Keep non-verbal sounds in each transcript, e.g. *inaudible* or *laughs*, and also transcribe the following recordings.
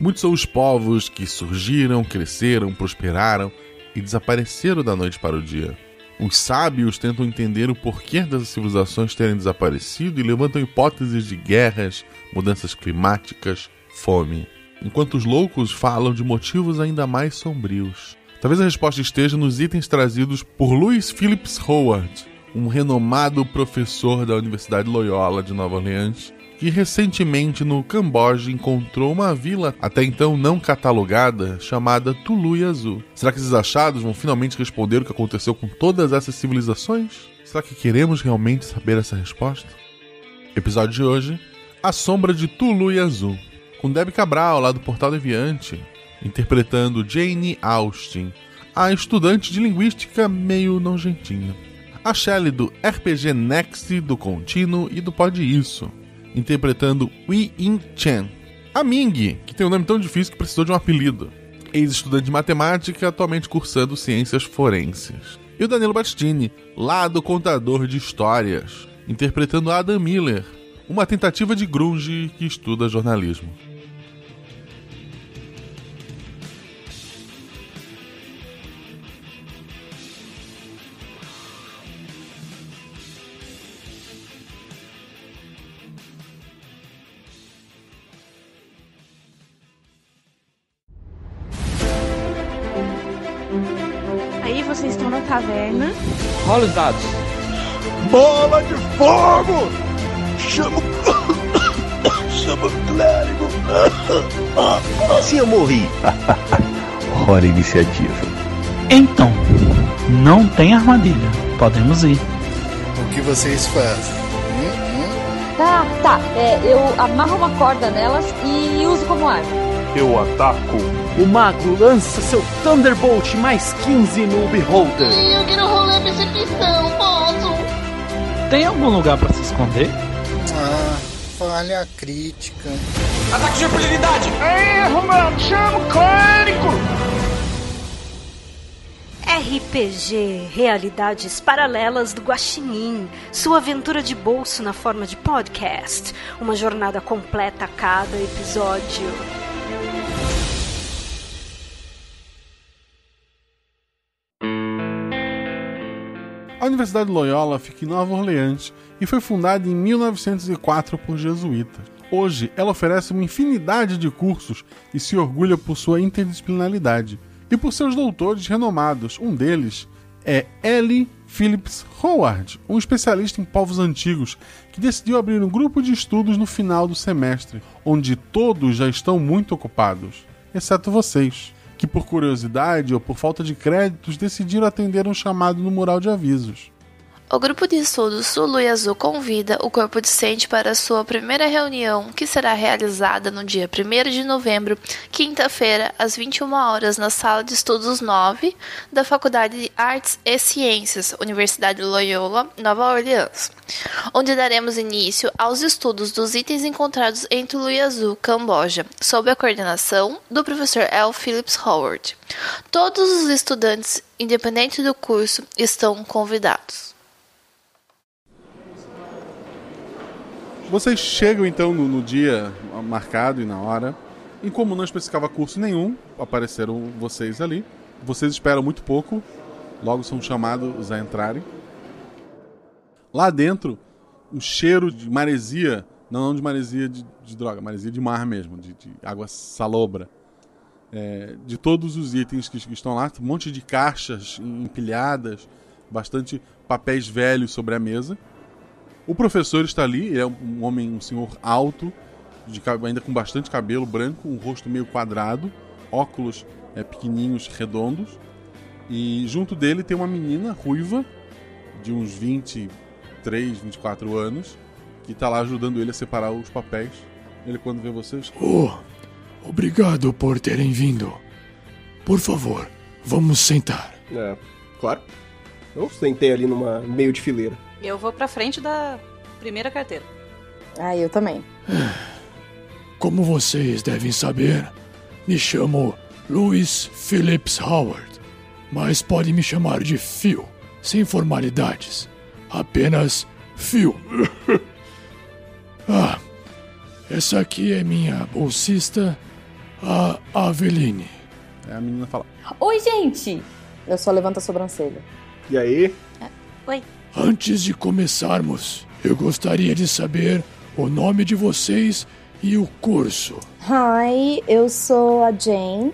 Muitos são os povos que surgiram, cresceram, prosperaram e desapareceram da noite para o dia. Os sábios tentam entender o porquê dessas civilizações terem desaparecido e levantam hipóteses de guerras, mudanças climáticas, fome. Enquanto os loucos falam de motivos ainda mais sombrios. Talvez a resposta esteja nos itens trazidos por Louis Phillips Howard, um renomado professor da Universidade Loyola de Nova Orleans, que recentemente no Camboja encontrou uma vila até então não catalogada chamada Tului Azul. Será que esses achados vão finalmente responder o que aconteceu com todas essas civilizações? Será que queremos realmente saber essa resposta? Episódio de hoje: A Sombra de Tului Azul, com Deb Cabral lá do Portal Deviante, interpretando Jane Austen, a estudante de linguística meio nojentinha. A Shelley do RPG Next, do Contínuo e do Pode Isso interpretando Wei In Chen. A Ming, que tem um nome tão difícil que precisou de um apelido. Ex-estudante de matemática, atualmente cursando ciências forenses. E o Danilo Battini, lá do Contador de Histórias, interpretando Adam Miller, uma tentativa de grunge que estuda jornalismo. Aí vocês estão na taverna. Rola os dados. Bola de fogo! Chama o... Chama o clérigo! Como assim eu morri? Hora iniciativa. Então, não tem armadilha. Podemos ir. O que vocês fazem? Tá, tá. É, eu amarro uma corda nelas e uso como arma. Eu ataco. O mago lança seu Thunderbolt mais 15 no Beholder. Eu quero rolar percepção, posso? Tem algum lugar pra se esconder? Ah, falha crítica. Ataque de oportunidade! Erro, mano! Chama o clérigo! RPG Realidades Paralelas do Guaxinim, sua aventura de bolso na forma de podcast, uma jornada completa a cada episódio. A Universidade Loyola fica em Nova Orleans e foi fundada em 1904 por jesuítas. Hoje, ela oferece uma infinidade de cursos e se orgulha por sua interdisciplinaridade e por seus doutores renomados. Um deles é L. Phillips Howard, um especialista em povos antigos, que decidiu abrir um grupo de estudos no final do semestre, onde todos já estão muito ocupados, exceto vocês que por curiosidade ou por falta de créditos decidiram atender um chamado no mural de avisos. O grupo de estudos Sulu e Azul convida o corpo docente para sua primeira reunião, que será realizada no dia 1 de novembro, quinta-feira, às 21 horas, na Sala de Estudos 9 da Faculdade de Artes e Ciências, Universidade Loyola, Nova Orleans, onde daremos início aos estudos dos itens encontrados em Tulu e Azul, Camboja, sob a coordenação do professor L. Phillips Howard. Todos os estudantes, independente do curso, estão convidados. Vocês chegam então no, no, dia marcado e na hora. E como não especificava curso nenhum, apareceram vocês ali. Vocês esperam muito pouco, logo são chamados a entrarem. Lá dentro, o cheiro de maresia, não, não de maresia de, de droga, maresia de mar mesmo, de, de água salobra. É, de todos os itens que, que estão lá, um monte de caixas empilhadas, bastante papéis velhos sobre a mesa. O professor está ali, ele é um homem, um senhor alto, de, ainda com bastante cabelo branco, um rosto meio quadrado, óculos é, pequenininhos, redondos. E junto dele tem uma menina ruiva, de uns 23, 24 anos, que está lá ajudando ele a separar os papéis. Ele, quando vê vocês. Oh, obrigado por terem vindo. Por favor, vamos sentar. É, claro. Eu sentei ali numa meio de fileira. Eu vou pra frente da primeira carteira. Ah, eu também. Como vocês devem saber, me chamo Louis Phillips Howard, mas podem me chamar de Phil, sem formalidades. Apenas Phil. *laughs* ah, essa aqui é minha bolsista a Aveline. a menina fala. Oi, gente! Eu só levanto a sobrancelha. E aí? Oi. Antes de começarmos, eu gostaria de saber o nome de vocês e o curso. Hi, eu sou a Jane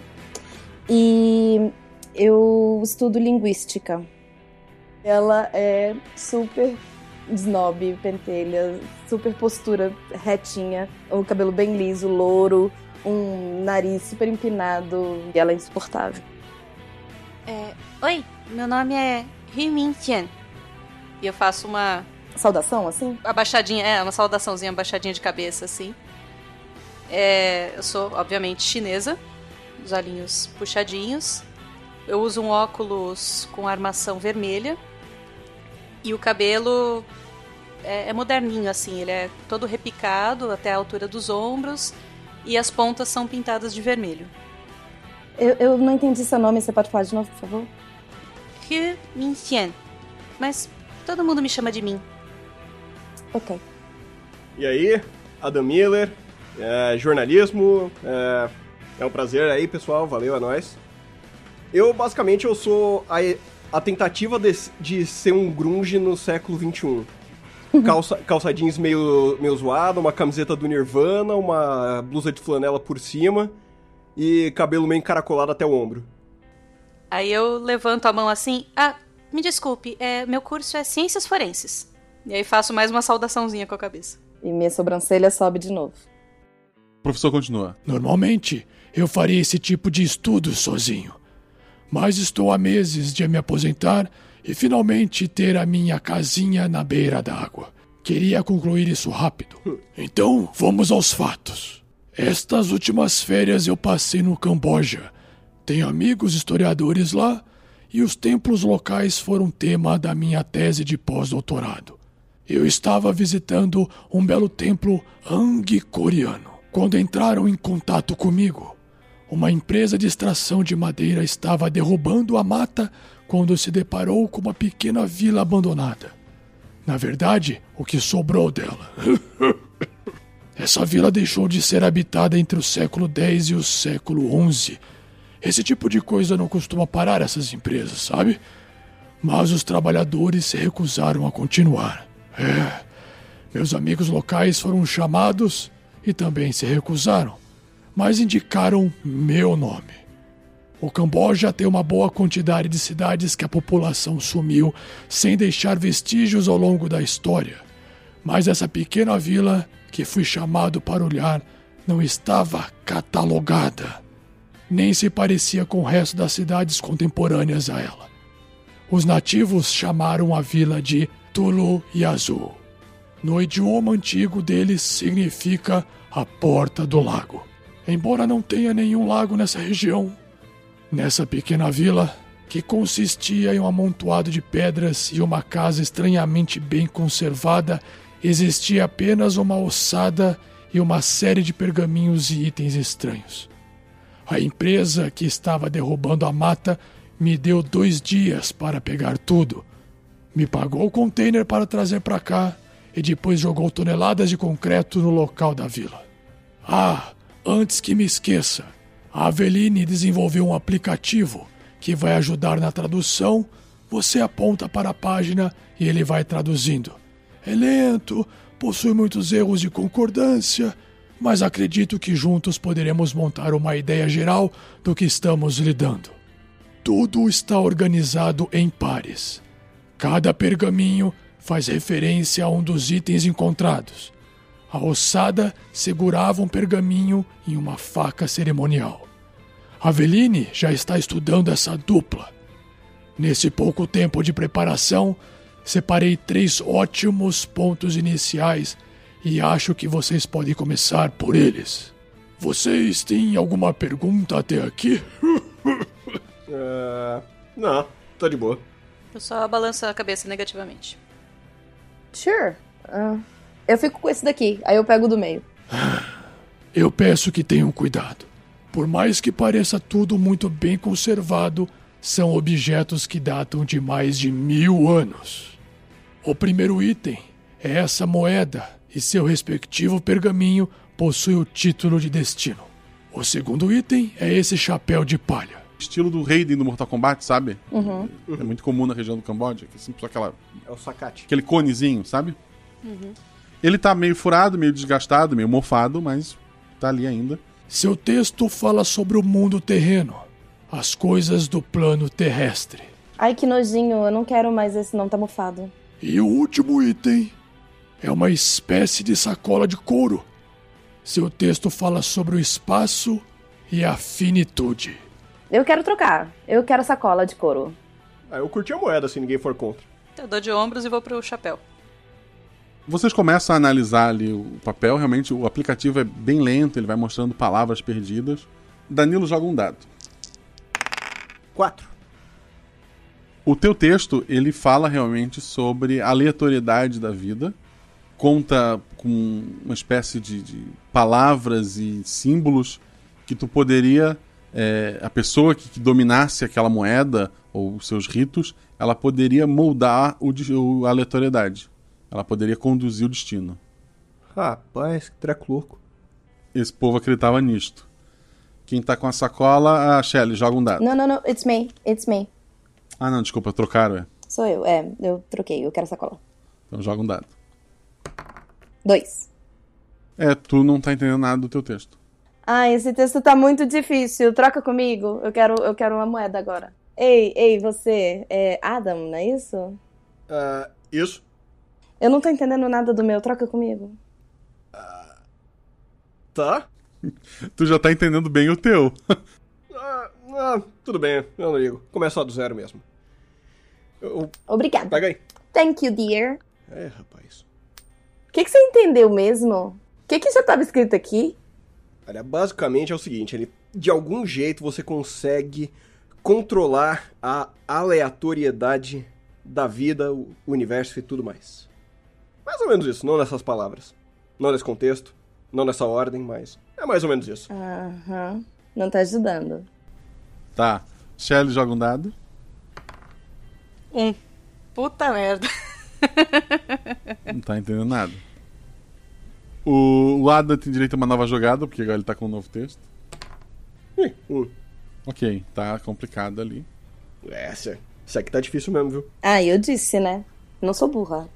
e eu estudo linguística. Ela é super snob, pentelha, super postura retinha, o cabelo bem liso, louro, um nariz super empinado e ela é insuportável. É, Oi, meu nome é Rimintian. E eu faço uma Saudação, assim? abaixadinha, é, uma saudaçãozinha abaixadinha de cabeça, assim. É, eu sou, obviamente, chinesa, os olhinhos puxadinhos. Eu uso um óculos com armação vermelha. E o cabelo é, é moderninho, assim, ele é todo repicado até a altura dos ombros. E as pontas são pintadas de vermelho. Eu, eu não entendi seu nome, você pode falar de novo, por favor? He Minxian. Mas todo mundo me chama de Min. Ok. E aí? Adam Miller, é, jornalismo. É, é um prazer aí, pessoal. Valeu, é nóis. Eu, basicamente, eu sou a, a tentativa de, de ser um grunge no século XXI. *laughs* Calça, calça jeans meio, meio zoada, uma camiseta do Nirvana, uma blusa de flanela por cima e cabelo meio encaracolado até o ombro. Aí eu levanto a mão assim. Ah, me desculpe, é, meu curso é Ciências Forenses. E aí faço mais uma saudaçãozinha com a cabeça. E minha sobrancelha sobe de novo. O professor continua. Normalmente, eu faria esse tipo de estudo sozinho. Mas estou há meses de me aposentar e finalmente ter a minha casinha na beira da água. Queria concluir isso rápido. Então, vamos aos fatos. Estas últimas férias eu passei no Camboja. Tenho amigos historiadores lá e os templos locais foram tema da minha tese de pós-doutorado. Eu estava visitando um belo templo Ang coreano quando entraram em contato comigo. Uma empresa de extração de madeira estava derrubando a mata quando se deparou com uma pequena vila abandonada. Na verdade, o que sobrou dela. *laughs* Essa vila deixou de ser habitada entre o século X e o século XI. Esse tipo de coisa não costuma parar essas empresas, sabe? Mas os trabalhadores se recusaram a continuar. É. Meus amigos locais foram chamados e também se recusaram, mas indicaram meu nome. O Camboja tem uma boa quantidade de cidades que a população sumiu sem deixar vestígios ao longo da história. Mas essa pequena vila que fui chamado para olhar não estava catalogada, nem se parecia com o resto das cidades contemporâneas a ela. Os nativos chamaram a vila de Tulu Yazoo. No idioma antigo deles significa a porta do lago. Embora não tenha nenhum lago nessa região, nessa pequena vila, que consistia em um amontoado de pedras e uma casa estranhamente bem conservada, existia apenas uma ossada e uma série de pergaminhos e itens estranhos. A empresa que estava derrubando a mata me deu dois dias para pegar tudo. Me pagou o container para trazer para cá e depois jogou toneladas de concreto no local da vila. Ah, antes que me esqueça, a Aveline desenvolveu um aplicativo que vai ajudar na tradução. Você aponta para a página e ele vai traduzindo. É lento, possui muitos erros de concordância, mas acredito que juntos poderemos montar uma ideia geral do que estamos lidando. Tudo está organizado em pares. Cada pergaminho faz referência a um dos itens encontrados. A ossada segurava um pergaminho e uma faca cerimonial. Aveline já está estudando essa dupla. Nesse pouco tempo de preparação, separei três ótimos pontos iniciais e acho que vocês podem começar por eles. Vocês têm alguma pergunta até aqui? É, não, tá de boa. Eu só balanço a cabeça negativamente. Sure. Ah, eu fico com esse daqui, aí eu pego o do meio. Eu peço que tenham cuidado. Por mais que pareça tudo muito bem conservado, são objetos que datam de mais de mil anos. O primeiro item é essa moeda e seu respectivo pergaminho possui o título de destino. O segundo item é esse chapéu de palha. Estilo do Raiden do Mortal Kombat, sabe? Uhum. É muito comum na região do Camboja, que é sempre só aquela, É o sacate. aquele conezinho, sabe? Uhum. Ele tá meio furado, meio desgastado, meio mofado, mas tá ali ainda. Seu texto fala sobre o mundo terreno, as coisas do plano terrestre. Ai, que nojinho, eu não quero mais esse não, tá mofado. E o último item é uma espécie de sacola de couro. Seu texto fala sobre o espaço e a finitude. Eu quero trocar. Eu quero sacola de couro. Ah, eu curti a moeda se ninguém for contra. Eu dou de ombros e vou pro chapéu. Vocês começam a analisar ali o papel, realmente o aplicativo é bem lento, ele vai mostrando palavras perdidas. Danilo joga um dado. Quatro. O teu texto, ele fala realmente sobre a aleatoriedade da vida, conta com uma espécie de, de palavras e símbolos que tu poderia, é, a pessoa que, que dominasse aquela moeda ou os seus ritos, ela poderia moldar o, de- o- a aleatoriedade, ela poderia conduzir o destino. Rapaz, que treco louco. Esse povo acreditava nisto. Quem tá com a sacola, a Shelly, joga um dado. Não, não, não, it's me, it's me. Ah, não, desculpa, trocaram, é. Sou eu, é, eu troquei, eu quero sacola. Então joga um dado. Dois. É, tu não tá entendendo nada do teu texto. Ai, esse texto tá muito difícil, troca comigo, eu quero, eu quero uma moeda agora. Ei, ei, você, é Adam, não é isso? Ah, isso. Eu não tô entendendo nada do meu, troca comigo. Tá? Tu já tá entendendo bem o teu. Ah, ah, tudo bem, eu não ligo. Começa lá do zero mesmo. Eu- Obrigada. Pega aí. Thank you, dear. É, rapaz. O que, que você entendeu mesmo? O que, que já tava escrito aqui? Olha, basicamente é o seguinte, ele de algum jeito você consegue controlar a aleatoriedade da vida, o universo e tudo mais. Mais ou menos isso, não nessas palavras, não nesse contexto, não nessa ordem, mas é mais ou menos isso. Aham, não tá ajudando. Tá. Shelly joga um dado. Um. Puta merda. Não tá entendendo nada. O, o Ada tem direito a uma nova jogada, porque agora ele tá com um novo texto. um. Ok, tá complicado ali. É, essa- isso aqui tá difícil mesmo, viu? Ah, eu disse, né? Não sou burra.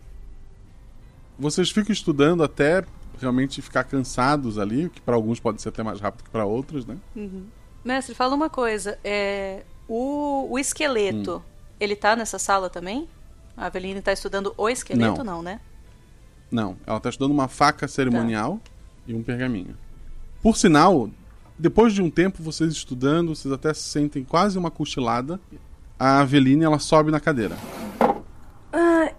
Vocês ficam estudando até realmente ficar cansados ali, o que pra alguns pode ser até mais rápido que pra outros, né? Uhum. Mestre, fala uma coisa. É, o, o esqueleto, ele tá nessa sala também? A Aveline tá estudando o esqueleto, Não. não, né? Não, ela tá estudando uma faca cerimonial e um pergaminho. Por sinal, depois de um tempo vocês estudando, vocês até sentem quase uma cochilada. A Aveline, ela sobe na cadeira. Ah,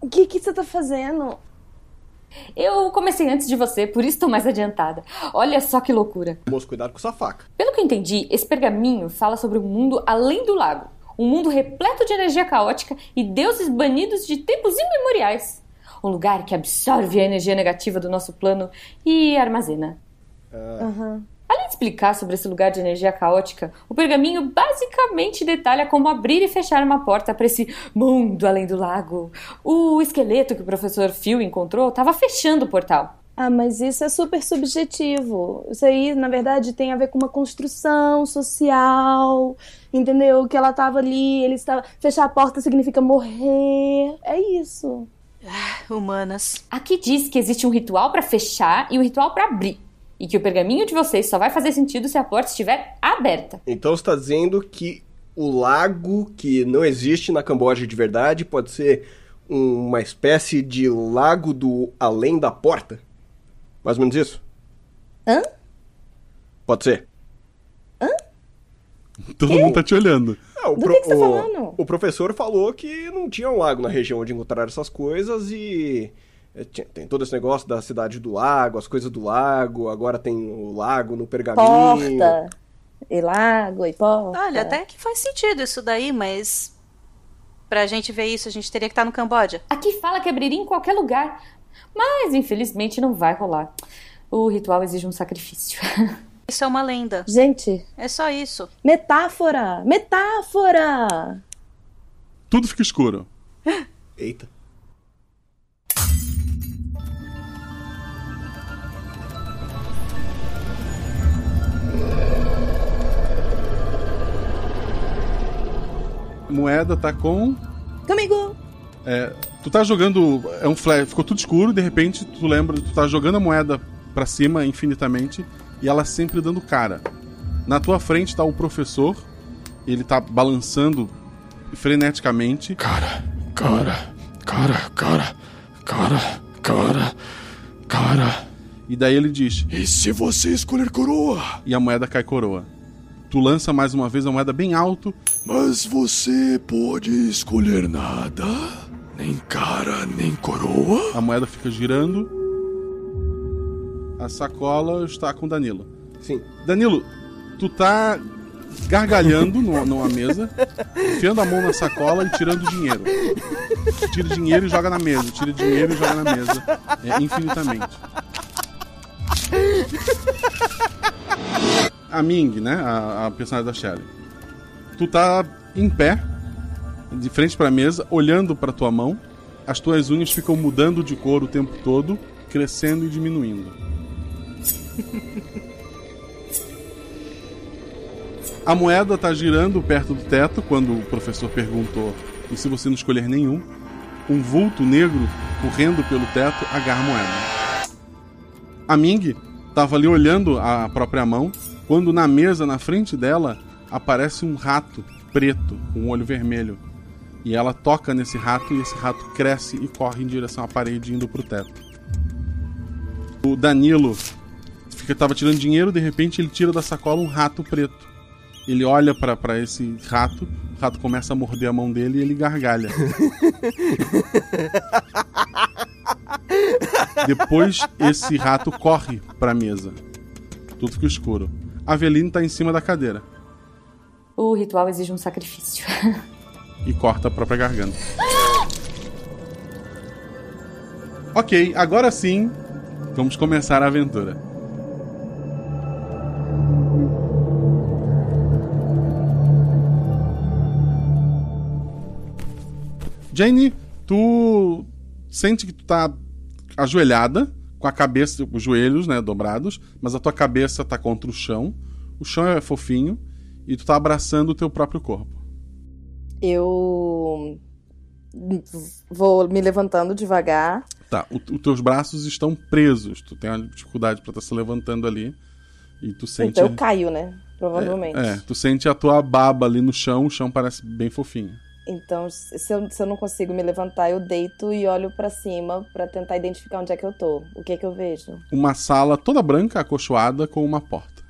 o que que você tá fazendo? Eu comecei antes de você, por isso estou mais adiantada. Olha só que loucura. Moço, cuidado com essa faca. Pelo que eu entendi, esse pergaminho fala sobre um mundo além do lago. Um mundo repleto de energia caótica e deuses banidos de tempos imemoriais. Um lugar que absorve a energia negativa do nosso plano e armazena. Ah. Além de explicar sobre esse lugar de energia caótica, o pergaminho basicamente detalha como abrir e fechar uma porta para esse mundo além do lago. O esqueleto que o professor Phil encontrou estava fechando o portal. Ah, mas isso é super subjetivo. Isso aí, na verdade, tem a ver com uma construção social, entendeu? Que ela tava ali, ele estava. Fechar a porta significa morrer. É isso. Humanas. Aqui diz que existe um ritual para fechar e um ritual para abrir. E que o pergaminho de vocês só vai fazer sentido se a porta estiver aberta. Então você tá dizendo que o lago que não existe na Camboja de verdade pode ser uma espécie de lago do além da porta? Mais ou menos isso? Hã? Pode ser. Todo mundo tá te olhando. Ah, o, Do pro- que que você tá o- falando? o professor falou que não tinha um lago na região onde encontraram essas coisas e é, tinha- tem todo esse negócio da cidade do lago, as coisas do lago, agora tem o lago no pergaminho. Porta. E lago, e porta. Olha, até que faz sentido isso daí, mas. Pra gente ver isso, a gente teria que estar no Camboja. Aqui fala que abriria em qualquer lugar, mas infelizmente não vai rolar. O ritual exige um sacrifício. *laughs* Isso é uma lenda. Gente. É só isso. Metáfora! Metáfora! Tudo fica escuro. Eita. moeda tá com. Comigo! É, tu tá jogando. É um flash, ficou tudo escuro, de repente tu lembra, tu tá jogando a moeda pra cima infinitamente e ela sempre dando cara. Na tua frente tá o professor, ele tá balançando freneticamente. Cara, cara, cara, cara, cara, cara, cara. E daí ele diz: E se você escolher coroa? E a moeda cai coroa. Tu lança mais uma vez a moeda bem alto. Mas você pode escolher nada? Nem cara, nem coroa? A moeda fica girando. A sacola está com Danilo. Sim. Danilo, tu tá gargalhando no- numa mesa, enfiando a mão na sacola e tirando dinheiro. Tira dinheiro e joga na mesa. Tira dinheiro e joga na mesa. É, infinitamente. A Ming, né? A, a personagem da Shelly. Tu tá em pé, de frente pra mesa, olhando pra tua mão. As tuas unhas ficam mudando de cor o tempo todo, crescendo e diminuindo. *laughs* A moeda tá girando perto do teto quando o professor perguntou: e se você não escolher nenhum? Um vulto negro correndo pelo teto agarra a moeda. A Ming tava ali olhando a própria mão quando na mesa na frente dela aparece um rato preto com um olho vermelho. E ela toca nesse rato e esse rato cresce e corre em direção à parede indo pro teto. O Danilo fica, tava tirando dinheiro, de repente ele tira da sacola um rato preto. Ele olha pra pra esse rato, o rato começa a morder a mão dele e ele gargalha. Depois esse rato corre pra mesa. Tudo fica escuro. A Aveline tá em cima da cadeira O ritual exige um sacrifício. e corta a própria garganta. ok, agora sim, vamos começar a aventura. Jane, tu sente que tu tá ajoelhada, com a cabeça, os joelhos, né, dobrados, mas a tua cabeça tá contra o chão. O chão é fofinho e tu tá abraçando o teu próprio corpo. Eu vou me levantando devagar. Tá, o- os teus braços estão presos. Tu tem uma dificuldade pra estar se levantando ali. E tu sente. Então eu caio, né? Provavelmente. É, tu sente a tua baba ali no chão, o chão parece bem fofinho. Então, se eu, se eu não consigo me levantar, eu deito e olho pra cima pra tentar identificar onde é que eu tô. O que é que eu vejo? Uma sala toda branca, acolchoada, com uma porta.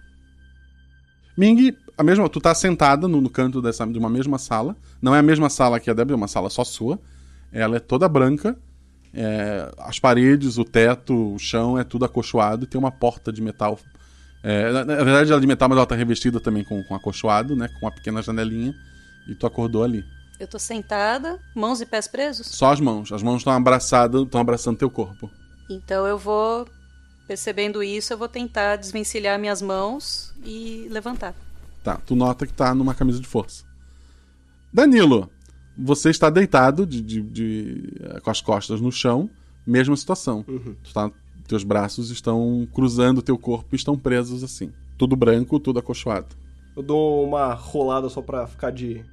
Ming, a mesma, tu tá sentada no, no canto dessa, de uma mesma sala. Não é a mesma sala que a Débora, é uma sala só sua. Ela é toda branca. é, as paredes, o teto, o chão é tudo acolchoado e tem uma porta de metal. é, na, na verdade, ela é de metal, mas ela tá revestida também com, com acolchoado, né? Com uma pequena janelinha. E tu acordou ali. Eu tô sentada, mãos e pés presos. Só as mãos. As mãos estão abraçadas, estão abraçando teu corpo. Então eu vou, percebendo isso, eu vou tentar desvencilhar minhas mãos e levantar. Tá, tu nota que tá numa camisa de força. Danilo, você está deitado de, de- de- eh, com as costas no chão, mesma situação. Tu tá- teus braços estão cruzando o teu corpo e estão presos assim. Tudo branco, tudo acolchoado. Eu dou uma rolada só pra ficar de.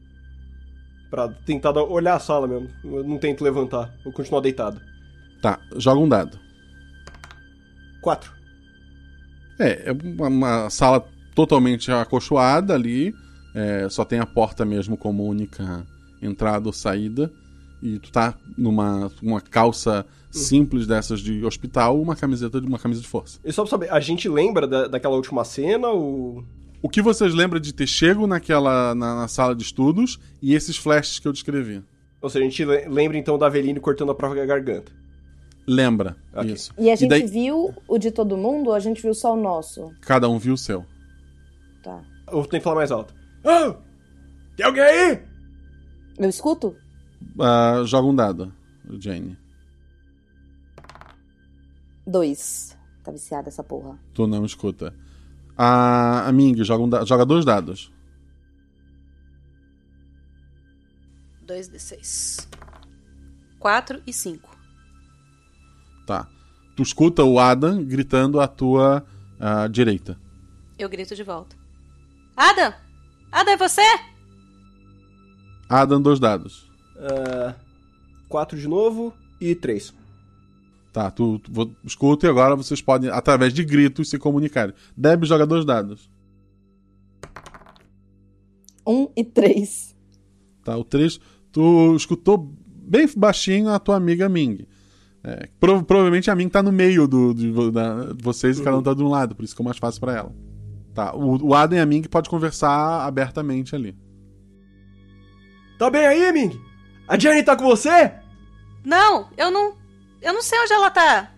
pra tentar dar- olhar a sala mesmo. Eu não tento levantar, vou continuar deitado. Tá, joga um dado. Quatro. É, é uma, uma sala totalmente acolchoada ali. é, só tem a porta mesmo como única entrada ou saída. E tu tá numa uma calça simples dessas de hospital, uma camiseta de uma camisa de força. E só pra saber, a gente lembra da- daquela última cena ou. O que vocês lembram de ter chego naquela na, na sala de estudos e esses flashes que eu descrevi? Ou seja, a gente le- lembra então da Aveline cortando a própria garganta. Lembra isso? E a gente daí viu o de todo mundo ou a gente viu só o nosso? cada um viu o seu. Tá. Eu tenho que falar mais alto. Ah! Tem alguém aí? Eu escuto? Ah, joga um dado, Jane. Dois. Tá viciada essa porra. Tu não escuta. A, a Ming joga, um da- joga dois dados. 2d6. 4 e 5. Tá. Tu escuta o Adam gritando à tua ah, direita. Eu grito de volta. Adam! Adam, é você? Adam, dois dados. Ah, quatro de novo e três. Tá, tu, tu vo- escuta e agora vocês podem, através de gritos, se comunicarem. Deb joga dois dados. Um e três. Tá, o três. Tu escutou bem baixinho a tua amiga Ming. É, prova- provavelmente a Ming tá no meio do, de vo- da- de vocês e cada um tá de um lado, por isso que é mais fácil pra ela. Tá, o, o Adam e a Ming pode conversar abertamente ali. Tá bem aí, Ming? A Jenny tá com você? Não, eu não. Eu não sei onde ela tá.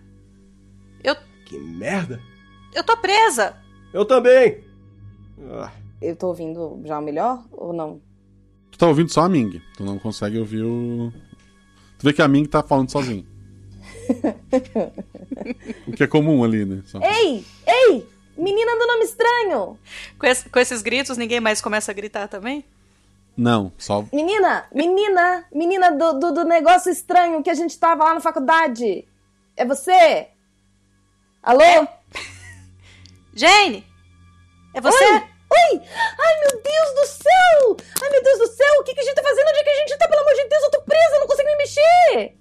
Que merda. Eu tô presa. Eu também. Eu tô ouvindo já melhor ou não? Tu tá ouvindo só a Ming. Tu não consegue ouvir o. Tu vê que a Ming tá falando sozinho. o que é comum ali, né? Só. Ei! Ei! Menina do nome estranho! Com, es- com esses gritos, ninguém mais começa a gritar também? Não, só. Menina! Menina! Menina do, do, do negócio estranho que a gente tava lá na faculdade! É você? Alô? Jane! É você? Oi! Oi! Ai, meu Deus do céu! Ai, meu Deus do céu! O que, que a gente tá fazendo? Onde é que a gente tá? Pelo amor de Deus, eu tô presa, eu não consigo me mexer!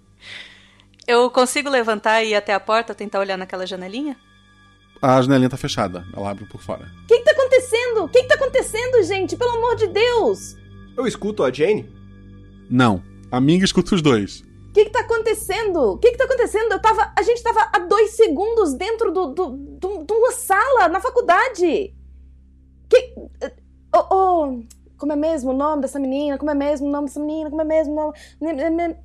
Eu consigo levantar e ir até a porta tentar olhar naquela janelinha? A janelinha tá fechada. Ela abre por fora. O que, que tá acontecendo? O que, que tá acontecendo, gente? Pelo amor de Deus! Eu escuto a Jane. Não. A Ming escuta os dois. O que, que tá acontecendo? O que, que tá acontecendo? Eu tava. A gente tava há dois segundos dentro do, do, do- de uma sala na faculdade. Que. Oh, oh, como é mesmo o nome dessa menina? Como é mesmo o nome dessa menina? Como é mesmo o nome. ne- ne- ne-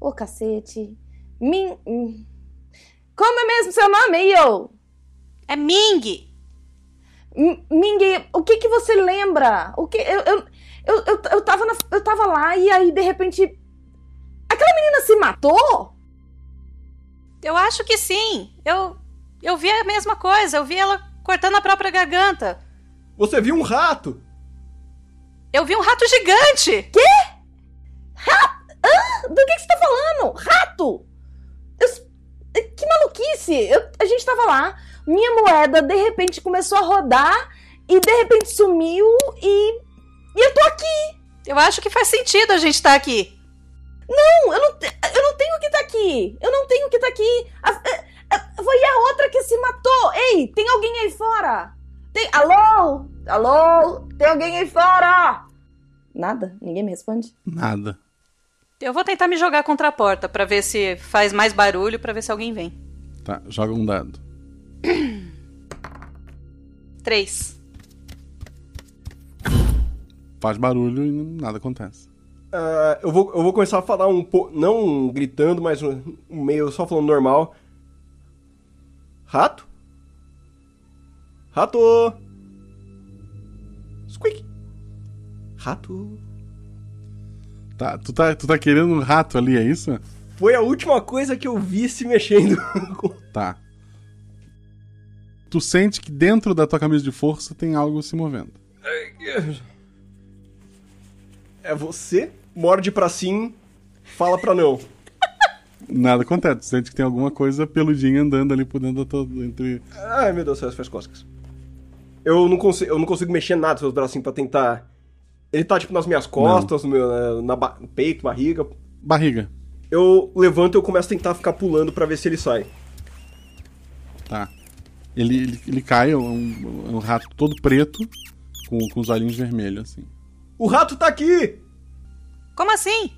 Ô, cacete. Min. hum. Como é mesmo seu nome, eu? É Ming! Ming, o que que você lembra? O que. Eu, eu, eu, eu, eu, tava na- eu tava lá e aí, de repente. Aquela menina se matou? Eu acho que sim. Eu eu vi a mesma coisa. Eu vi ela cortando a própria garganta. Você viu um rato? Eu vi um rato gigante. Quê? Rato? Hã? Do que, que você tá falando? Rato? Eu s- Que maluquice! Eu- A gente tava lá, minha moeda de repente começou a rodar e de repente sumiu e. E eu tô aqui! Eu acho que faz sentido a gente estar aqui. Não, um, eu não, te- eu não tenho que estar aqui! Eu não tenho que estar aqui! A- a- a- Foi a outra que se matou! Ei, tem alguém aí fora? Tem. Alô? Alô? Tem alguém aí fora? Nada? Ninguém me responde? Nada. Eu vou tentar me jogar contra a porta pra ver se faz mais barulho, pra ver se alguém vem. Tá, joga um dado. Três. Faz barulho e nada acontece. Ah, eu, vou, eu vou começar a falar um pouco, não gritando, mas um, um meio só falando normal. Rato? Rato! Squeak! Rato! Tá, tu tá, tu tá querendo um rato ali, é isso? Foi a última coisa que eu vi se mexendo. *laughs* Tá. Tu sente que dentro da tua camisa de força tem algo se movendo. É você? Morde pra sim, fala pra não. Nada acontece. Tu sente que tem alguma coisa peludinha andando ali por dentro da tua. Entre... Ai, meu Deus do céu, isso faz cócegas. Eu não, consigo, eu não consigo mexer nada dos meus bracinhos pra tentar... Ele tá, tipo, nas minhas costas, no meu, na, na ba- no peito, barriga. Barriga. Eu levanto e eu começo a tentar ficar pulando pra ver se ele sai. Tá. Ele, ele, ele cai, é um, é um rato todo preto, com, com os olhinhos vermelhos, assim. O rato tá aqui! Como assim?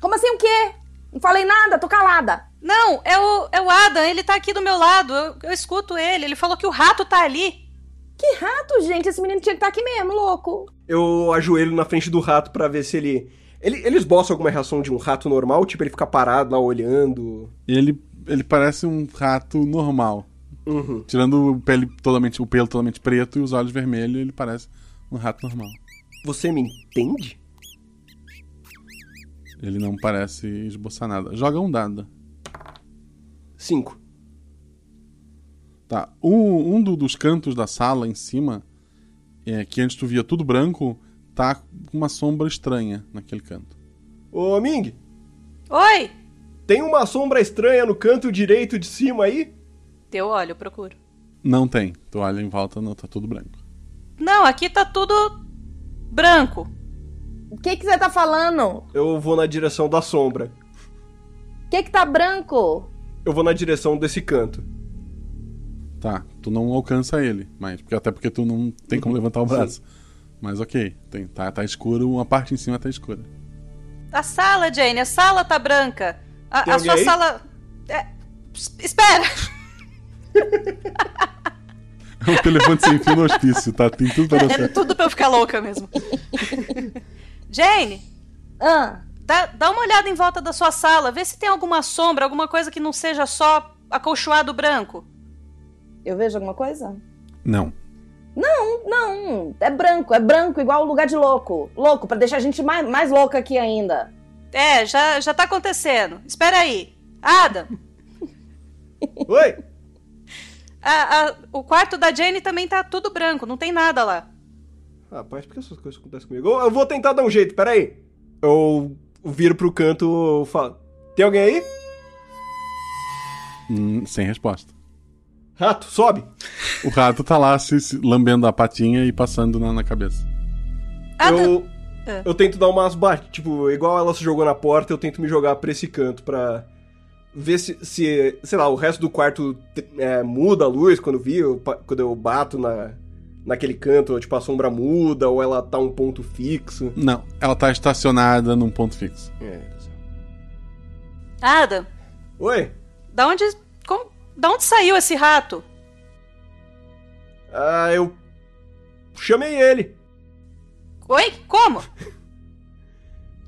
Como assim o quê? Não falei nada, tô calada. Não, é o, é o Adam, ele tá aqui do meu lado. Eu, eu escuto ele. Ele falou que o rato tá ali. Que rato, gente? Esse menino tinha que estar aqui mesmo, louco. Eu ajoelho na frente do rato pra ver se ele... Ele, ele esboça alguma reação de um rato normal? Tipo, ele fica parado lá olhando... Ele, ele parece um rato normal. Uhum. Tirando o, pele totalmente, o pelo totalmente preto e os olhos vermelhos, ele parece um rato normal. Você me entende? Ele não parece esboçar nada. Joga um dado. Cinco. Tá. Um, um do- dos cantos da sala em cima, é, que antes tu via tudo branco, tá com uma sombra estranha naquele canto. Ô, Ming! Oi! Tem uma sombra estranha no canto direito de cima aí? Deu olho, eu procuro. Não tem. Tu olha em volta, não, tá tudo branco. Não, aqui tá tudo branco. O que que você tá falando? Eu vou na direção da sombra. O que que tá branco? Eu vou na direção desse canto. Tá, tu não alcança ele, mas porque- até porque tu não tem como levantar o braço. Mas ok, tem- tá, tá escuro, uma parte em cima tá escura. *laughs* A sala, Jane, a sala tá branca. Tem A, a alguém sua aí? sala. É, s- espera! É um telefone sem fio no hospício, tá? Tem tudo pra dar Era certo. é tudo pra eu ficar *laughs* louca mesmo. Jane! Dá, dá uma olhada em volta da sua sala, vê se tem alguma sombra, alguma coisa que não seja só acolchoado branco. Eu vejo alguma coisa? Não. Não, não. É branco, é branco, igual o lugar de louco. Louco, pra deixar a gente mais, mais louca aqui ainda. É, já, já tá acontecendo. Espera aí. Adam! Oi! A- a- o quarto da Jane também tá tudo branco, não tem nada lá. Rapaz, por que essas coisas acontecem comigo? Eu, eu vou tentar dar um jeito, peraí. Eu viro pro canto eu falo. Tem alguém aí? Hum, sem resposta. Rato, sobe! O rato tá lá se, se lambendo a patinha e passando na, na cabeça. eu, Ah. eu tento dar umas bate, tipo, igual ela se jogou na porta, eu tento me jogar pra esse canto pra ver se, se sei lá, o resto do quarto é, muda a luz quando vi, eu pa- quando eu bato na, naquele canto, ou, tipo, a sombra muda, ou ela tá um ponto fixo. Não, ela tá estacionada num ponto fixo. Adam, Oi? da onde. Como, da onde saiu esse rato? Ah, eu chamei ele. Oi? Como?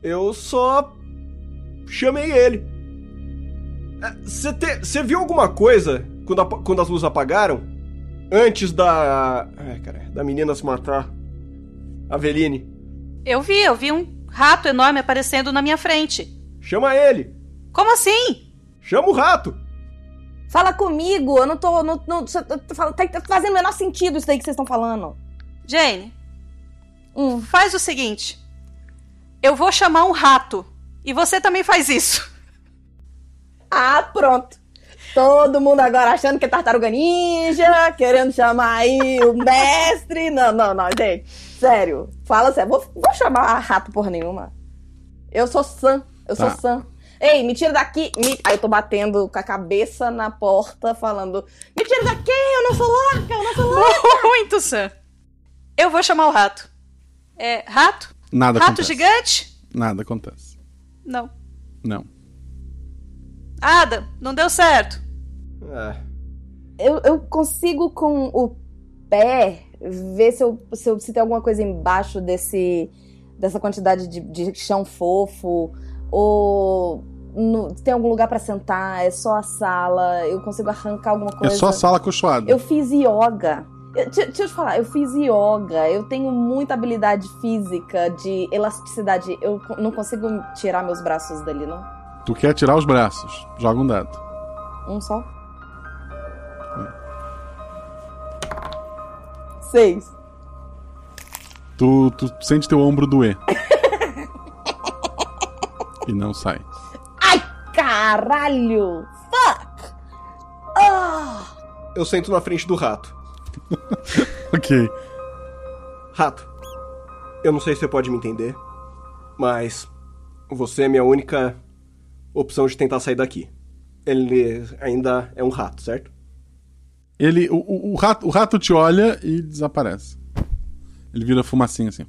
Eu só chamei ele. É, Você viu alguma coisa quando, apa- quando as luzes apagaram? Antes da. Ai, cara, da menina se matar. Aveline. Eu vi, eu vi um rato enorme aparecendo na minha frente. Chama ele! Como assim? Chama o rato! Fala comigo, eu não tô. Não, não, cê- eu tô falando- tá tá fazendo o menor sentido isso daí que vocês estão falando. Jane, faz o seguinte: eu vou chamar um rato. E você também faz isso. Ah, pronto. Todo mundo agora achando que é tartaruga ninja, querendo chamar aí o mestre. Não, não, não, gente. Sério, fala sério. Vou, vou chamar rato porra nenhuma. Eu sou sã, eu Tá. sou sã. Ei, me tira daqui. me- Aí eu tô batendo com a cabeça na porta, falando: Me tira daqui, eu não sou louca, eu não sou louca. Muito Sam. Eu vou chamar o rato. É, rato? Nada rato acontece. gigante? Nada acontece. Não. Não. Adam, não deu certo. É, Eu, eu consigo com o pé ver se, eu, se, eu- se tem alguma coisa embaixo desse dessa quantidade de, de chão fofo ou no- se tem algum lugar pra sentar, é só a sala, eu consigo arrancar alguma É coisa. só a sala cochoada. Eu fiz yoga. Eu, deixa, deixa eu te falar, eu fiz yoga, eu tenho muita habilidade física de elasticidade, eu co- não consigo tirar meus braços dali, não? Tu quer tirar os braços. Joga um dado. Um só? Seis. Tu, tu sente teu ombro doer. e não sai. Caralho! Fuck! Ah! Eu sento na frente do rato. ok. Rato, eu não sei se você pode me entender, mas você é minha única opção de tentar sair daqui. Ele ainda é um rato, certo? Ele. O, o- o rato, o rato te olha e desaparece. Ele vira fumacinha assim.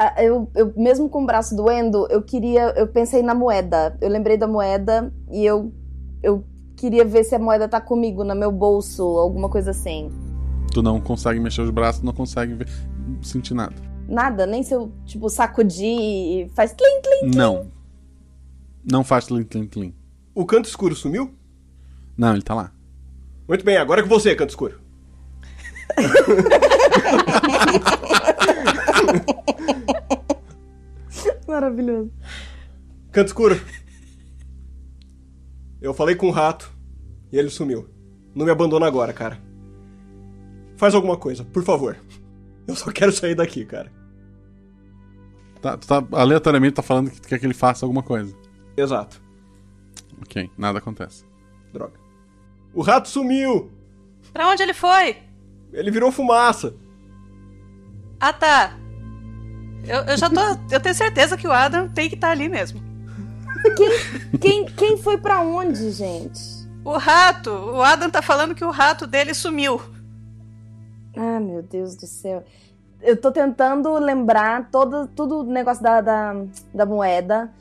Ah, Eu, eu, mesmo com o braço doendo, eu queria. Eu pensei na moeda. Eu lembrei da moeda e eu. Eu queria ver se a moeda tá comigo, no meu bolso, alguma coisa assim. Tu não consegue mexer os braços, não consegue ver, sentir nada. Nada, nem se eu, tipo, sacudir e faz tlim, tlim. Não. Não faz tlim, tlim, tlim. O canto escuro sumiu? Não, ele tá lá. Muito bem, agora é com você, canto escuro. Maravilhoso. Canto escuro. Eu falei com o rato e ele sumiu. Não me abandona agora, cara. Faz alguma coisa, por favor. Eu só quero sair daqui, cara. Tá, tu tá aleatoriamente tá falando que tu quer que ele faça alguma coisa. Exato. Ok, nada acontece. Droga. O rato sumiu! Pra onde ele foi? Ele virou fumaça! Ah tá. Eu, eu já tô. Eu tenho certeza que o Adam tem que estar ali mesmo. Quem, quem, quem foi pra onde, gente? O rato! O Adam tá falando que o rato dele sumiu. Ah, meu Deus do céu. Eu tô tentando lembrar todo, todo o negócio da, da, da moeda.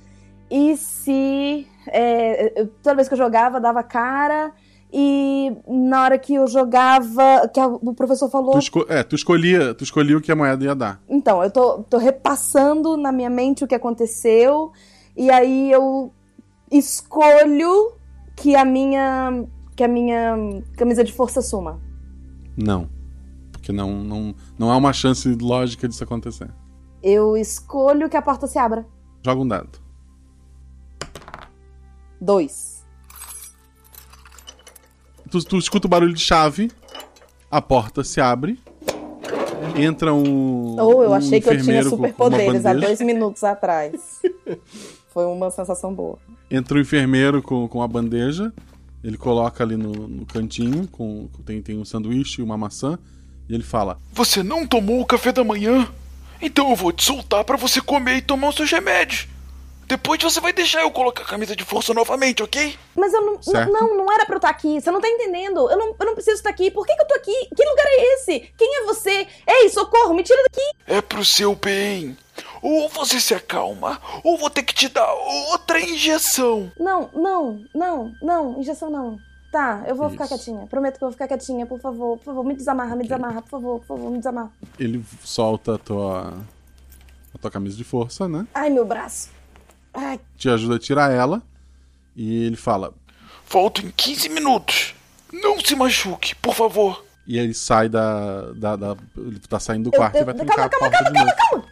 E se. é, eu- toda vez que eu jogava, dava cara. E na hora que eu jogava, que a- o professor falou. Tu esco- é, tu escolhia, tu escolhia o que a moeda ia dar. Então, eu tô, tô repassando na minha mente o que aconteceu, e aí eu escolho que a minha que a minha camisa de força suma. Não. Porque não, não, não há uma chance lógica disso acontecer. Eu escolho que a porta se abra. Joga um dado. Dois. Tu, tu escuta o barulho de chave, a porta se abre, entra um. Ou eu um achei que eu tinha enfermeiro com- com uma superpoderes há bandeja. dois *laughs* minutos atrás. Foi uma sensação boa. Entra o enfermeiro com, com a bandeja, ele coloca ali no, no cantinho, com, com- tem, tem um sanduíche e uma maçã, e ele fala: Você não tomou o café da manhã? Então eu vou te soltar pra você comer e tomar os seus remédios. Depois você vai deixar eu colocar a camisa de força novamente, ok? Mas eu não. Certo. Não, não era pra eu estar aqui. Você não tá entendendo. Eu não, eu não preciso estar aqui. Por que, que eu tô aqui? Que lugar é esse? Quem é você? Ei, socorro, me tira daqui! É pro seu bem. Ou você se acalma, ou vou ter que te dar outra injeção. Não, não, não, não, injeção não. Tá, eu vou ficar quietinha. Prometo que eu vou ficar quietinha, por favor, por favor, me desamarra, me desamarra, por favor, por favor, me desamarra. Ele solta a tua, a tua camisa de força, né? Ai, meu braço. Ai, Te ajuda a tirar ela, e ele fala: Volto em 15 minutos. Não se machuque, por favor. E ele sai da. da, da- ele tá saindo do eu, quarto eu- e vai trancar calma, a calma, porta calma, de novo. calma, calma,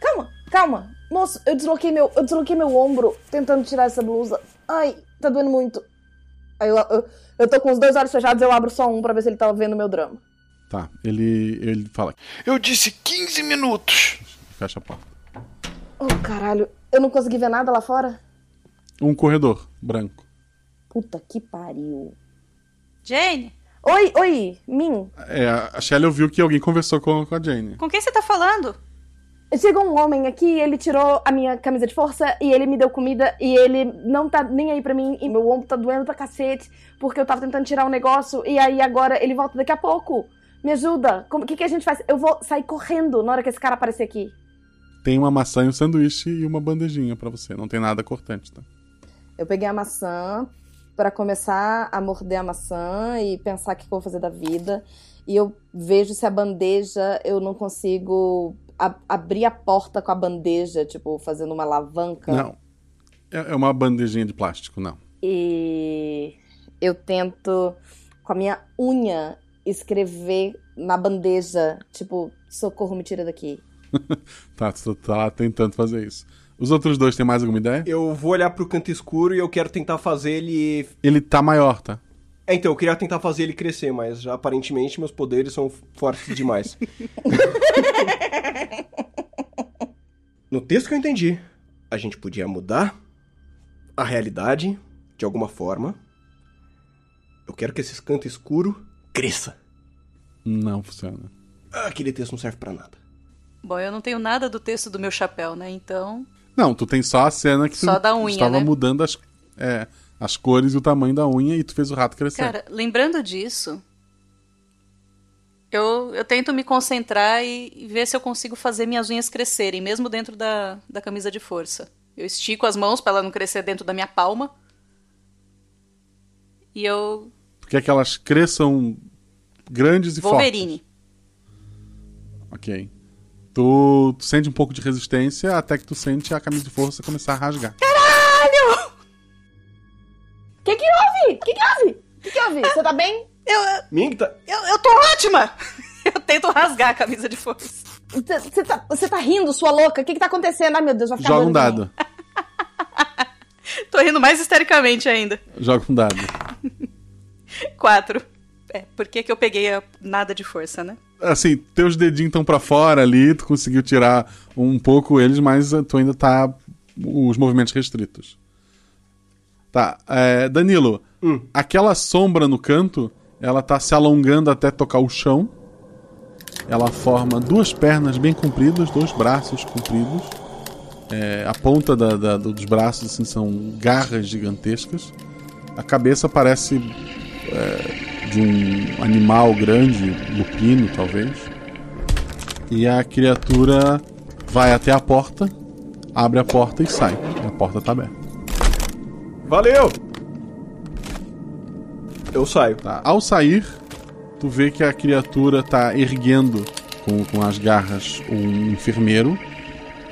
calma, calma. Moço, eu desloquei meu, eu desloquei meu ombro tentando tirar essa blusa. Ai, tá doendo muito. Aí eu, eu, eu tô com os dois olhos fechados, eu abro só um pra ver se ele tá vendo meu drama. Tá, ele, ele fala. Eu disse 15 minutos. Fecha a porta. Oh, caralho, eu não consegui ver nada lá fora? Um corredor branco. Puta que pariu. Jane? Oi, oi, Min. É, a Shelly ouviu que alguém conversou com, com a Jane. Com quem você tá falando? Chegou um homem aqui, ele tirou a minha camisa de força e ele me deu comida e ele não tá nem aí pra mim e meu ombro tá doendo pra cacete porque eu tava tentando tirar um negócio e aí agora ele volta daqui a pouco. Me ajuda. Como- O que, que a gente faz? Eu vou sair correndo na hora que esse cara aparecer aqui. Tem uma maçã e um sanduíche e uma bandejinha pra você. Não tem nada cortante, tá? Eu peguei a maçã pra começar a morder a maçã e pensar o que, que eu vou fazer da vida. E eu vejo se a bandeja eu não consigo ab- abrir a porta com a bandeja, tipo, fazendo uma alavanca. Não. É, é uma bandejinha de plástico, não. E eu tento, com a minha unha, escrever na bandeja, tipo, socorro, me tira daqui. Tá, tu tá tentando fazer isso. Os outros dois têm mais alguma ideia? Eu vou olhar pro canto escuro e eu quero tentar fazer ele. Ele tá maior, tá? É, então, eu queria tentar fazer ele crescer, mas já aparentemente meus poderes são fortes demais. no texto que eu entendi, a gente podia mudar a realidade de alguma forma. Eu quero que esse canto escuro cresça. Não funciona. Ah, aquele texto não serve pra nada. Bom, eu não tenho nada do texto do meu chapéu, né? Então. Não, tu tem só a cena que tu Só da unha, estava né? mudando as, é, as cores e o tamanho da unha e tu fez o rato crescer. Cara, lembrando disso, eu, eu tento me concentrar e, e ver se eu consigo fazer minhas unhas crescerem, mesmo dentro da, da camisa de força. Eu estico as mãos pra ela não crescer dentro da minha palma. E eu. Tu quer é que elas cresçam grandes e Wolverine. fortes. Ok. Tu, tu sente um pouco de resistência até que tu sente a camisa de força começar a rasgar. Caralho! O que que houve? O que que houve? O que que houve? Você tá bem? Eu, Minta! eu, eu tô ótima! *laughs* Eu tento rasgar a camisa de força. Você tá, você tá rindo, sua louca? O que que tá acontecendo? Ai, meu Deus, vai ficar Joga doido um de mim. dado. Tô rindo mais histericamente ainda. Joga um dado. Quatro. É, por que, que eu peguei a nada de força, né? Assim, teus dedinhos estão pra fora ali, tu conseguiu tirar um pouco eles, mas eh, tu ainda tá os movimentos restritos. Tá, eh, Danilo, aquela sombra no canto, ela tá se alongando até tocar o chão. Ela forma duas pernas bem compridas, dois braços compridos. É, a ponta da- da- dos braços assim, são garras gigantescas. A cabeça parece é, de um animal grande, lupino talvez. E a criatura vai até a porta, abre a porta e sai. A porta tá aberta. Valeu! Eu saio. Tá. Ao sair, tu vê que a criatura tá erguendo com, com as garras um enfermeiro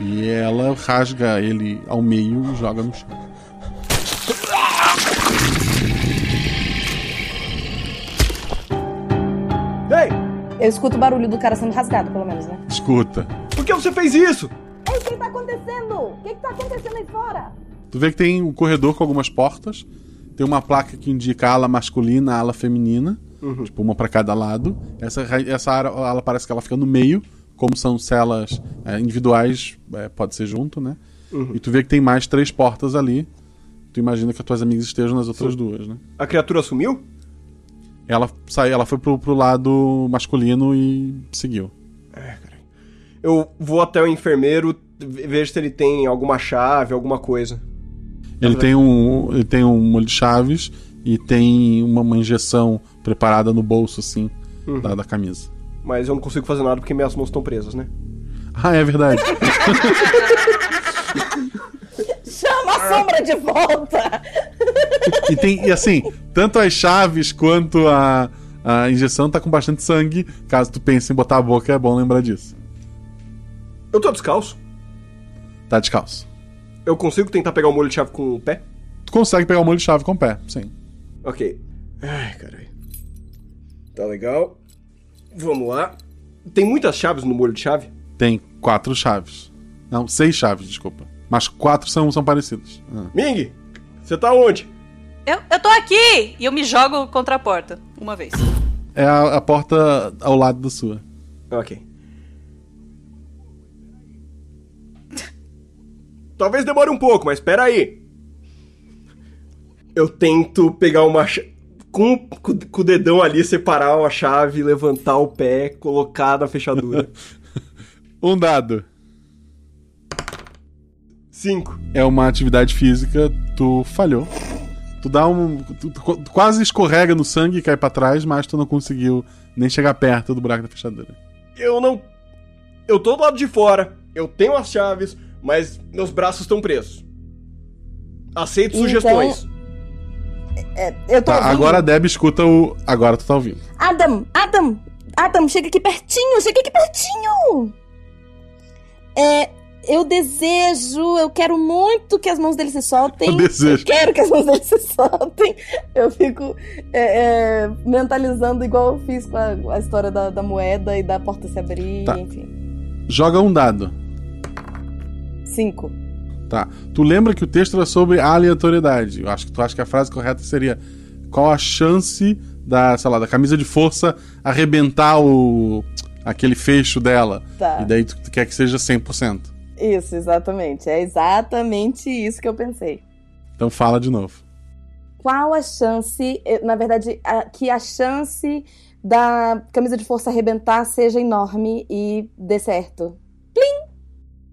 e ela rasga ele ao meio e joga no chão. Eu escuto o barulho do cara sendo rasgado, pelo menos, né? Escuta. Por que você fez isso? Ei, o que tá acontecendo? O que, que tá acontecendo aí fora? Tu vê que tem um corredor com algumas portas, tem uma placa que indica a ala masculina, a ala feminina, Uhum. tipo uma pra cada lado. Essa, ra- essa ara- ala parece que ela fica no meio, como são celas é, individuais, é, pode ser junto, né? Uhum. E tu vê que tem mais três portas ali. Tu imagina que as tuas amigas estejam nas outras Sim. duas, né? A criatura sumiu? Ela saiu, ela foi pro, pro lado masculino e seguiu. Eu vou até o enfermeiro, ve- vejo se ele tem alguma chave, alguma coisa. É Ele tem um, ele tem um molho de chaves e tem uma, uma injeção preparada no bolso, assim, Uhum. da, da camisa. Mas eu não consigo fazer nada porque minhas mãos estão presas, né? Ah, é verdade. Chama a sombra de volta! e tem, e assim, tanto as chaves quanto a, a injeção tá com bastante sangue. Caso tu pense em botar a boca, é bom lembrar disso. Eu tô descalço. Tá descalço. Eu consigo tentar pegar o molho de chave com o pé? Tu consegue pegar o molho de chave com o pé, sim. Ok. Ai, caralho. Tá legal. Vamos lá. Tem muitas chaves no molho de chave? Tem quatro chaves. Não, seis chaves, desculpa. Mas quatro são, são parecidas. Ah. Ming, você tá onde? Eu, eu tô aqui! E eu me jogo contra a porta. Uma vez. É a, a porta ao lado da sua. Ok. Talvez demore um pouco, mas espera aí. Eu tento pegar uma cha- com, com, com o dedão ali, separar uma chave, levantar o pé, colocar na *laughs* fechadura. um dado. Cinco. É uma atividade física, tu falhou. Tu dá um. Tu, tu co- tu quase escorrega no sangue e cai pra trás, mas tu não conseguiu nem chegar perto do buraco da fechadura. Eu não. Eu tô do lado de fora, eu tenho as chaves, mas meus braços estão presos. Aceito Então- sugestões. É, eu tô Tá, ouvindo. agora a Deb escuta o. Agora tu tá ouvindo. Adam, Adam, Adam, chega aqui pertinho, chega aqui pertinho! É, eu desejo, eu quero muito que as mãos dele se soltem. Eu desejo. quero que as mãos dele se soltem. Eu fico é, é, mentalizando igual eu fiz com a, a história da, da moeda e da porta se abrir, Tá. enfim. Joga um dado. Cinco. Tá. Tu lembra que o texto era sobre aleatoriedade. Eu acho que tu acha que a frase correta seria qual a chance da, sei lá, da camisa de força arrebentar o aquele fecho dela. Tá. E daí tu, tu quer que seja 100%. Isso, exatamente. É exatamente isso que eu pensei. Então fala de novo. qual a chance, eh, na verdade, a- que a chance da camisa de força arrebentar seja enorme e dê certo.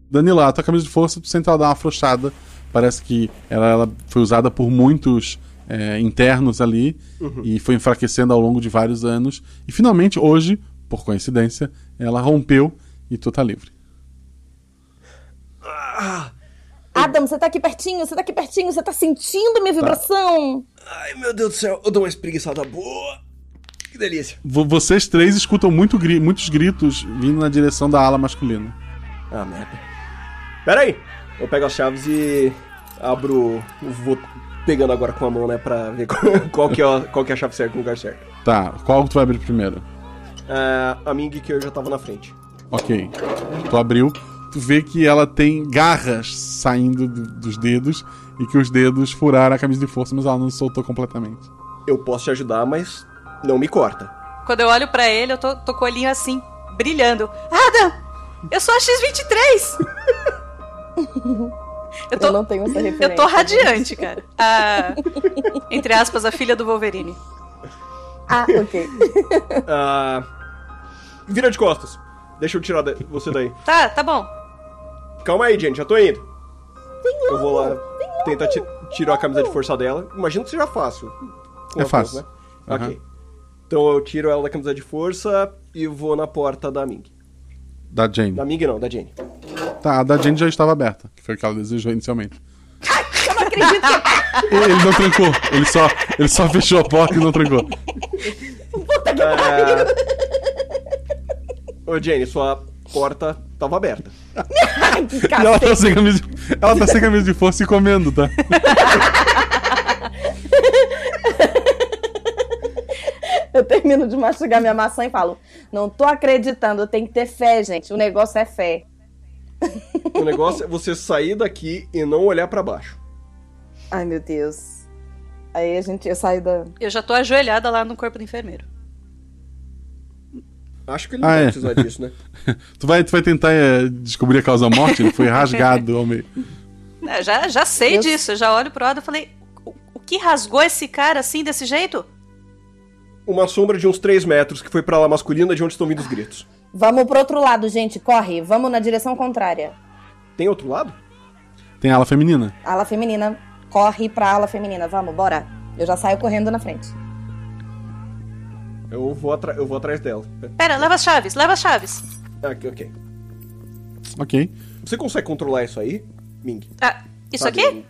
Danilo, a tua camisa de força, tu sente ela dar uma afrouxada. Parece que ela, ela foi usada por muitos é, internos ali Uhum. e foi enfraquecendo ao longo de vários anos. E finalmente, hoje, por coincidência, ela rompeu e tu tá livre. Ah, Adam, você tá aqui pertinho, você tá aqui pertinho, você tá sentindo minha vibração? Ai, meu Deus do céu, eu dou uma espreguiçada boa. Que delícia. Vo- vocês três escutam muito gri- muitos gritos vindo na direção da ala masculina. Ah, merda. Pera aí! Eu pego as chaves e abro. Vou pegando agora com a mão, né? Pra ver *laughs* qual, qual que, é a, qual que é a chave certa no lugar certo. Tá, qual que tu vai abrir primeiro? Ah, a Ming que eu já tava na frente. Ok. Tu abriu, tu vê que ela tem garras saindo do- dos dedos e que os dedos furaram a camisa de força, mas ela não soltou completamente. Eu posso te ajudar, mas não me corta. Quando eu olho pra ele, eu tô, tô com o olhinho assim, brilhando. Adam! Eu sou a *laughs* X23! *laughs* Eu, não tenho essa referência. Eu tô radiante, cara. A- *laughs* entre aspas, a filha do Wolverine. Ah, ok. Ah, Vira de costas. Deixa eu tirar da- você daí. Tá, tá bom. Calma aí, gente, já tô indo. Eu vou lá tentar ti- tirar a camisa de força dela. Imagino que seja fácil. Com É as fácil. mãos, né? Aham. Ok. Então eu tiro ela da camisa de força e vou na porta da Ming. Da Jane. Da Ming não, da Jane. Tá, a da Jane já estava aberta, que foi o que ela desejou inicialmente. Eu não acredito Ele não trancou, ele só, ele só fechou a porta e não trancou. Puta que pariu! Ô, Jane, sua porta tava aberta. E ela tá, sem camisa de, ela tá sem camisa de força e comendo, tá? Eu termino de mastigar minha maçã e falo: Não tô acreditando, tem que ter fé, gente. O negócio é fé. O negócio é você sair daqui e não olhar pra baixo. Ai, meu Deus. Aí a gente, eu saio da. Eu já tô ajoelhada lá no corpo do enfermeiro. Acho que ele Ah, não vai é. precisar disso, né? Tu vai, tu vai tentar eh, descobrir a causa da morte? Ele foi rasgado ao meio. É, Já, já sei disso, eu já olho pro Adam e falei: o, o que rasgou esse cara assim, desse jeito? Uma sombra de uns 3 metros que foi pra lá masculina de onde estão vindo os gritos. Vamos pro outro lado, gente. Corre. Vamos na direção contrária. Tem outro lado? Tem ala feminina. Ala feminina. Corre pra ala feminina. Vamos, bora. Eu já saio correndo na frente. Eu vou, atra- eu vou atrás dela. Pera, leva as chaves, leva as chaves. Aqui, ok. Ok. Você consegue controlar isso aí, Ming? Ah, isso Sabe, aqui?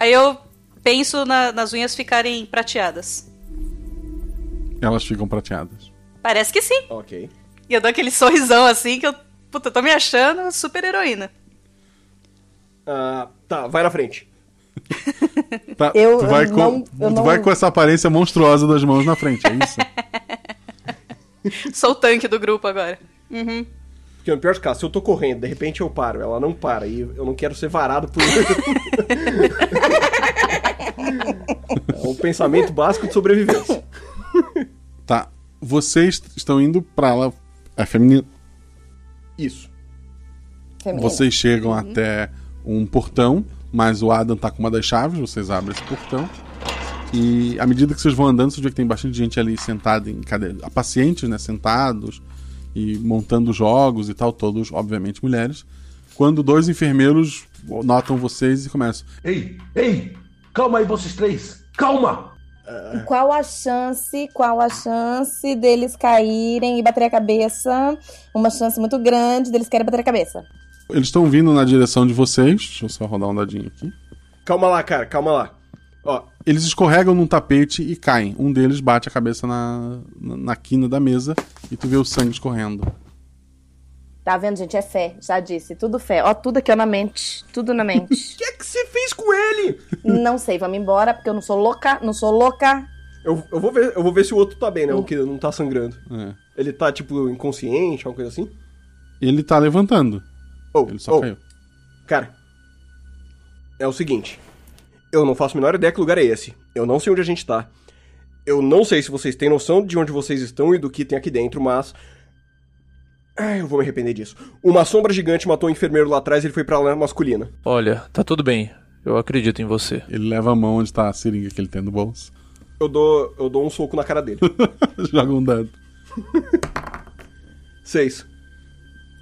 Aí eu penso na- nas unhas ficarem prateadas. Elas ficam prateadas. Parece que sim. Ok. E eu dou aquele *laughs* sorrisão assim que eu. Puta, eu tô me achando super heroína. Ah, tá, vai na frente. Tá, Eu- tu vai, eu com, não- eu tu não- vai com essa aparência monstruosa das mãos na frente, é isso? Sou o tanque do grupo agora. Uhum. Porque no pior caso, se eu tô correndo, de repente eu paro, ela não para, e eu não quero ser varado por. *laughs* é um pensamento básico de sobrevivência. Tá. Vocês estão indo pra ala é, feminina. Isso. Vocês chegam até um portão, mas o Adam tá com uma das chaves, vocês abrem esse portão. E à medida que vocês vão andando, vocês vê que tem bastante gente ali sentada em cadeira. Pacientes, né? Sentados e montando jogos e tal, todos, obviamente, mulheres. Quando dois enfermeiros notam vocês e começam. Ei, ei, calma aí vocês três, calma! E qual a chance, qual a chance deles caírem e bater a cabeça? Uma chance muito grande deles querem bater a cabeça. Eles estão vindo na direção de vocês. Deixa eu só rodar um dadinho aqui. Calma lá, cara, calma lá. Ó, Eles escorregam num tapete e caem. Um deles bate a cabeça na, na, na quina da mesa e tu vê o sangue escorrendo. Tá vendo, gente? É fé, já disse. Tudo fé. Ó, tudo aqui ó, na mente. Tudo na mente. O *laughs* que é que você fez com ele? Não sei, vamos embora, porque eu não sou louca, não sou louca. eu, eu, vou ver, eu vou ver se o outro tá bem, né? O que não tá sangrando. É. Ele tá, tipo, inconsciente, alguma coisa assim? Ele tá levantando. Oh, Ele só oh. caiu. Cara, é o seguinte. Eu não faço a menor ideia que lugar é esse. Eu não sei onde a gente tá. Eu não sei se vocês têm noção de onde vocês estão e do que tem aqui dentro, mas. Ai, eu vou me arrepender disso. Uma sombra gigante matou um enfermeiro lá atrás e ele foi pra lá masculina. Olha, tá tudo bem. Eu acredito em você. Ele leva a mão onde tá a seringa que ele tem no bolso. *laughs* Eu dou, eu dou um soco na cara dele. Joga um dado. Seis.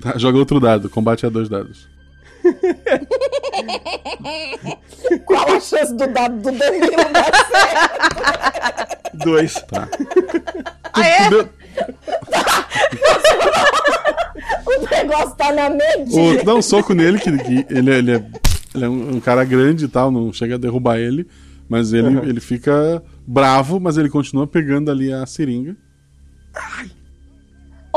Tá, joga outro dado. Combate a dois dados. Qual a chance do dado do Danilo dar certo? Ah, é? Dois. Tá. O negócio tá na mente. O, tu dá um soco nele, que, que ele, é- ele é, ele é um, um cara grande e tal, não chega a derrubar ele. Mas ele, Uhum. ele fica bravo, mas ele continua pegando ali a seringa.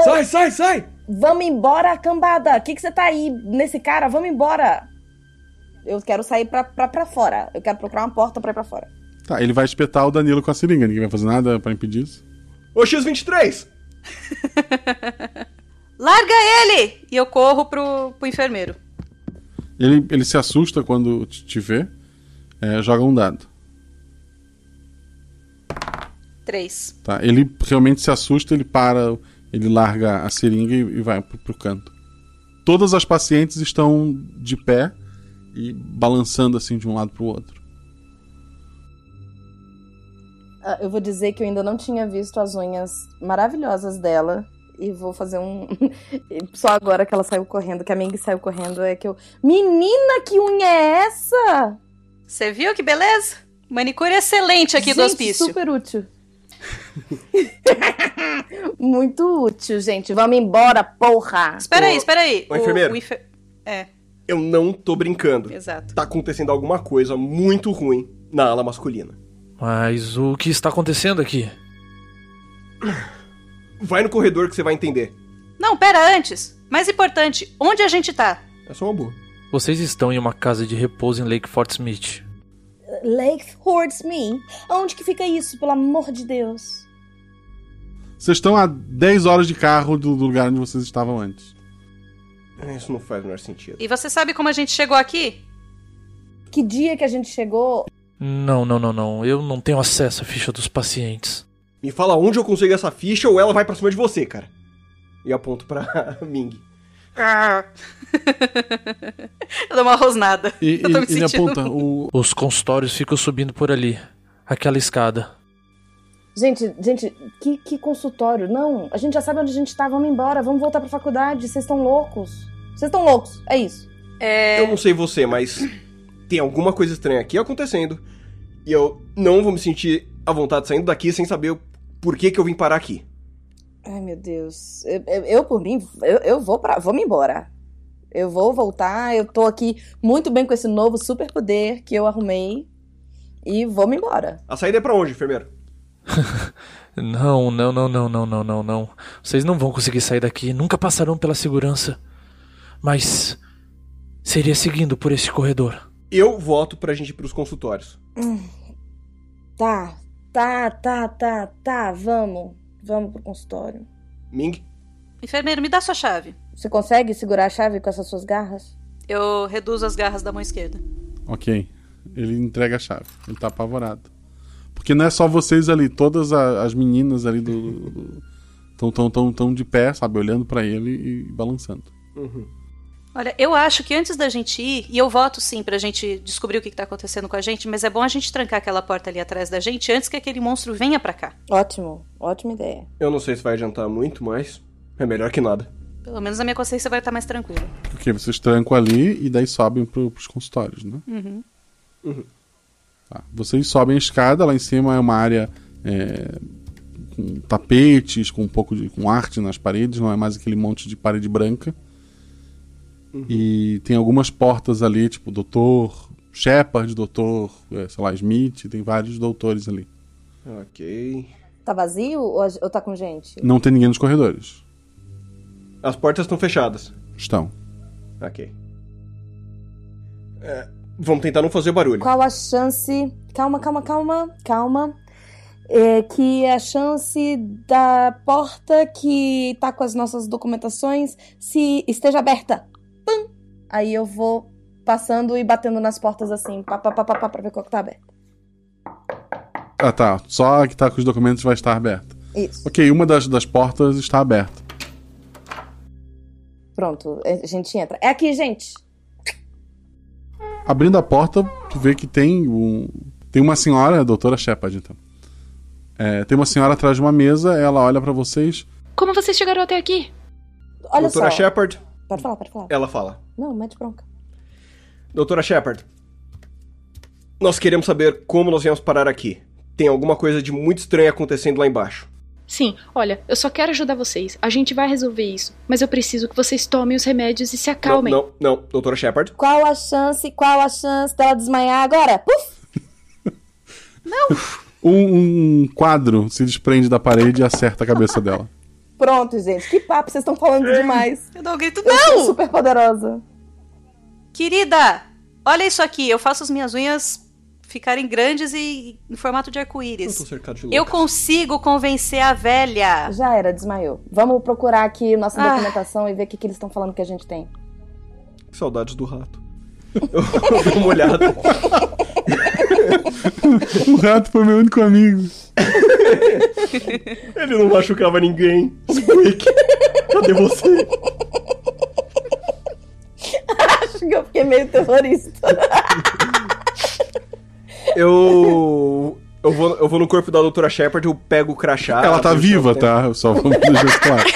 Sai, sai, sai! Vamos embora, cambada. O que, que você tá aí nesse cara? Vamos embora. Eu quero sair pra, pra, pra fora. Eu quero procurar uma porta pra ir pra fora. Tá, ele vai espetar o Danilo com a seringa. Ninguém vai fazer nada pra impedir isso. Ô, X23! Larga ele! E eu corro pro, pro enfermeiro. Ele, ele se assusta quando te, te vê. É, joga um dado. Três. Tá? Ele realmente se assusta, ele para, ele larga a seringa e, e vai pro, pro canto. Todas as pacientes estão de pé e balançando assim de um lado pro outro. Ah, Eu vou dizer que eu ainda não tinha visto as unhas maravilhosas dela. e vou fazer um. *laughs* Só agora que ela saiu correndo, que a Ming saiu correndo, é que eu. Menina, que unha é essa? Você viu que beleza? Manicure excelente aqui é Gente, do hospício. super útil. *laughs* Muito útil, gente. Vamos embora, porra! Espera aí, espera aí. Ô, enfermeiro. enfe- É, Eu não tô brincando. Exato. Tá acontecendo alguma coisa muito ruim na ala masculina. Mas o que está acontecendo aqui? Vai no corredor que você vai entender. Não, pera, antes. Mais importante, onde a gente tá? É só uma boa. Vocês estão em uma casa de repouso em Lake Fort Smith. Lake Hordes Me. Onde que fica isso, pelo amor de Deus? Vocês estão a 10 horas de carro do do lugar onde vocês estavam antes. É, Isso não faz o menor sentido. E você sabe como a gente chegou aqui? Que dia que a gente chegou? Não, não, não, não. Eu não tenho acesso à ficha dos pacientes. Me fala onde eu consigo essa ficha ou ela vai pra cima de você, cara. E aponto pra *laughs* Ming. Ah. *laughs* eu dou uma rosnada. eu tô me sentindo... Os consultórios ficam subindo por ali. Aquela escada. Gente, gente, que, que consultório? Não, a gente já sabe onde a gente tá, vamos embora, vamos voltar pra faculdade, vocês estão loucos. Vocês estão loucos, é isso. Eu não sei você, mas tem alguma coisa estranha aqui acontecendo. E eu não vou me sentir à vontade saindo daqui sem saber o porquê que eu vim parar aqui. Ai, meu Deus. Eu, eu- eu, por mim, eu, eu vou para, vou me embora. Eu vou voltar, eu tô aqui muito bem com esse novo superpoder que eu arrumei e vou me embora. A saída é pra onde, enfermeiro? Não, não, não, não, não, não, não, não. Vocês não vão conseguir sair daqui. Nunca passarão pela segurança. Mas. Seria seguindo por esse corredor. Eu voto pra gente ir pros consultórios. Hum. Tá, tá, tá, tá, tá, vamos. Vamos pro consultório. Ming? Enfermeiro, me dá sua chave. Você consegue segurar a chave com essas suas garras? Eu reduzo as garras da mão esquerda. Ok. Ele entrega a chave. Ele tá apavorado. Porque não é só vocês ali, todas a- as meninas ali do. Estão tão, tão, tão de pé, sabe? Olhando pra ele e balançando. Olha, eu acho que antes da gente ir, e eu voto sim pra gente descobrir o que, que tá acontecendo com a gente, mas é bom a gente trancar aquela porta ali atrás da gente antes que aquele monstro venha pra cá. Ótimo, ótima ideia. Eu não sei se vai adiantar muito, mas é melhor que nada. Pelo menos a minha consciência vai estar mais tranquila. Porque vocês trancam ali e daí sobem pro, pros consultórios, né? Uhum. Tá. Vocês sobem a escada, lá em cima é uma área é, com tapetes, com um pouco de com arte nas paredes, não é mais aquele monte de parede branca. E tem algumas portas ali, tipo doutor Shepard, doutor, é, sei lá, Smith, tem vários doutores ali. Ok. Tá vazio ou, a- ou tá com gente? Não tem ninguém nos corredores. As portas estão fechadas. Estão. Ok. É, vamos tentar não fazer barulho. Qual a chance. Calma, calma, calma, calma. É que a chance da porta que tá com as nossas documentações se esteja aberta. Pam! Aí eu vou passando e batendo nas portas assim, pá, pá, pá, pá, pá, pra ver qual que tá aberta. Ah, tá. Só a que tá com os documentos vai estar aberta. Isso. Ok, uma das, das portas está aberta. Pronto, a gente entra. É aqui, gente! Abrindo a porta, tu vê que tem um. Tem uma senhora, é a doutora Shepard, então. É, tem uma senhora atrás de uma mesa, ela olha pra vocês. Como vocês chegaram até aqui? Olha doutora É. só. Shepard, Pode falar, pode falar. ela fala. Não, mete bronca. Doutora Shepard, nós queremos saber como nós viemos parar aqui. Tem alguma coisa de muito estranha acontecendo lá embaixo. Sim, olha, eu só quero ajudar vocês. A gente vai resolver isso. Mas eu preciso que vocês tomem os remédios e se acalmem. Não, não, não. doutora Shepard. Qual a chance, qual a chance dela desmaiar agora? Puf! Um, um quadro se desprende da parede e acerta a cabeça dela. Pronto, gente. Que papo, vocês estão falando demais. Eu dou um grito, Eu não! sou super poderosa. Querida, olha isso aqui. Eu faço as minhas unhas ficarem grandes e em formato de arco-íris. cercado de Eu consigo convencer a velha. Já era, desmaiou. Vamos procurar aqui nossa Ah. documentação e ver o que, que eles estão falando que a gente tem. Que saudades do *laughs* rato. Eu dei uma olhada. o rato Ah, foi meu único amigo. Ele não machucava ninguém. Squeak, cadê você? *laughs* Acho que eu fiquei meio terrorista. Eu. Eu Eu vou, eu vou no corpo da doutora Shepard, eu pego o crachá. Ela tá eu- viva, Ah, eu- tá? Eu Só vamos deixar claro.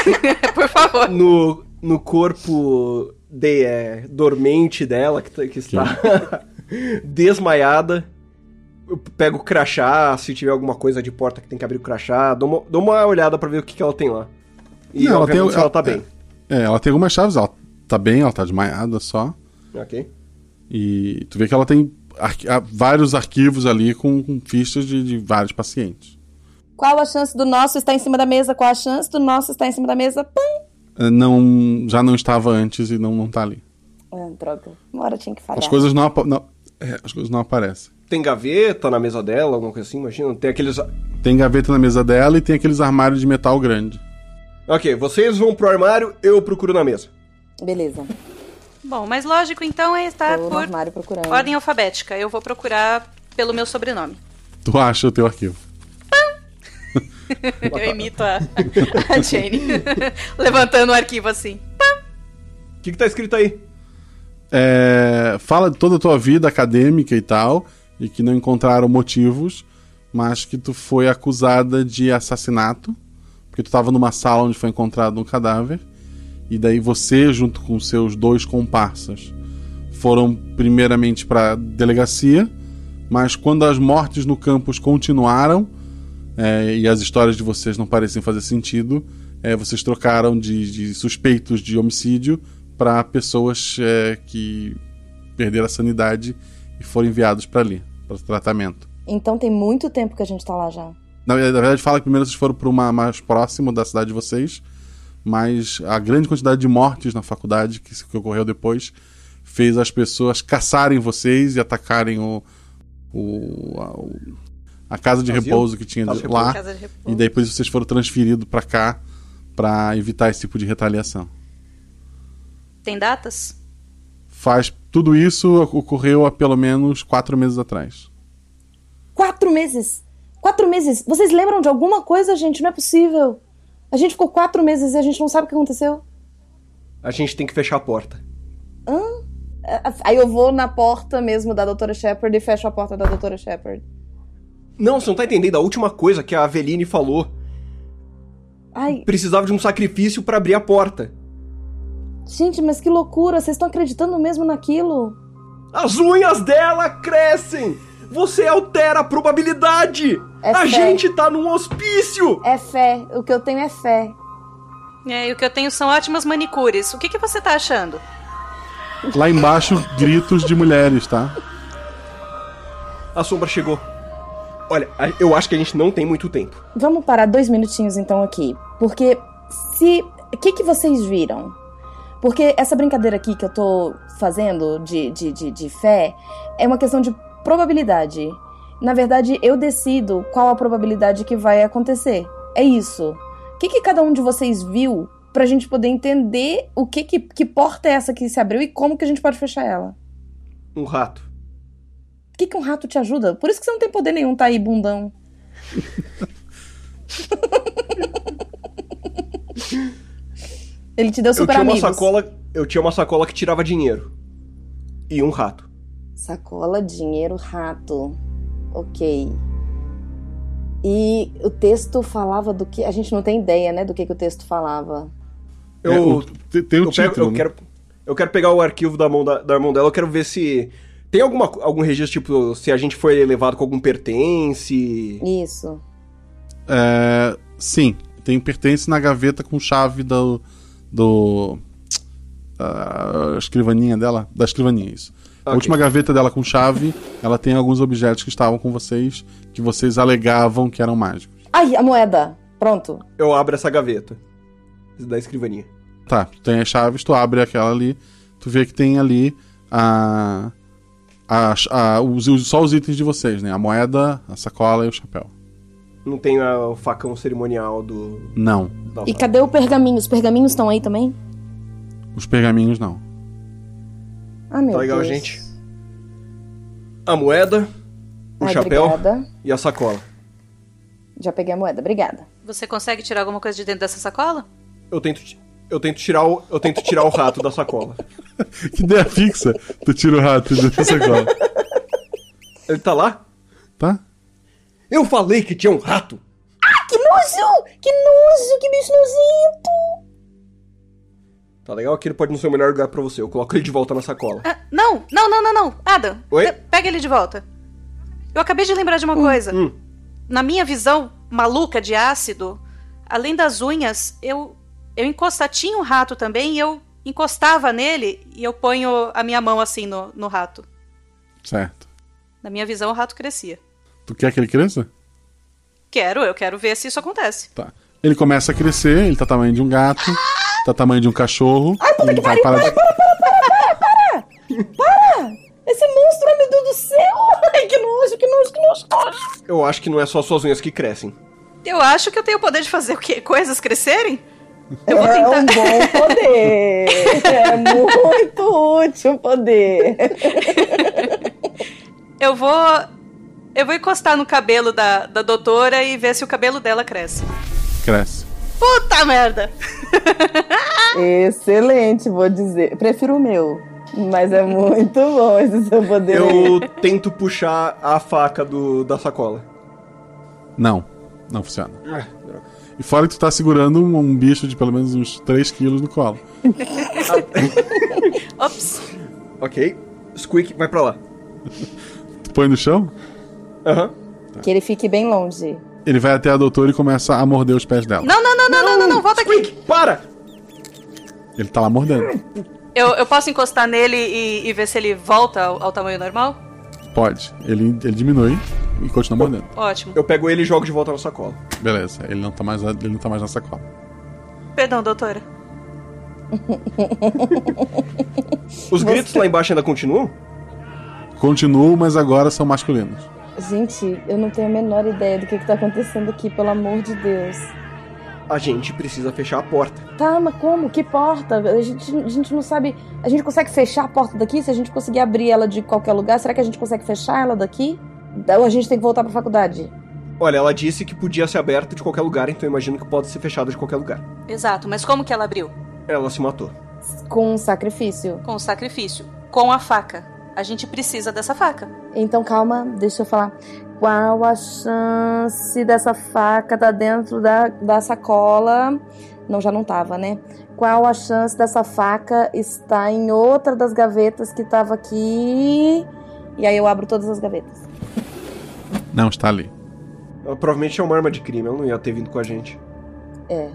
Por favor. No, no corpo de, é, dormente dela, que, tá- que está *laughs* desmaiada, eu pego o crachá, se tiver alguma coisa de porta que tem que abrir o crachá, dou uma, dou uma olhada pra ver o que, que ela tem lá. *laughs* E Não, ela tem- obviamente se ela tá ela- bem. É, ela tem algumas chaves, ela tá bem, ela tá desmaiada só. Ok. E tu vê que ela tem arqui- ah, vários arquivos ali com, com fichas de, de vários pacientes. Qual a chance do nosso estar em cima da mesa? Qual a chance do nosso estar em cima da mesa? Pum! Ah, Não, já não estava antes e não, não tá ali. Ah, droga. Uma hora tinha que falar. As coisas não, apa- não- é, as coisas não aparecem. Tem gaveta na mesa dela, alguma coisa assim, imagina. Tem aqueles. Tem gaveta na mesa dela e tem aqueles armários de metal grande. *laughs* Ok, vocês vão pro armário, eu procuro na mesa. Beleza. Bom, mas lógico, então é estar Vou no por armário procurando. ordem alfabética. Eu vou procurar pelo meu sobrenome. Tu acha o teu arquivo. Eu imito a, a Jane. *laughs* Levantando o arquivo assim. O que, que tá escrito aí? É, fala de toda a tua vida acadêmica e tal, e que não encontraram motivos, mas que tu foi acusada de assassinato, porque tu estava numa sala onde foi encontrado um cadáver, e daí você, junto com seus dois comparsas, foram primeiramente para delegacia, mas quando as mortes no campus continuaram é, e as histórias de vocês não pareciam fazer sentido, é, vocês trocaram de, de suspeitos de homicídio para pessoas é, que perderam a sanidade e foram enviados para ali, para tratamento. Então tem muito tempo que a gente tá lá já. Na, na verdade, fala que primeiro vocês foram para uma mais próximo da cidade de vocês, mas a grande quantidade de mortes na faculdade que, que ocorreu depois fez as pessoas caçarem vocês e atacarem o, o, a, o- a casa de Asilo? repouso que tinha Casa de lá. repouso. Casa de repouso. E daí por isso vocês foram transferidos para cá para evitar esse tipo de retaliação. Tem datas? Faz tudo isso ocorreu há pelo menos quatro meses atrás. Quatro meses! Quatro meses! Vocês lembram de alguma coisa, gente? Não é possível! A gente ficou quatro meses e a gente não sabe o que aconteceu. A gente tem que fechar a porta. Hã? Ah, Aí eu vou na porta mesmo da Doutora Shepard e fecho a porta da Doutora Shepard. Não, você não tá entendendo. A última coisa que a Aveline falou. Ai, Precisava de um sacrifício pra abrir a porta. gente, mas que loucura! Vocês estão acreditando mesmo naquilo? As unhas dela crescem! Você altera a probabilidade! É a fé. gente tá num hospício! É fé. O que eu tenho é fé. É, e o que eu tenho são ótimas manicures. O que, que você tá achando? Lá embaixo, gritos de mulheres, tá? A sombra chegou. Olha, a- eu acho que a gente não tem muito tempo. Vamos parar dois minutinhos então aqui, porque se o que, que vocês viram? Porque essa brincadeira aqui que eu tô fazendo de, de, de, de fé é uma questão de probabilidade. Na verdade, eu decido qual a probabilidade que vai acontecer. É isso. O que, que cada um de vocês viu pra gente poder entender o que, que que porta é essa que se abriu e como que a gente pode fechar ela? Um rato. O que, que um rato te ajuda? Por isso que você não tem poder nenhum, tá aí, bundão. Ele te deu Eu super tinha uma amigos. sacola. Eu tinha uma sacola que tirava dinheiro. E um rato. Sacola, dinheiro, rato. Ok. E o texto falava do que. A gente não tem ideia, né? Do que, que o texto falava. Eu, É, o- te- tem o eu pego- título, eu né? quero, eu quero pegar o arquivo da mão, da, da mão dela, eu quero ver se. Tem alguma, co- algum registro, tipo, se a gente foi levado com algum pertence. Isso. É, sim, tem pertence na gaveta com chave do. do ah, a escrivaninha dela? Da escrivaninha, isso. A Ok. última gaveta dela com chave, ela tem alguns objetos que estavam com vocês, que vocês alegavam que eram mágicos. Ai, a moeda! Pronto. Eu abro essa gaveta. Da escrivaninha. Tá, tu tem as chaves, tu abre aquela ali, tu vê que tem ali a. a, a os, os- só os itens de vocês, né? A moeda, a sacola e o chapéu. Não tem ah, o facão cerimonial do. Não. da- E cadê o pergaminho? Os pergaminhos estão aí também? Os pergaminhos não. Ah, meu Tá legal, Deus. gente? A moeda, o Ai, chapéu obrigada. e a sacola. Já peguei a moeda, obrigada. Você consegue tirar alguma coisa de dentro dessa sacola? Eu tento, ti- eu tento tirar o, eu tento tirar o rato da sacola. Que ideia fixa! Tu tira o rato da sacola. Ele tá lá? Tá. Eu falei que tinha um rato! Ah, que nojo! Que nojo! Que bicho nojento! Tá legal que ele pode não ser o melhor lugar pra você. Eu coloco ele de volta na sacola. Ah, não, não, não, não, não. Adam, Oi? pe- pega ele de volta. Eu acabei de lembrar de uma coisa. hum. Na minha visão maluca de ácido, além das unhas, eu eu encostava, tinha um rato também, e eu encostava nele e eu ponho a minha mão assim no, no rato. Certo. Na minha visão, o rato crescia. Tu quer que ele cresça? Quero, eu quero ver se isso acontece. Tá. Ele começa a crescer, ele tá tamanho de um gato, tá tamanho de um cachorro. Ai, puta que pariu, para, para, para, para, para, para! Para! Esse monstro, ai, meu Deus do céu! Ai, que nojo, que nojo, que nojo, que nojo! Eu acho que não é só suas unhas que crescem. Eu acho que eu tenho o poder de fazer o quê? *laughs* Coisas crescerem? Eu vou tentar... É um bom poder. é muito útil o poder. Eu vou. Eu vou encostar no cabelo da, da doutora e ver se o cabelo dela cresce. Cresce. Puta merda! Excelente, vou dizer. Prefiro o meu. Mas é muito bom esse seu poder. Eu tento puxar a faca do, da sacola. Não, não funciona. Ah, E fora que tu tá segurando um, um bicho de pelo menos uns 3 quilos no colo. Ops. Ok. Squeak, vai pra lá. Tu põe no chão, Aham. Que ele fique bem longe. ele vai até a doutora e começa a morder os pés dela. Não, não, não, não, não, não, não, volta aqui! Para! Ele tá lá mordendo. Eu, eu posso encostar nele e, e ver se ele volta ao, ao tamanho normal? Pode. Ele, ele diminui e continua mordendo. Ótimo. Eu pego ele e jogo de volta na sacola. Beleza, ele não tá mais, ele não tá mais na sacola. Perdão, doutora. Os gritos lá embaixo ainda continuam? Continuo, mas agora são masculinos. Gente, eu não tenho a menor ideia do que, que tá acontecendo aqui, pelo amor de Deus. A gente precisa fechar a porta. Tá, mas como? Que porta? A gente, a gente não sabe. A gente consegue fechar a porta daqui? Se a gente conseguir abrir ela de qualquer lugar, será que a gente consegue fechar ela daqui? Ou a gente tem que voltar pra faculdade? Olha, ela disse que podia ser aberta de qualquer lugar, então eu imagino que pode ser fechada de qualquer lugar. Exato, mas como que ela abriu? Ela se matou. Com um sacrifício. Com sacrifício. Com a faca. A gente precisa dessa faca. Então calma, deixa eu falar. Qual a chance dessa faca tá dentro da, da sacola? Não, já não tava, né? Qual a chance dessa faca estar em outra das gavetas que tava aqui? E aí eu abro todas as gavetas. Não, está ali. Ela provavelmente é uma arma de crime, ela não ia ter vindo com a gente. É.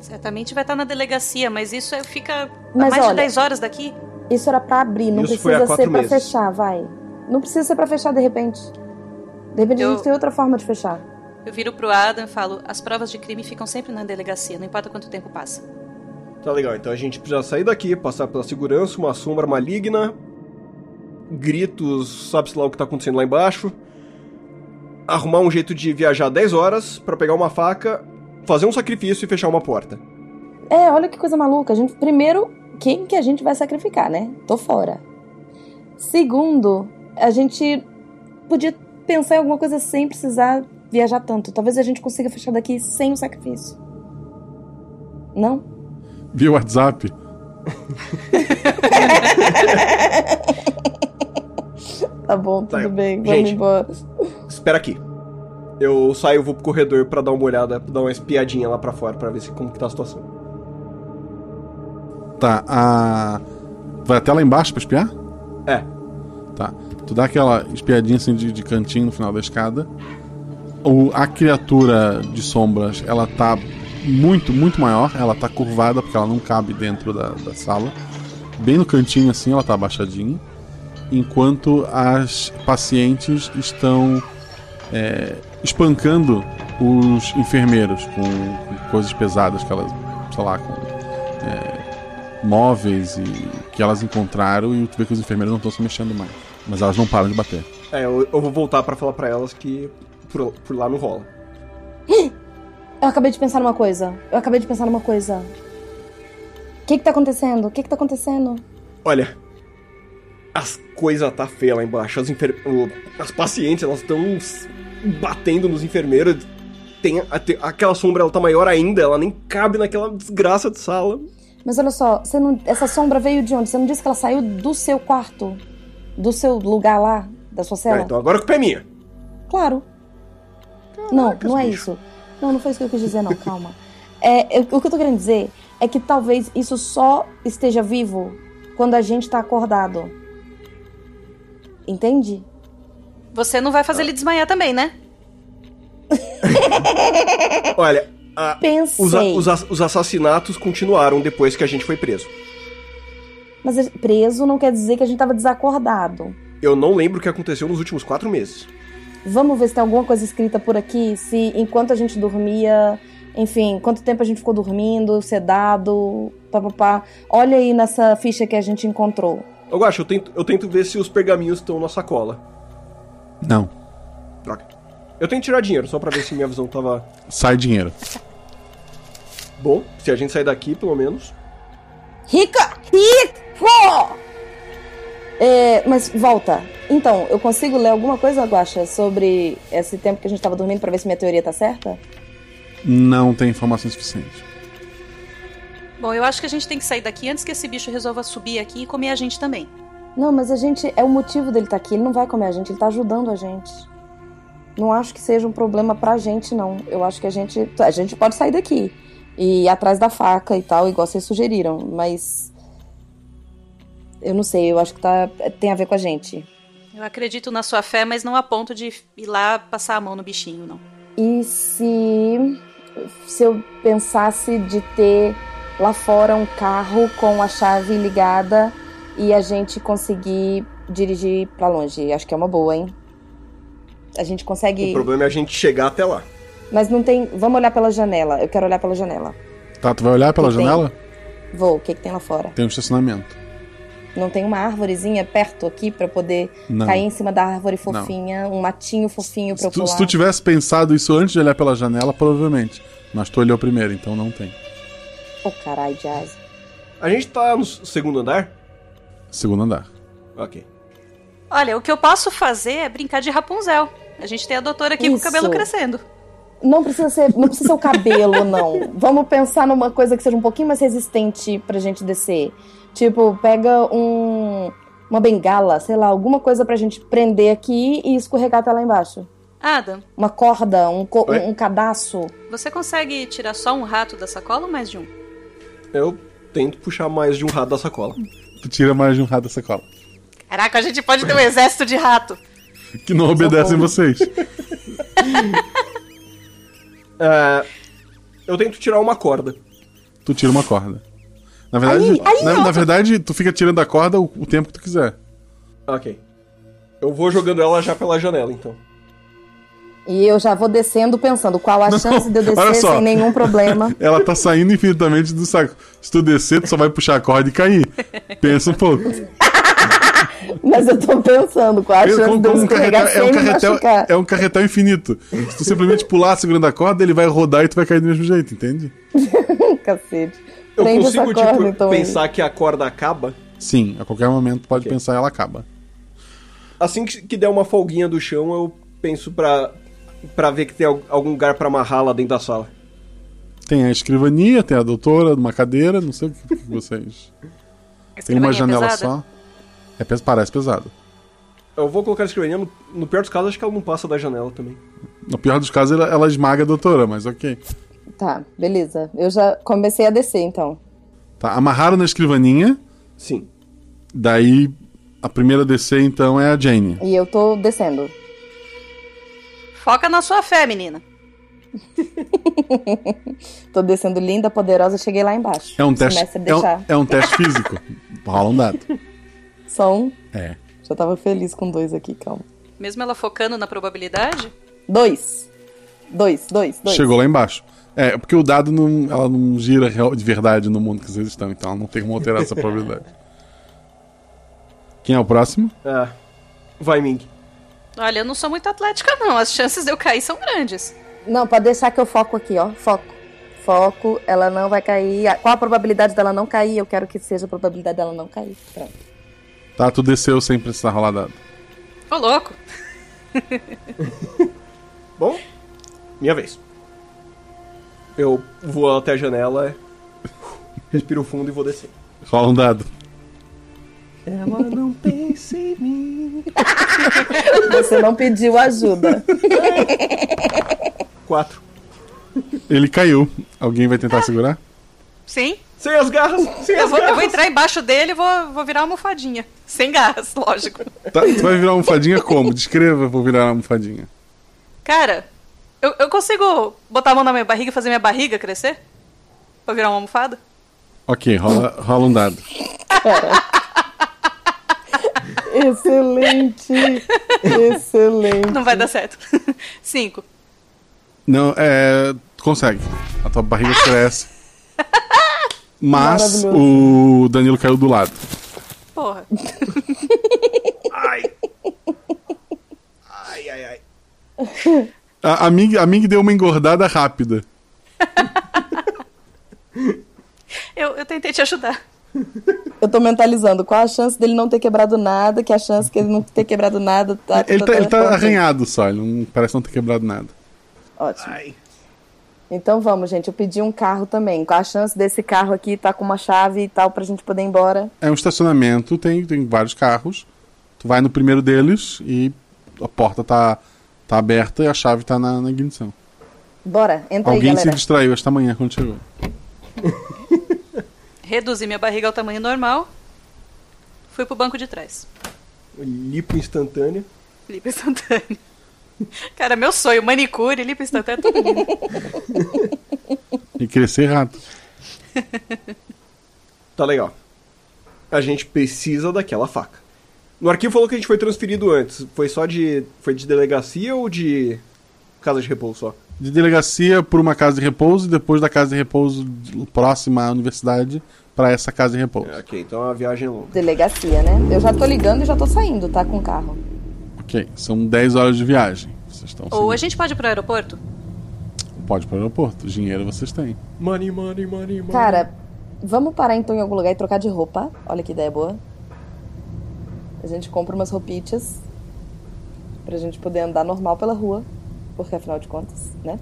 Certamente vai estar na delegacia, mas isso é- fica Mas a mais olha- de 10 horas daqui. Isso era pra abrir, não Isso foi há precisa quatro ser pra meses. fechar, vai. Não precisa ser pra fechar de repente. De repente a Eu- gente tem outra forma de fechar. Eu viro pro Adam e falo: as provas de crime ficam sempre na delegacia, não importa quanto tempo passa. Tá legal, então a gente precisa sair daqui, passar pela segurança, uma sombra maligna, gritos, sabe-se lá o que tá acontecendo lá embaixo, arrumar um jeito de viajar 10 horas pra pegar uma faca, fazer um sacrifício e fechar uma porta. É, olha que coisa maluca. A gente, primeiro, quem que a gente vai sacrificar, né? Tô fora. Segundo, a gente podia pensar em alguma coisa sem precisar viajar tanto. Talvez a gente consiga fechar daqui sem o sacrifício. Não? Viu o WhatsApp? Tá bom, tudo Tá, bem. gente. Vamos embora. Espera aqui. Eu saio, vou pro corredor pra dar uma olhada, dar uma espiadinha lá pra fora pra ver se como que tá a situação. Tá, a. Vai até lá embaixo pra espiar? É. Tá. Tu dá aquela espiadinha assim de, de cantinho no final da escada. O, a criatura de sombras, ela tá muito, muito maior. Ela tá curvada porque ela não cabe dentro da, da sala. Bem no cantinho assim, ela tá abaixadinha. Enquanto as pacientes estão é, espancando os enfermeiros com, com coisas pesadas que elas, sei lá, com é, móveis e que elas encontraram e tu vê que os enfermeiros não estão se mexendo mais. Mas elas não param de bater. É, eu, eu vou voltar pra falar pra elas que por, por lá não rola. Eu acabei de pensar numa coisa. Eu acabei de pensar numa coisa. O que que tá acontecendo? O que que tá acontecendo? Olha, as coisas tá feia lá embaixo. As, enfer... o- as pacientes, elas estão batendo nos enfermeiros. Tem a- te- Aquela sombra, ela tá maior ainda. Ela nem cabe naquela desgraça de sala. Mas olha só, você não- essa sombra veio de onde? Você não disse que ela saiu do seu quarto? Do seu lugar lá? Da sua Ah, cela? então agora a culpa é minha. Claro. Não, não é isso. Não, não foi isso que eu quis dizer, não, calma. É, eu- o que eu tô querendo dizer é que talvez isso só esteja vivo quando a gente tá acordado. Entende? Você não vai fazer ele desmaiar também, né? Olha, a- Pensei. os, a- os a- os assassinatos continuaram depois que a gente foi preso. Mas a- preso não quer dizer que a gente tava desacordado. Eu não lembro o que aconteceu nos últimos quatro meses. Vamos ver se tem alguma coisa escrita por aqui, se enquanto a gente dormia, enfim, quanto tempo a gente ficou dormindo, sedado, papapá. Olha aí nessa ficha que a gente encontrou. Eu acho, eu tento, eu tento ver se os pergaminhos estão na sacola. Não. Droga. Eu tento tirar dinheiro, só pra ver se minha visão tava Sai dinheiro. bom. Se a gente sair daqui, pelo menos. Rica! Rico! É, mas volta. Então, eu consigo ler alguma coisa, Guaxa, sobre esse tempo que a gente tava dormindo pra ver se minha teoria tá certa? Não tem informação suficiente. Bom, eu acho que a gente tem que sair daqui antes que esse bicho resolva subir aqui e comer a gente também. Não, mas a gente. É o motivo dele estar aqui. Ele não vai comer a gente, ele tá ajudando a gente. Não acho que seja um problema pra gente, não. Eu acho que a gente. A gente pode sair daqui. E ir atrás da faca e tal, igual vocês sugeriram. Mas. Eu não sei, eu acho que tá, tem a ver com a gente. Eu acredito na sua fé, mas não a ponto de ir lá passar a mão no bichinho, não. E se se eu pensasse de ter lá fora um carro com a chave ligada e a gente conseguir dirigir pra longe? Acho que é uma boa, hein? A gente consegue, O problema é a gente chegar até lá. mas não tem. Vamos olhar pela janela. Eu quero olhar pela janela. Tá, tu vai olhar pela Eu tenho. janela? Vou. O que, que tem lá fora? Tem um estacionamento. Não tem uma árvorezinha perto aqui pra eu poder Não. cair em cima da árvore Não. fofinha, um matinho fofinho pra eu Se tu, pular? se tu tivesse pensado isso antes de olhar pela janela, provavelmente. Mas tu olhou primeiro, então não tem. Ô, carai, Jazz. A gente tá no s- segundo andar? Segundo andar. Ok. Olha, o que eu posso fazer é brincar de Rapunzel. A gente tem a doutora aqui com o Isso. cabelo crescendo. Não precisa ser, não precisa ser o cabelo, não. Vamos pensar numa coisa que seja um pouquinho mais resistente pra gente descer. Tipo, pega um uma bengala, sei lá, alguma coisa pra gente prender aqui e escorregar até lá embaixo. Adam, Uma corda, um, co- Oi? um, um cadarço. você consegue tirar só um rato da sacola ou mais de um? Eu tento puxar mais de um rato da sacola. Tu tira mais de um rato da sacola. Caraca, a gente pode ter um exército de rato. Que não obedecem vocês. É, eu tento tirar uma corda. Tu tira uma corda. Na verdade, Aí, aí, na, outra. na verdade tu fica tirando a corda o, o tempo que tu quiser. Ok. Eu vou jogando ela já pela janela, então. E eu já vou descendo pensando qual a chance de eu *laughs* olha descer só. sem nenhum problema. Ela tá saindo infinitamente do saco. Se tu descer, tu só vai puxar a corda e cair. Pensa um pouco. Mas eu tô pensando qual a Pensa chance como- de eu como um escorregar carretel- é, sem um me carretel, machucar. é um carretel infinito. Se tu simplesmente pular segurando a corda, ele vai rodar e tu vai cair do mesmo jeito, entende? um *laughs* Cacete. Eu Prende essa consigo, corda, tipo, então, aí. pensar que a corda acaba. Sim, a qualquer momento pode pensar ela acaba. Assim que, que der uma folguinha do chão, eu penso pra, pra ver que tem al- algum lugar pra amarrar lá dentro da sala. Tem a escrivania, tem a doutora, uma cadeira, não sei o que, que vocês. Tem uma escrivaninha é janela pesada? só. É, pes- parece pesado. Eu vou colocar a escrivaninha, no, no pior dos casos, acho que ela não passa da janela também. No pior dos casos, ela, ela esmaga a doutora, mas ok. Tá, beleza. Eu já comecei a descer então. Tá, amarraram na escrivaninha. Sim. Daí, a primeira a descer, então, é a Jane. E eu tô descendo. Foca na sua fé, menina. *laughs* Tô descendo linda, poderosa, cheguei lá embaixo. É um Se o teste, mestre é um, deixar. é um teste físico. Rola um dado. Só um. É. Já tava feliz com dois aqui, calma. Mesmo ela focando na probabilidade, Dois. Dois, dois, dois. Chegou lá embaixo. É, porque o dado não, ela não gira real- de verdade no mundo que vocês estão, então ela não tem como alterar essa probabilidade. Quem é o próximo? É. Vai, Ming. olha, eu não sou muito atlética, não. As chances de eu cair são grandes. Não, pode deixar que eu foco aqui, ó. Foco. Foco, ela não vai cair. Ah, Qual a probabilidade dela não cair? Eu quero que seja a probabilidade dela não cair. Pronto. Tá, tu desceu sem precisar rolar dado. Ô, louco. Bom, minha vez. Eu vou até a janela, respiro fundo e vou descer. Rola um dado. Ela não pensa em mim. Você não pediu ajuda. quatro. Ele caiu. Alguém vai tentar segurar? Sim? Sem as garras! Sem eu, as vou, eu garras. vou entrar embaixo dele e vou, vou virar uma almofadinha. Sem garras, lógico. Tá, tu vai virar uma almofadinha como? Descreva, vou virar uma almofadinha. Cara, eu, eu consigo botar a mão na minha barriga e fazer minha barriga crescer? Pra virar uma almofada? Ok, rola, rola um dado. Excelente! Excelente! Não vai dar certo. *laughs* Cinco. Não, é. tu Consegue. A tua barriga cresce. Mas o Danilo caiu do lado. Porra. Ai, ai, ai. A, a, Ming, a Ming deu uma engordada rápida. Eu, eu tentei te ajudar. Eu tô mentalizando qual a chance dele não ter quebrado nada, que a chance que ele não ter quebrado nada tá. Ele tá, ele tá totalmente- arranhado só, ele não, parece não ter quebrado nada. Ótimo. Então vamos, gente. Eu pedi um carro também. Qual a chance desse carro aqui tá com uma chave e tal pra gente poder ir embora? É um estacionamento, tem, tem vários carros. Tu vai no primeiro deles e a porta tá, tá aberta e a chave tá na, na ignição. Bora, entra Alguém aí, se galera. distraiu esta manhã quando chegou. Reduzi minha barriga ao tamanho normal. Fui pro banco de trás. Lipo instantâneo. Lipo instantâneo. Cara, meu sonho, manicure, lipo instantâneo, tudo lindo. E crescer rato. Tá legal. A gente precisa daquela faca. No arquivo falou que a gente foi transferido antes. Foi só de. Foi de delegacia ou de. Casa de repouso só? De delegacia por uma casa de repouso e depois da casa de repouso de- próxima à universidade pra essa casa de repouso. Ok, então é uma viagem longa. Delegacia, né? Eu já tô ligando e já tô saindo, tá? Com o carro. Ok, são 10 horas de viagem. Vocês estão Ou a gente pode ir pro aeroporto? Pode ir pro aeroporto, dinheiro vocês têm. Money, money, money, money. Cara, vamos parar então em algum lugar e trocar de roupa. Olha que ideia boa. A gente compra umas roupitas pra gente poder andar normal pela rua. Porque afinal de contas, né?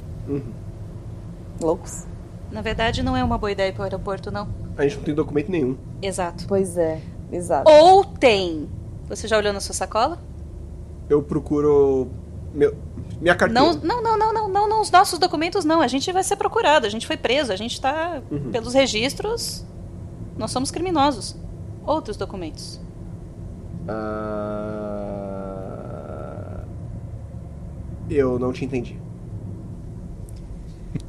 Loucos. Na verdade, não é uma boa ideia ir pro aeroporto, não. A gente não tem documento nenhum. Exato. Pois é, exato. Ou tem. Você já olhou na sua sacola? Eu procuro. Meu, minha carteira. Não, não, não, não, não, não, não, os nossos documentos não. A gente vai ser procurado, a gente foi preso, a gente tá. Uhum. Pelos registros, nós somos criminosos. Outros documentos. Ah, Eu não te entendi.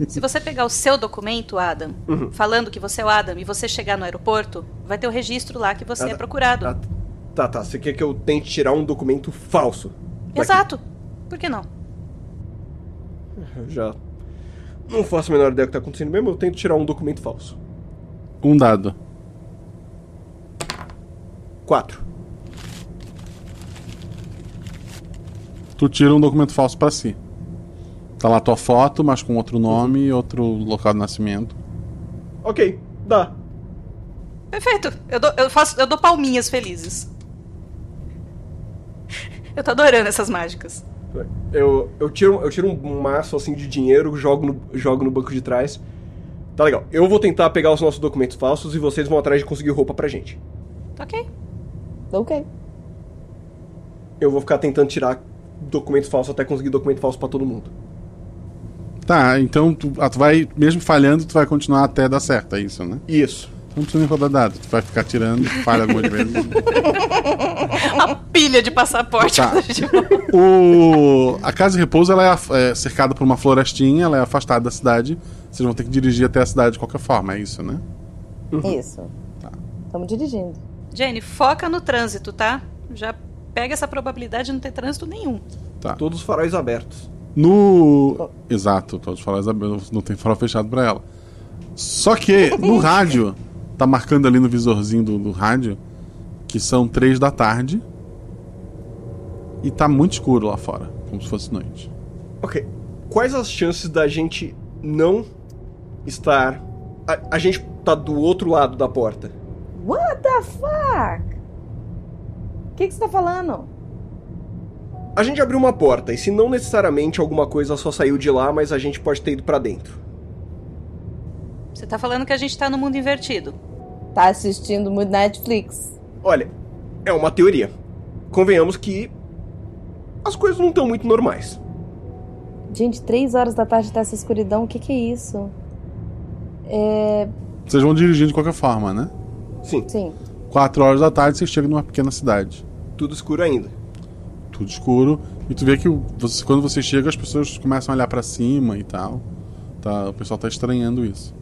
Se você pegar o seu documento, Adam, Uhum. falando que você é o Adam e você chegar no aeroporto, vai ter o registro lá que você Ah, é tá. procurado. Ah, Tá, tá. Você quer que eu tente tirar um documento falso? Exato. Por que não? Eu já. Não faço a menor ideia do que tá acontecendo mesmo, eu tento tirar um documento falso. Um dado. Quatro. Tu tira um documento falso pra si. Tá lá tua foto, mas com outro nome e outro local de nascimento. Ok, dá. Perfeito. Eu dou, eu faço, eu dou palminhas felizes. Eu tô adorando essas mágicas. Eu, eu tiro, eu tiro um maço assim de dinheiro, jogo no, jogo no banco de trás. Tá legal. Eu vou tentar pegar os nossos documentos falsos e vocês vão atrás de conseguir roupa pra gente. Tá *laughs* Ok. Ok. Eu vou ficar tentando tirar documentos falsos até conseguir documento falso pra todo mundo. Tá, então tu, ah, tu vai, mesmo falhando, tu vai continuar até dar certo, é isso, né? Isso. Então não precisa nem rodar dado, tu vai ficar tirando, falha algumas vezes. A pilha de passaporte. Tá. quando a gente volta. O, a casa de repouso ela é af- é, cercada por uma florestinha, ela é afastada da cidade. Vocês vão ter que dirigir até a cidade de qualquer forma, é isso, né? Isso. Estamos dirigindo. Jane, foca no trânsito, tá? Já pega essa probabilidade de não ter trânsito nenhum. Tá. Todos os faróis abertos. No. Exato, todos os faróis abertos, não tem farol fechado pra ela. Só que no rádio, tá marcando ali no visorzinho do, do rádio, que são três da tarde. E tá muito escuro lá fora, como se fosse noite. Ok. Quais as chances da gente não estar. A, a gente tá do outro lado da porta. What the fuck? O que que você tá falando? A gente abriu uma porta, e se não necessariamente alguma coisa só saiu de lá, mas a gente pode ter ido pra dentro. Você tá falando que a gente tá no mundo invertido. Tá assistindo muito Netflix. Olha, é uma teoria. Convenhamos que. As coisas não estão muito normais. Gente, três horas da tarde dessa escuridão, o que, que é isso? É. Vocês vão dirigir de qualquer forma, né? Sim. Sim. Quatro horas da tarde vocês chegam numa pequena cidade. Tudo escuro ainda. Tudo escuro. E tu vê que o- você- quando você chega, as pessoas começam a olhar pra cima e tal. Tá, o pessoal tá estranhando isso.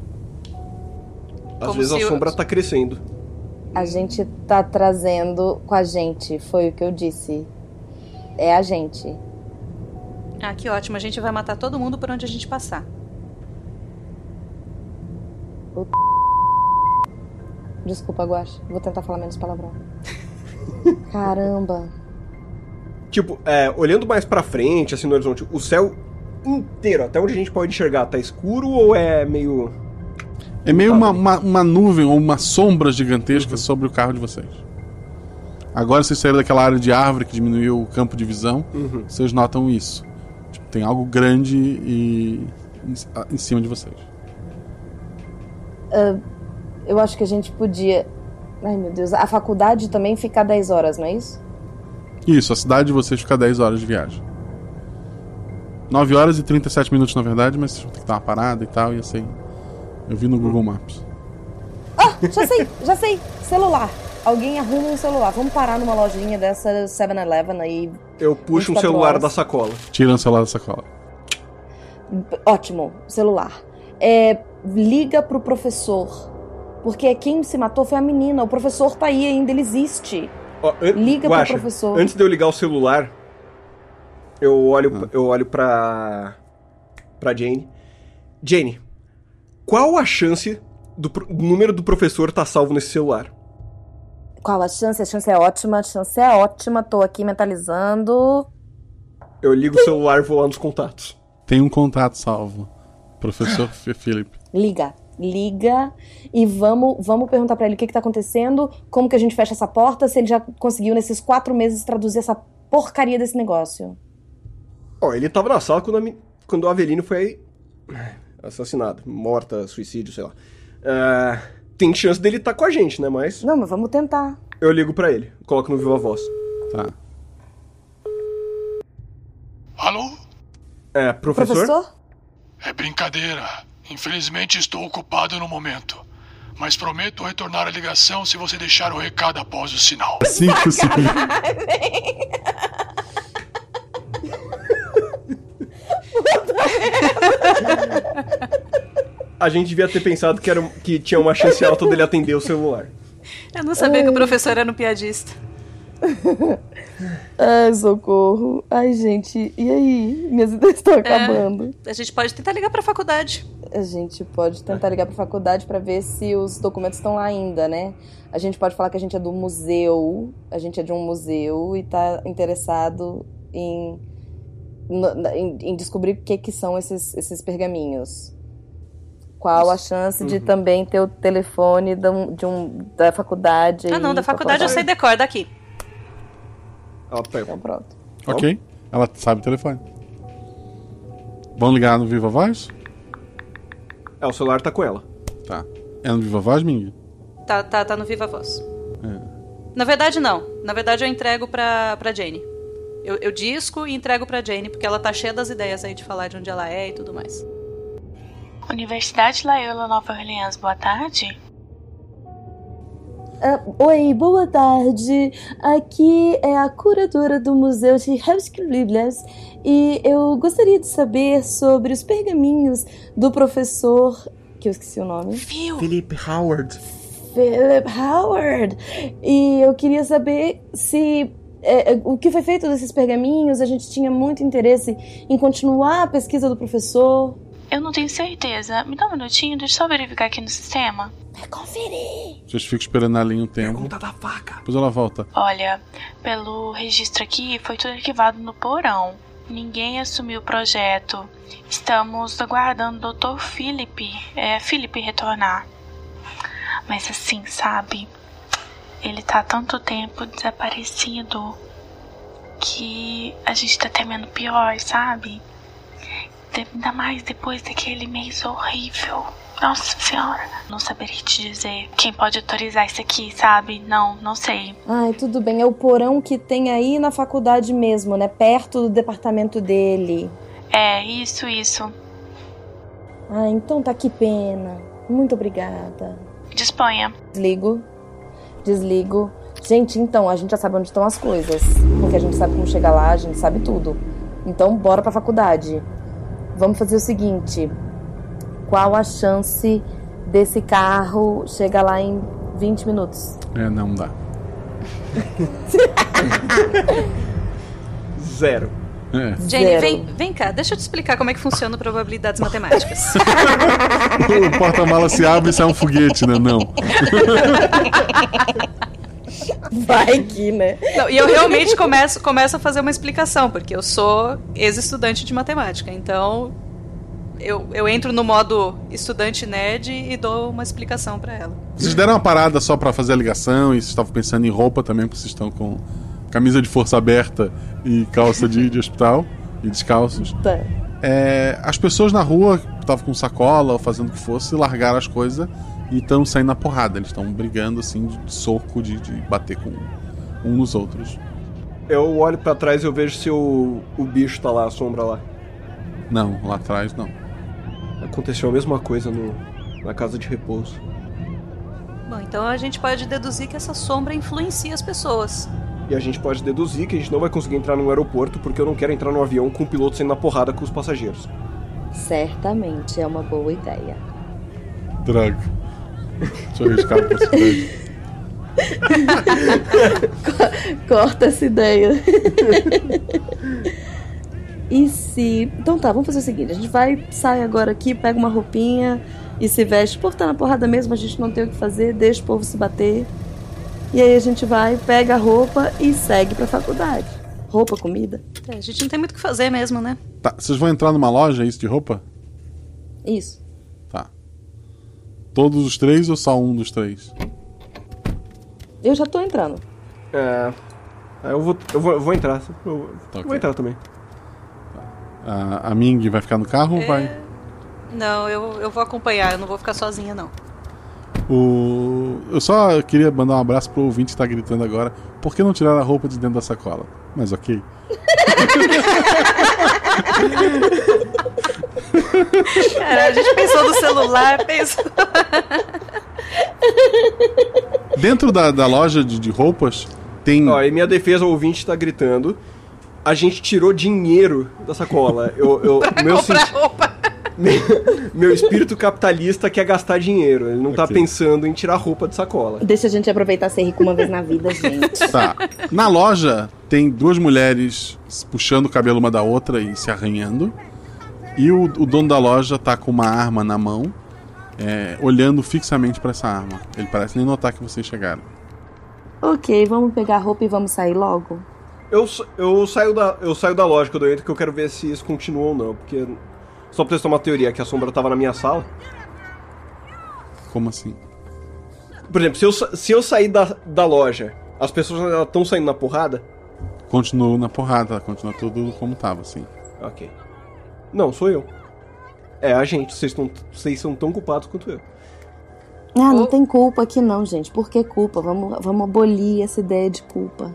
Às vezes a sombra tá crescendo. A gente tá trazendo com a gente, foi o que eu disse. É a gente. Ah, que ótimo. A gente vai matar todo mundo por onde a gente passar. Desculpa, Guache. Vou tentar falar menos palavrão. *laughs* Caramba. Tipo, é, olhando mais pra frente, assim, no horizonte, o céu inteiro, até onde a gente pode enxergar, tá escuro ou é meio. É meio uma, uma, uma nuvem ou uma sombra gigantesca sobre o carro de vocês. Agora vocês saíram daquela área de árvore que diminuiu o campo de visão. Uhum. Vocês notam isso. Tipo, tem algo grande e em, a- em cima de vocês. Ah, eu acho que a gente podia. Ai, meu Deus. A faculdade também fica 10 horas, não é isso? Isso, a cidade de vocês fica 10 horas de viagem. 9 horas e 37 minutos, na verdade, mas vocês vão ter que dar uma parada e tal, e assim. Eu vi no Google Maps. Ah, já sei, já sei. Celular. Alguém arruma um celular. Vamos parar numa lojinha dessa 7-Eleven aí. Eu puxo um 24 celular horas. da sacola. Tirando o celular da sacola. Ótimo, celular. É, liga pro professor. Porque quem se matou foi a menina. O professor tá aí ainda, ele existe. Ó, an- Liga pro Guaxa, professor. Antes de eu ligar o celular, eu olho, eu olho pra. pra Jane. Jane, qual a chance do pro- do número do professor tá salvo nesse celular? Qual a chance? A chance é ótima, a chance é ótima. Tô aqui mentalizando. Eu ligo o celular e vou lá nos contatos. Tem um contato salvo. Professor F- Felipe. Liga, liga e vamos, vamos perguntar pra ele o que, que tá acontecendo, como que a gente fecha essa porta, se ele já conseguiu nesses quatro meses traduzir essa porcaria desse negócio. Ó, ele tava na sala quando, a men- quando o Avelino foi assassinado, morta, suicídio, sei lá. Ah, tem chance dele estar tá com a gente, né? Mas Não, mas vamos tentar. eu ligo pra ele, coloco no Viva Voz. Tá. Alô? É, professor? É brincadeira. Infelizmente estou ocupado no momento. Mas prometo retornar a ligação se você deixar o recado após o sinal. Cinco segundos. A gente devia ter pensado que, era, um- que tinha uma chance alta dele atender o celular. Eu não sabia que o professor era um piadista. Ai, socorro. Ai, gente, e aí? Minhas *laughs* ideias É. estão acabando. A gente pode tentar ligar pra faculdade. A gente pode tentar ligar pra faculdade pra ver se os documentos estão lá ainda, né? A gente pode falar que a gente é do museu, a gente é de um museu e tá interessado em, no- na- em, em descobrir o que, que são esses, esses pergaminhos. Qual a chance de Uhum. também ter o telefone de um, de um- da faculdade? Ah, não, aí, da pra faculdade eu falar? sei decor daqui. Então pronto. Ok. Ela sabe o telefone. Vão ligar no Viva Voz? É, o celular tá com ela. Tá. É no Viva Voz, Ming? Tá, tá, tá no Viva Voz. É. Na verdade, não. Na verdade, eu entrego pra, pra Jane. Eu, eu disco e entrego pra Jane, porque ela tá cheia das ideias aí de falar de onde ela é e tudo mais. Universidade Loyola Nova Orleans, boa tarde. Ah, oi, boa tarde. Aqui é a curadora do Museu de Hemskriblas e eu gostaria de saber sobre os pergaminhos do professor, que eu esqueci o nome, Felipe Howard. Philip Howard. E eu queria saber se é, é, o que foi feito desses pergaminhos. A gente tinha muito interesse em continuar a pesquisa do professor. Eu não tenho certeza. Me dá um minutinho, deixa eu só verificar aqui no sistema. Vai conferir. Vocês ficam esperando na linha um tempo. Pergunta da faca. Depois ela volta. Olha, pelo registro aqui, foi tudo arquivado no porão. Ninguém assumiu o projeto. Estamos aguardando o Dr. Felipe, é, Felipe retornar. Mas assim, sabe? Ele tá há tanto tempo desaparecido que a gente tá temendo pior, sabe? De- Ainda mais depois daquele mês horrível. Nossa senhora, não saberia te dizer quem pode autorizar isso aqui, sabe? Não, não sei. Ai, tudo bem. É o porão que tem aí na faculdade mesmo, né? Perto do departamento dele. É, isso, isso. Ah, então tá que pena. Muito obrigada. Disponha. Desligo. Desligo. Gente, então, a gente já sabe onde estão as coisas. Porque a gente sabe como chegar lá, a gente sabe tudo. Então, bora pra faculdade. Vamos fazer o seguinte: qual a chance desse carro chegar lá em 20 minutos? É, não dá. Zero. É. Jenny, vem, vem cá, deixa eu te explicar como é que funciona probabilidades matemáticas. O porta-mala se abre e sai um foguete, né? Não. Vai que, né? Não, e eu realmente começo, começo a fazer uma explicação, porque eu sou ex-estudante de matemática, então eu, eu entro no modo estudante nerd e dou uma explicação pra ela. Vocês deram uma parada só pra fazer a ligação e vocês estavam pensando em roupa também, porque vocês estão com camisa de força aberta e calça de, de hospital e descalços. Tá. É, as pessoas na rua que estavam com sacola ou fazendo o que fosse, largaram as coisas e estão saindo na porrada. Eles estão brigando assim de, de soco, de, de bater com um nos outros. Eu olho pra trás e eu vejo se o, o bicho tá lá, a sombra lá. Não, lá atrás não. Aconteceu a mesma coisa no, na casa de repouso. Bom, então a gente pode deduzir que essa sombra influencia as pessoas. E a gente pode deduzir que a gente não vai conseguir entrar num aeroporto porque eu não quero entrar num avião com o piloto saindo na porrada com os passageiros. Certamente é uma boa ideia. Droga. Deixa eu arriscar a possibilidade. Co- Corta essa ideia. *laughs* e se. Então tá, vamos fazer o seguinte: a gente vai, sai agora aqui, pega uma roupinha e se veste. O povo tá na porrada mesmo, a gente não tem o que fazer, deixa o povo se bater. E aí a gente vai, pega a roupa e segue pra faculdade. Roupa, comida. É, a gente não tem muito o que fazer mesmo, né? Tá, vocês vão entrar numa loja, é isso de roupa? Isso. Todos os três ou só um dos três? Eu já tô entrando. É. ah, Eu vou, eu vou, eu vou entrar. Eu, Tá, eu ok. vou entrar também. A, a Ming vai ficar no carro ou vai? Não, eu, eu vou acompanhar, eu não vou ficar sozinha, não. O... Eu só queria mandar um abraço pro ouvinte que tá gritando agora. Por que não tirar a roupa de dentro da sacola? Mas ok. Cara, a gente pensou no celular, *laughs* pensou. Dentro da, da loja de, de roupas tem. Ó, em minha defesa, o ouvinte tá gritando. A gente tirou dinheiro da sacola. Eu, eu, meu, comprar senti- meu, *laughs* meu espírito capitalista quer gastar dinheiro. Ele não tá Ok. pensando em tirar roupa de sacola. Deixa a gente aproveitar ser rico uma vez na vida, gente. Tá. Na loja tem duas mulheres se puxando o cabelo uma da outra e se arranhando. E o, o dono da loja tá com uma arma na mão, é, olhando fixamente pra essa arma. Ele parece nem notar que vocês chegaram. *laughs* ok, vamos pegar a roupa e vamos sair logo? Eu, sa- eu, saio da, eu saio da loja quando eu entro, que eu quero ver se isso continua ou não. Porque. Só pra testar uma teoria, que a sombra tava na minha sala. Como assim? Por exemplo, se eu, sa- se eu sair da, da loja, as pessoas estão saindo na porrada? Continuou na porrada, continua tudo como tava, assim. Ok. Não, sou eu. É a gente, vocês tão- vocês são tão culpados quanto eu. Ah, não tem culpa aqui não, gente. Por que culpa? Vamos, vamos abolir essa ideia de culpa.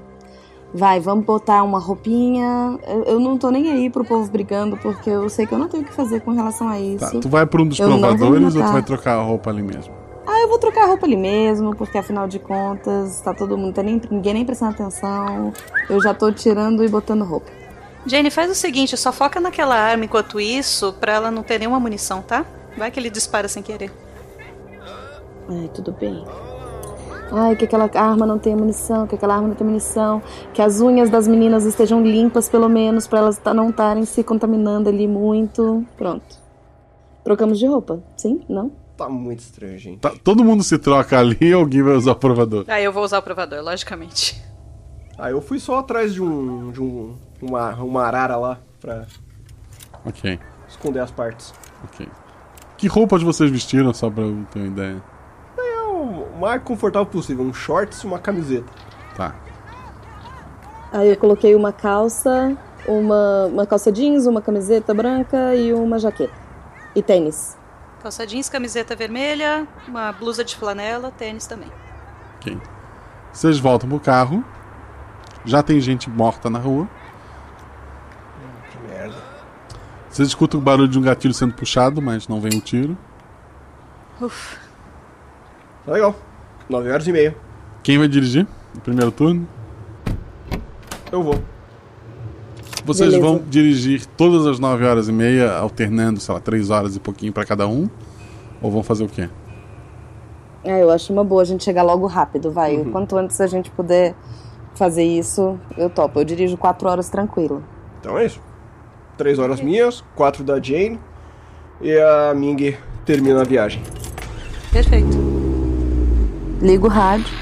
Vai, vamos botar uma roupinha. Eu, eu não tô nem aí pro povo brigando, porque eu sei que eu não tenho o que fazer com relação a isso. Tá, tu vai pra um dos Eu não vou me provadores ou tu matar. vai trocar a roupa ali mesmo? Ah, eu vou trocar a roupa ali mesmo, porque afinal de contas, tá todo mundo, tá nem, ninguém nem prestando atenção. Eu já tô tirando e botando roupa. Jenny, faz o seguinte, só foca naquela arma enquanto isso, pra ela não ter nenhuma munição, tá? Vai que ele dispara sem querer. Ai, tudo bem. Ai, que aquela arma não tenha munição, que aquela arma não tenha munição, que as unhas das meninas estejam limpas, pelo menos, pra elas tá- não estarem se contaminando ali muito. Pronto. Trocamos de roupa, sim? Não? Tá muito estranho, gente. Tá, todo mundo se troca ali *laughs* e alguém vai usar o provador. Ah, eu vou usar o provador, logicamente. Ah, eu fui só atrás de um. de um. uma, uma arara lá pra Ok, esconder as partes. ok. Que roupas vocês vestiram, só pra eu ter uma ideia? É o mais confortável possível, um shorts e uma camiseta. Tá. Aí eu coloquei uma calça, uma, uma calça jeans, uma camiseta branca e uma jaqueta. E tênis. Calça jeans, camiseta vermelha, uma blusa de flanela, tênis também. Ok. Vocês voltam pro carro. Já tem gente morta na rua. Que merda. Vocês escutam o barulho de um gatilho sendo puxado, mas não vem o tiro. Uf. Tá legal. 9 horas e meia. Quem vai dirigir no primeiro turno? Eu vou. Vocês Beleza. vão dirigir todas as 9 horas e meia, alternando, sei lá, 3 horas e pouquinho pra cada um? Ou vão fazer o quê? É, eu acho uma boa a gente chegar logo rápido, vai. Quanto antes a gente puder fazer isso, eu topo. Eu dirijo quatro horas tranquilo. Então é isso. Três horas minhas, quatro da Jane. E a Ming termina a viagem. Perfeito. Ligo o rádio.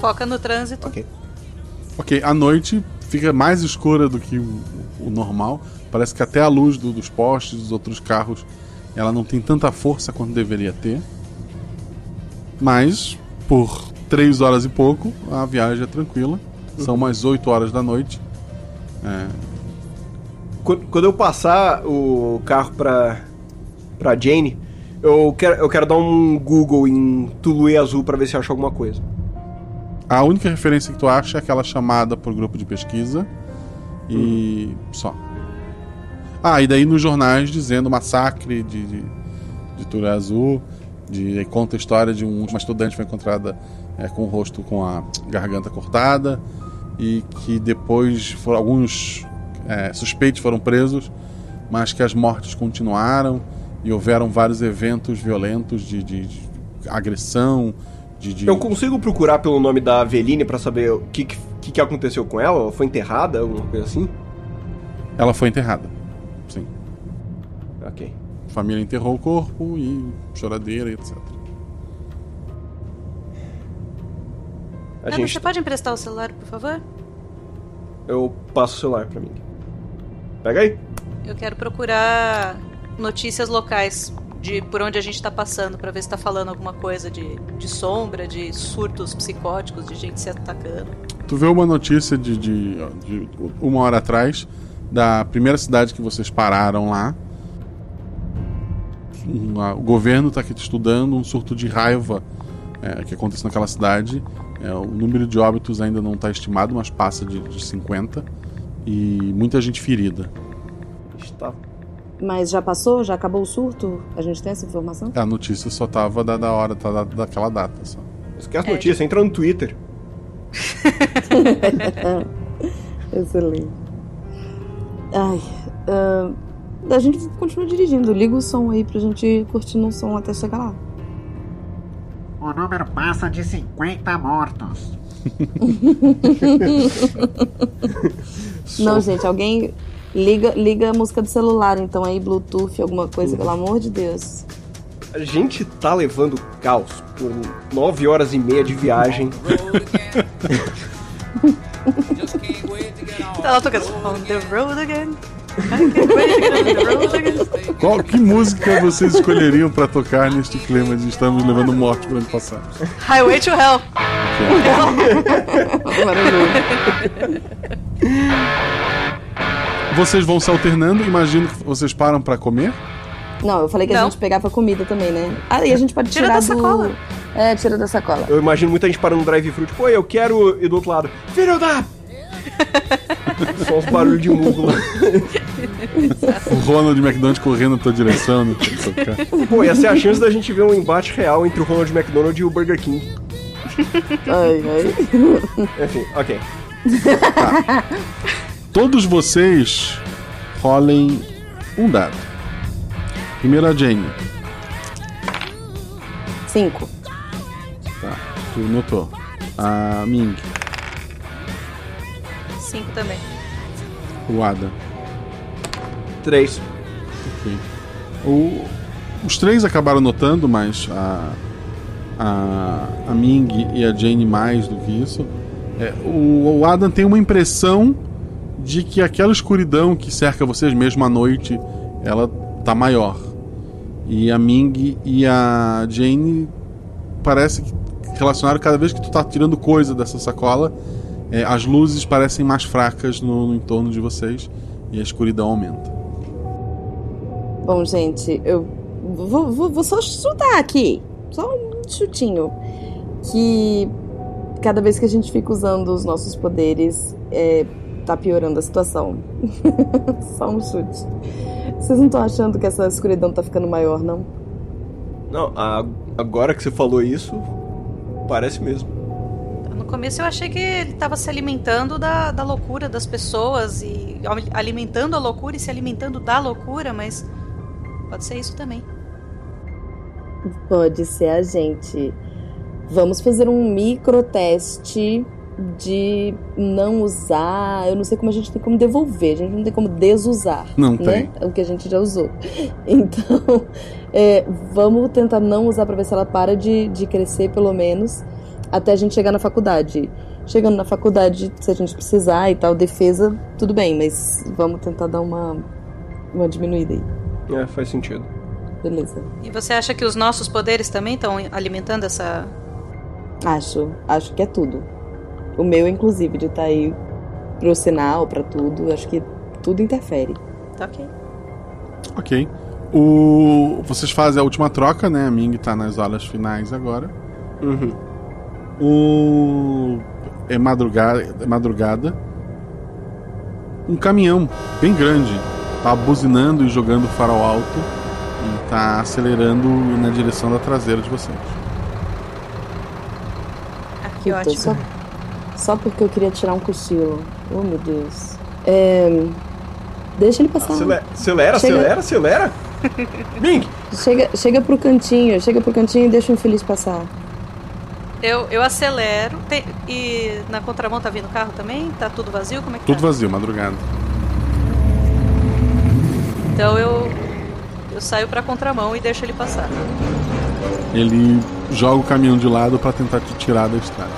Foca no trânsito. Ok, a noite fica mais escura do que o, o normal. Parece que até a luz do- dos postes, dos outros carros, ela não tem tanta força quanto deveria ter. Mas, por três horas e pouco, a viagem é tranquila. São mais 8 horas da noite. Quando quando eu passar o carro pra, pra Jane, eu quero, eu quero dar um Google em Tuluê Azul pra ver se eu acho alguma coisa. A única referência que tu acha é aquela chamada por grupo de pesquisa. E só. Ah, e daí nos jornais dizendo massacre de, de, de Turé Azul. De, aí conta a história de um- uma estudante que foi encontrada é, com o rosto com a garganta cortada. E que depois foram, alguns é, suspeitos foram presos, mas que as mortes continuaram e houveram vários eventos violentos de, de- de agressão. De, de... Eu consigo procurar pelo nome da Aveline pra saber o que, que, que aconteceu com ela? Ela foi enterrada, alguma coisa assim? Ela foi enterrada. Sim. Ok. A família enterrou o corpo e choradeira, etc. Ana, você pode emprestar o celular, por favor? Eu passo o celular pra mim. Pega aí. Eu quero procurar notícias locais de por onde a gente tá passando pra ver se tá falando alguma coisa de, de sombra, de surtos psicóticos, de gente se atacando. Tu vê uma notícia de, de- de uma hora atrás da primeira cidade que vocês pararam lá. Um, a- o governo está aqui estudando um surto de raiva é, que aconteceu naquela cidade. É, o número de óbitos ainda não está estimado, mas passa de, de 50. E muita gente ferida. Está. Mas já passou? Já acabou o surto? A gente tem essa informação? A notícia só tava da, da hora, tá da, daquela data só. Esquece É. notícia, entra no Twitter. Excelente. Ai, ahn, a gente continua dirigindo. Liga o som aí pra gente ir curtindo um som até chegar lá. O número passa de 50 mortos. Não, gente, alguém liga, liga a música do celular, então aí, Bluetooth, alguma coisa, pelo amor de Deus. A gente tá levando caos por nove horas e meia de viagem. Tá lá tocando On the road again. I can't wait to get on the road again. Qual que música vocês escolheriam pra tocar neste clima de estamos levando morte para ano passado? *laughs* Highway to hell. *laughs* Vocês vão se alternando, imagino que vocês param pra comer. Não, eu falei que a gente pegava comida também, né? Ah, e a gente pode Tira tirar da do... sacola. É, tira da sacola. Eu imagino muita gente parando no drive-thru, tipo, "Oi, eu quero ir do outro lado. Filho da... Só uns barulhos de mundo lá. O Ronald McDonald correndo na tua direção. Né? pra tocar. Pô, essa é a chance da gente ver um embate real entre o Ronald McDonald e o Burger King. Ai, ai. Enfim, ok. Todos vocês rolem um dado. Primeiro a Jane. Cinco. Tá, tu notou. A Ming, Cinco também. o Ada. Três. Ok. O- os três acabaram notando, mas a, a, a Ming e a Jane mais do que isso. É, o, o Adam tem uma impressão de que aquela escuridão que cerca vocês mesmo à noite, ela tá maior. E a Ming e a Jane parece que relacionaram cada vez que tu tá tirando coisa dessa sacola, é, as luzes parecem mais fracas no- no entorno de vocês e a escuridão aumenta. Bom, gente, eu vou, vou- vou só chutar aqui. Só um chutinho. Que Cada vez que a gente fica usando os nossos poderes, é, tá piorando a situação. *laughs* Só um chute. Vocês não estão achando que essa escuridão tá ficando maior, não? Não, a- agora que você falou isso, parece mesmo. No começo eu achei que ele estava se alimentando da, da loucura das pessoas e al- alimentando a loucura e se alimentando da loucura, mas pode ser isso também. Pode ser a gente. Vamos fazer um micro teste de não usar. Eu não sei como a gente tem como devolver, a gente não tem como desusar. Não né? O que a gente já usou. *laughs* Então, é, vamos tentar não usar pra ver se ela para de, de crescer, pelo menos, até a gente chegar na faculdade. Chegando na faculdade, se a gente precisar e tal, defesa, tudo bem, mas vamos tentar dar uma, uma diminuída aí. É, faz sentido. Beleza. E você acha que os nossos poderes também estão alimentando essa. Acho, acho que é tudo. O meu, inclusive, de estar aí pro sinal, pra tudo, acho que tudo interfere. Tá ok. Ok. O... Vocês fazem a última troca, né? A Ming tá nas horas finais agora. Uhum. O... É madrugada, é madrugada. Um caminhão bem grande. Tá buzinando e jogando farol alto. E tá acelerando na direção da traseira de vocês. Que ótimo. Então, Só, só porque eu queria tirar um cochilo. Oh, meu Deus. É, Deixa ele passar. Acelera, Ah, Chega- acelera, acelera, acelera. Ming! Chega, chega pro cantinho, chega pro cantinho e deixa o infeliz passar. Eu, eu acelero. Tem- e na contramão tá vindo carro também? Tá tudo vazio? Como é que Tudo tá? vazio, madrugada. Então eu. Eu saio pra contramão e deixo ele passar. Ele joga o caminhão de lado pra tentar te tirar da estrada.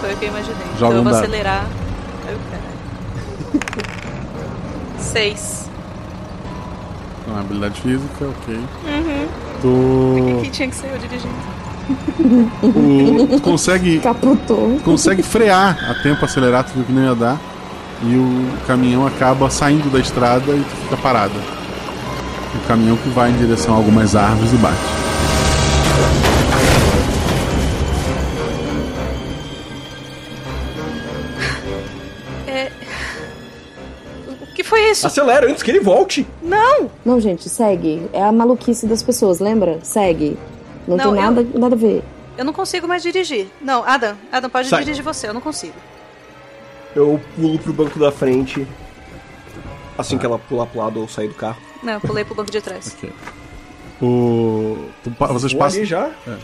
Foi o que eu imaginei. Joga então eu um vou dado. acelerar. Ai, caralho. *laughs* Seis. Então, habilidade física, ok. Uhum. Tu. Que tinha que ser eu dirigindo. O- tu *laughs* consegue. Caputou. Consegue frear a tempo, acelerar tudo que não ia dar. E o caminhão acaba saindo da estrada e tu fica parada. O caminhão que vai em direção a algumas árvores e bate. É. O que foi isso? Acelera antes que ele volte. Não! Não, gente, segue. É a maluquice das pessoas, lembra? Segue. Não, Não, tem eu- nada, nada a ver. Eu não consigo mais dirigir. Não, Adam, Adam, pode Sai. dirigir você, eu não consigo. Eu pulo pro banco da frente. Assim que ela pular pro lado ou sair do carro. Não, eu pulei pro banco de trás. O. tu pa- vocês Vou passam. ali já. É.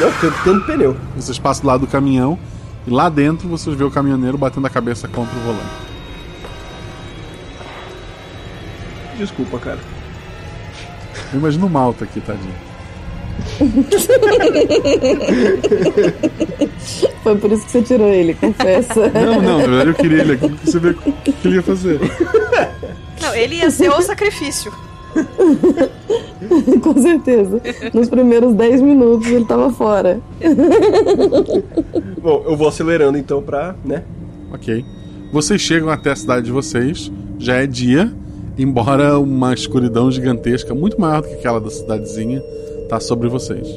Não, cantando pneu. Vocês passam do lado do caminhão e lá dentro vocês vê o caminhoneiro batendo a cabeça contra o volante. Desculpa, cara. Eu imagino o Malta aqui, tadinho. Foi por isso que você tirou ele, confessa. *laughs* Não, não, na verdade eu queria ele aqui pra você ver o que que ele ia fazer. Não, ele ia ser o sacrifício. Com certeza. Nos primeiros 10 minutos ele tava fora. Bom, eu vou acelerando então pra, né? Ok. Vocês chegam até a cidade de vocês, já é dia, embora uma escuridão gigantesca, muito maior do que aquela da cidadezinha, tá sobre vocês.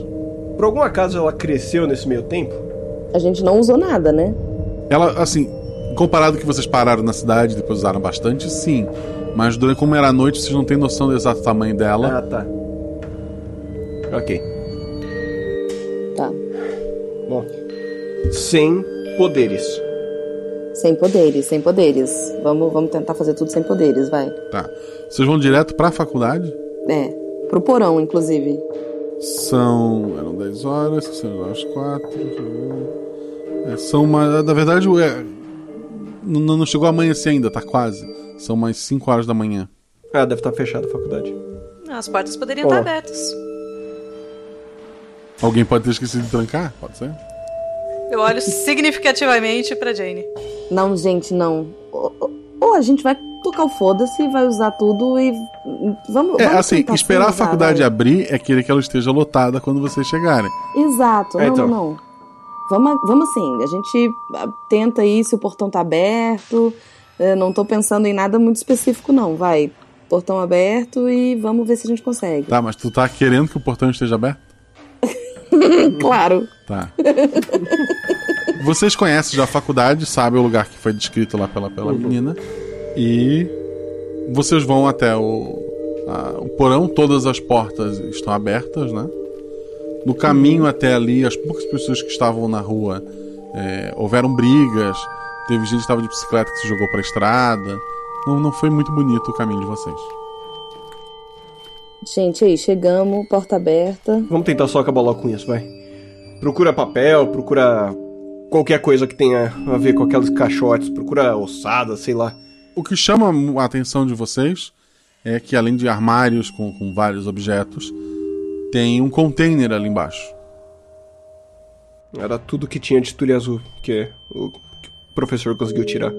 Por algum acaso ela cresceu nesse meio tempo? A gente não usou nada, né? Ela, assim, comparado que vocês pararam na cidade, depois usaram bastante, sim. Mas durante como era a noite, vocês não têm noção do exato tamanho dela. Ah, tá. Ok. Tá. Bom. Sem poderes. Sem poderes, sem poderes. Vamos, vamos tentar fazer tudo sem poderes, vai. Tá. Vocês vão direto pra faculdade? É. Pro porão, inclusive. São. Eram 10 horas, são as 4. É, são uma. Na verdade, é, n- não, chegou a amanhecer ainda, tá quase. São mais 5 horas da manhã. Ah, deve estar fechada a faculdade. Não, As portas Ó. poderiam estar abertas. Alguém pode ter esquecido de trancar? Pode ser? Eu olho significativamente pra Jane. Não, gente, não. Ou, ou a gente vai tocar o foda-se, vai usar tudo e. Vamos. É, vamos assim, tentar esperar sem a usar, faculdade vai. abrir é querer que ela esteja lotada quando vocês chegarem. Exato, É, não, então. não, não. Vamos, vamos assim, a gente ah, tenta aí se o portão tá aberto. Eh, Não tô pensando em nada muito específico, não. Vai, portão aberto e vamos ver se a gente consegue. Tá, mas tu tá querendo que o portão esteja aberto? claro. Tá. *laughs* Vocês conhecem já a faculdade, sabem o lugar que foi descrito lá pela, pela menina. E vocês vão até o, a- o porão, todas as portas estão abertas, né? No caminho até ali, as poucas pessoas que estavam na rua é, houveram brigas, teve gente que estava de bicicleta que se jogou pra estrada. Não, não foi muito bonito o caminho de vocês. Gente, aí, chegamos, porta aberta. Vamos tentar só acabar logo com isso, vai. Procura papel, procura qualquer coisa que tenha a ver com aqueles caixotes, procura ossada, sei lá. O que chama a atenção de vocês é que, além de armários com, com vários objetos, tem um container ali embaixo. Era tudo que tinha de tule azul, que o que o professor conseguiu tirar.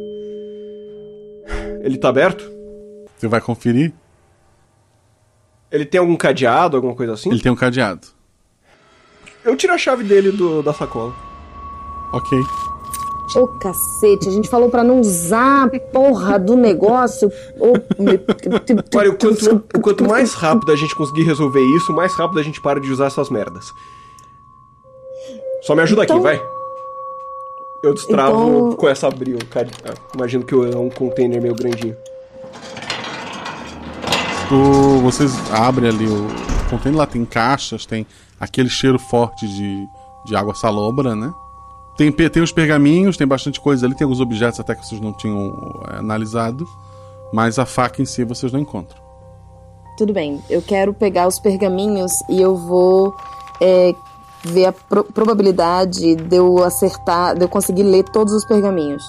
Ele tá aberto? Você vai conferir? Ele tem algum cadeado, alguma coisa assim? Ele tem um cadeado. Eu tiro a chave dele do- da sacola. Ok. Ô, cacete, a gente falou pra não usar a porra do negócio. Ô, me- Olha, o quanto, o quanto mais rápido a gente conseguir resolver isso, mais rápido a gente para de usar essas merdas. Só me ajuda Então- aqui, vai. Eu destravo Então- com essa abril, cara. Ah, Imagino que é um container meio grandinho. Tu- vocês abrem ali o container, lá tem caixas, tem aquele cheiro forte de, de água salobra, né? Tem, pe- tem os pergaminhos, tem bastante coisa ali, tem alguns objetos até que vocês não tinham eh, analisado, mas a faca em si vocês não encontram. Tudo bem, eu quero pegar os pergaminhos e eu vou é, ver a pro- probabilidade de eu acertar, de eu conseguir ler todos os pergaminhos.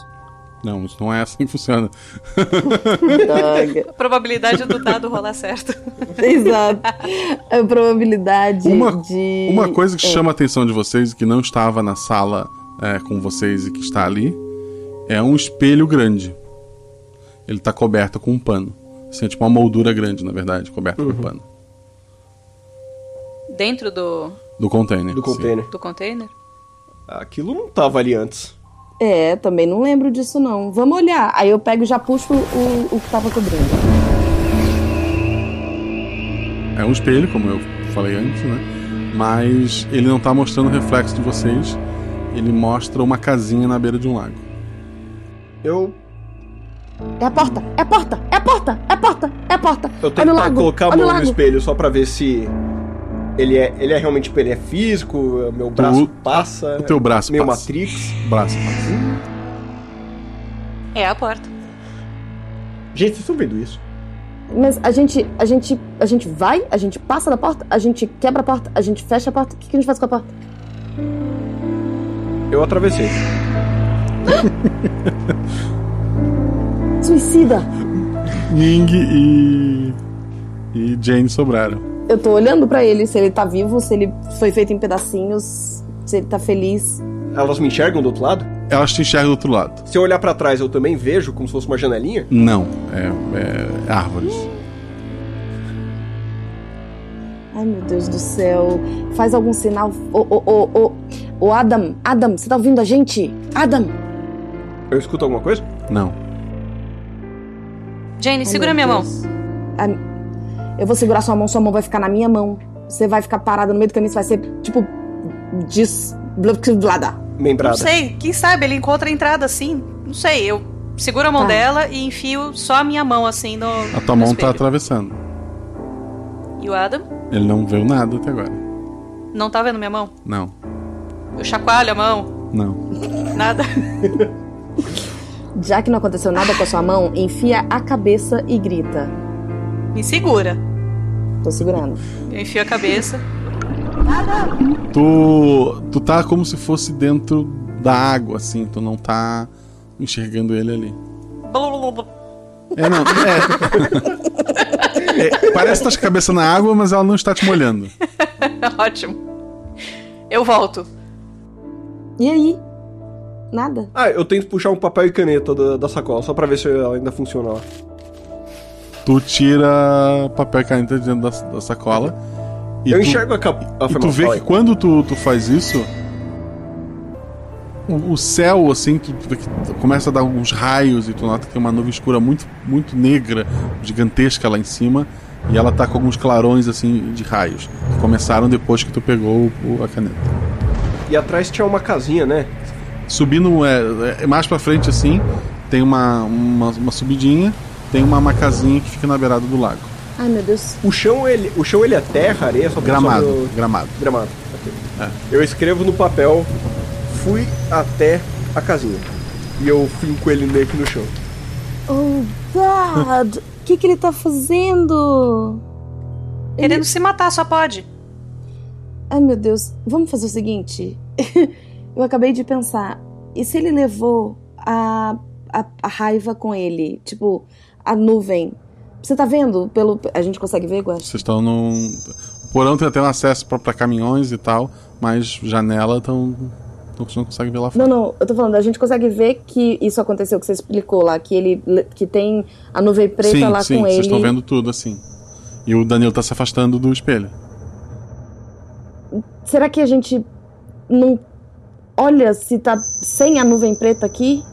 Não, isso não é assim que funciona. Droga. *laughs* A probabilidade do dado rolar certo. Exato. A probabilidade Uma- de. Uma coisa que É. chama a atenção de vocês e que não estava na sala é, com vocês e que está ali é um espelho grande. Ele está coberto com um pano. Assim, é tipo uma moldura grande, na verdade, coberta com um pano. Dentro do, Do container. Do sim. container. Ah, do container? Aquilo não tava ali antes. É, também não lembro disso não. Vamos olhar. Aí eu pego e já puxo o, o que tava cobrindo. É um espelho, como eu falei antes, né? Mas ele não tá mostrando o reflexo de vocês. Ele mostra uma casinha na beira de um lago. Eu. É a porta, é a porta, é a porta, é a porta, é a porta. Eu Olha o tentar lago, colocar a olha o mão no lago. espelho só pra ver se. Ele é, ele é realmente ele é físico, meu braço passa. O teu braço Meio passa. Matrix. Braço passa. É a porta. Gente, vocês estão vendo isso? Mas a gente, a gente, a gente vai, a gente passa da porta, a gente quebra a porta, a gente fecha a porta. O que, que a gente faz com a porta? Eu atravessei. Suicida. Ying e. e Jane sobraram. Eu tô olhando pra ele se ele tá vivo, se ele foi feito em pedacinhos, se ele tá feliz. Elas me enxergam do outro lado? Elas te enxergam do outro lado. Se eu olhar pra trás, eu também vejo como se fosse uma janelinha? Não, é, é árvores. Ai, meu Deus do céu. Faz algum sinal. Ô, ô, ô, ô. Ô, Adam, Adam, você tá ouvindo a gente? Adam! Eu escuto alguma coisa? Não. Jane, Oh, Ai, segura meu minha mão. A- Eu vou segurar sua mão, sua mão vai ficar na minha mão. Você vai ficar parada no meio do caminho, você vai ser, tipo, desbloqueada. Membrada. Não sei, quem sabe ele encontra a entrada assim. Não sei, eu seguro a mão Tá. dela e enfio só a minha mão assim no. A tua no mão tá espelho. atravessando. E o Adam? Ele não viu nada até agora. Não tá vendo minha mão? Não, Eu chacoalho a mão. não. Nada. *laughs* Já que não aconteceu nada com a sua mão, enfia a cabeça e grita. Me segura. Tô segurando. Eu enfio a cabeça. Tu. Tu tá como se fosse dentro da água, assim. Tu não tá enxergando ele ali. É, não, é. *laughs* É, parece que tá de cabeça na água, mas ela não está te molhando. *laughs* Ótimo. Eu volto. E aí? Nada. Ah, eu tento puxar um papel e caneta da, da sacola, só pra ver se ela ainda funciona lá. Tu tira papel e caneta de dentro da, da sacola. eu enxergo a capa. Ah, E foi tu mal, vê fala que quando tu, tu faz isso, o, o céu, assim, tu, tu vê que começa a dar alguns raios e tu nota que tem uma nuvem escura muito, muito negra, gigantesca lá em cima. E ela tá com alguns clarões assim de raios. Que começaram depois que tu pegou o- a caneta. E atrás tinha uma casinha, né? Subindo é, é, mais pra frente assim, tem uma, uma, uma subidinha, tem uma, uma casinha que fica na beirada do lago. Ai, meu Deus. O chão, ele, o chão, ele é terra, areia, só Gramado, É. só gramado. Gramado. ok. Eu escrevo no papel, fui até a casinha. E eu finco ele meio que no chão. Oh, God! O que, que ele tá fazendo? Querendo se matar, só pode. Ai, meu Deus. Vamos fazer o seguinte. *laughs* Eu acabei de pensar. E se ele levou a, a, a raiva com ele? Tipo, a nuvem. Você tá vendo? Pelo... A gente consegue ver, Guax? Vocês estão num. O porão tem até um acesso pra, pra caminhões e tal, mas janela tão. Não, não consegue ver lá fora. Não, não, eu tô falando, a gente consegue ver que isso aconteceu, que você explicou lá, que ele que tem a nuvem preta sim, lá sim, com vocês ele. estão vendo tudo assim. E o Danilo tá se afastando do espelho. Será que a gente não olha se tá sem a nuvem preta aqui?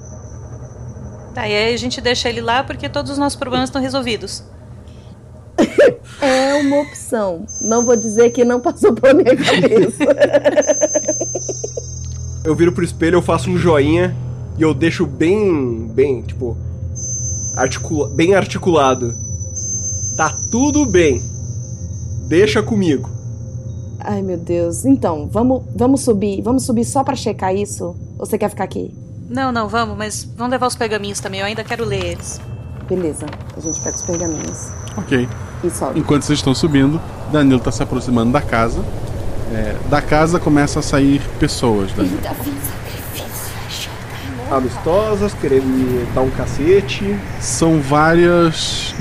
Tá, e aí a gente deixa ele lá porque todos os nossos problemas estão resolvidos. É uma opção. Não vou dizer que não passou *laughs* pela minha cabeça. Eu viro pro espelho, eu faço um joinha e eu deixo bem, bem, tipo, articula bem articulado. Tá tudo bem. Deixa comigo. Ai, meu Deus. Então, vamos, vamos subir. Vamos subir só pra checar isso? Ou você quer ficar aqui? Não, não, vamos, mas vamos levar os pergaminhos também, eu ainda quero ler eles. Beleza. A gente pega os pergaminhos. Ok. E sobe. Enquanto vocês estão subindo, Danilo tá se aproximando da casa. É, da casa começa a sair pessoas, Danilo. Amistosas, querendo me dar um cacete. São *laughs* várias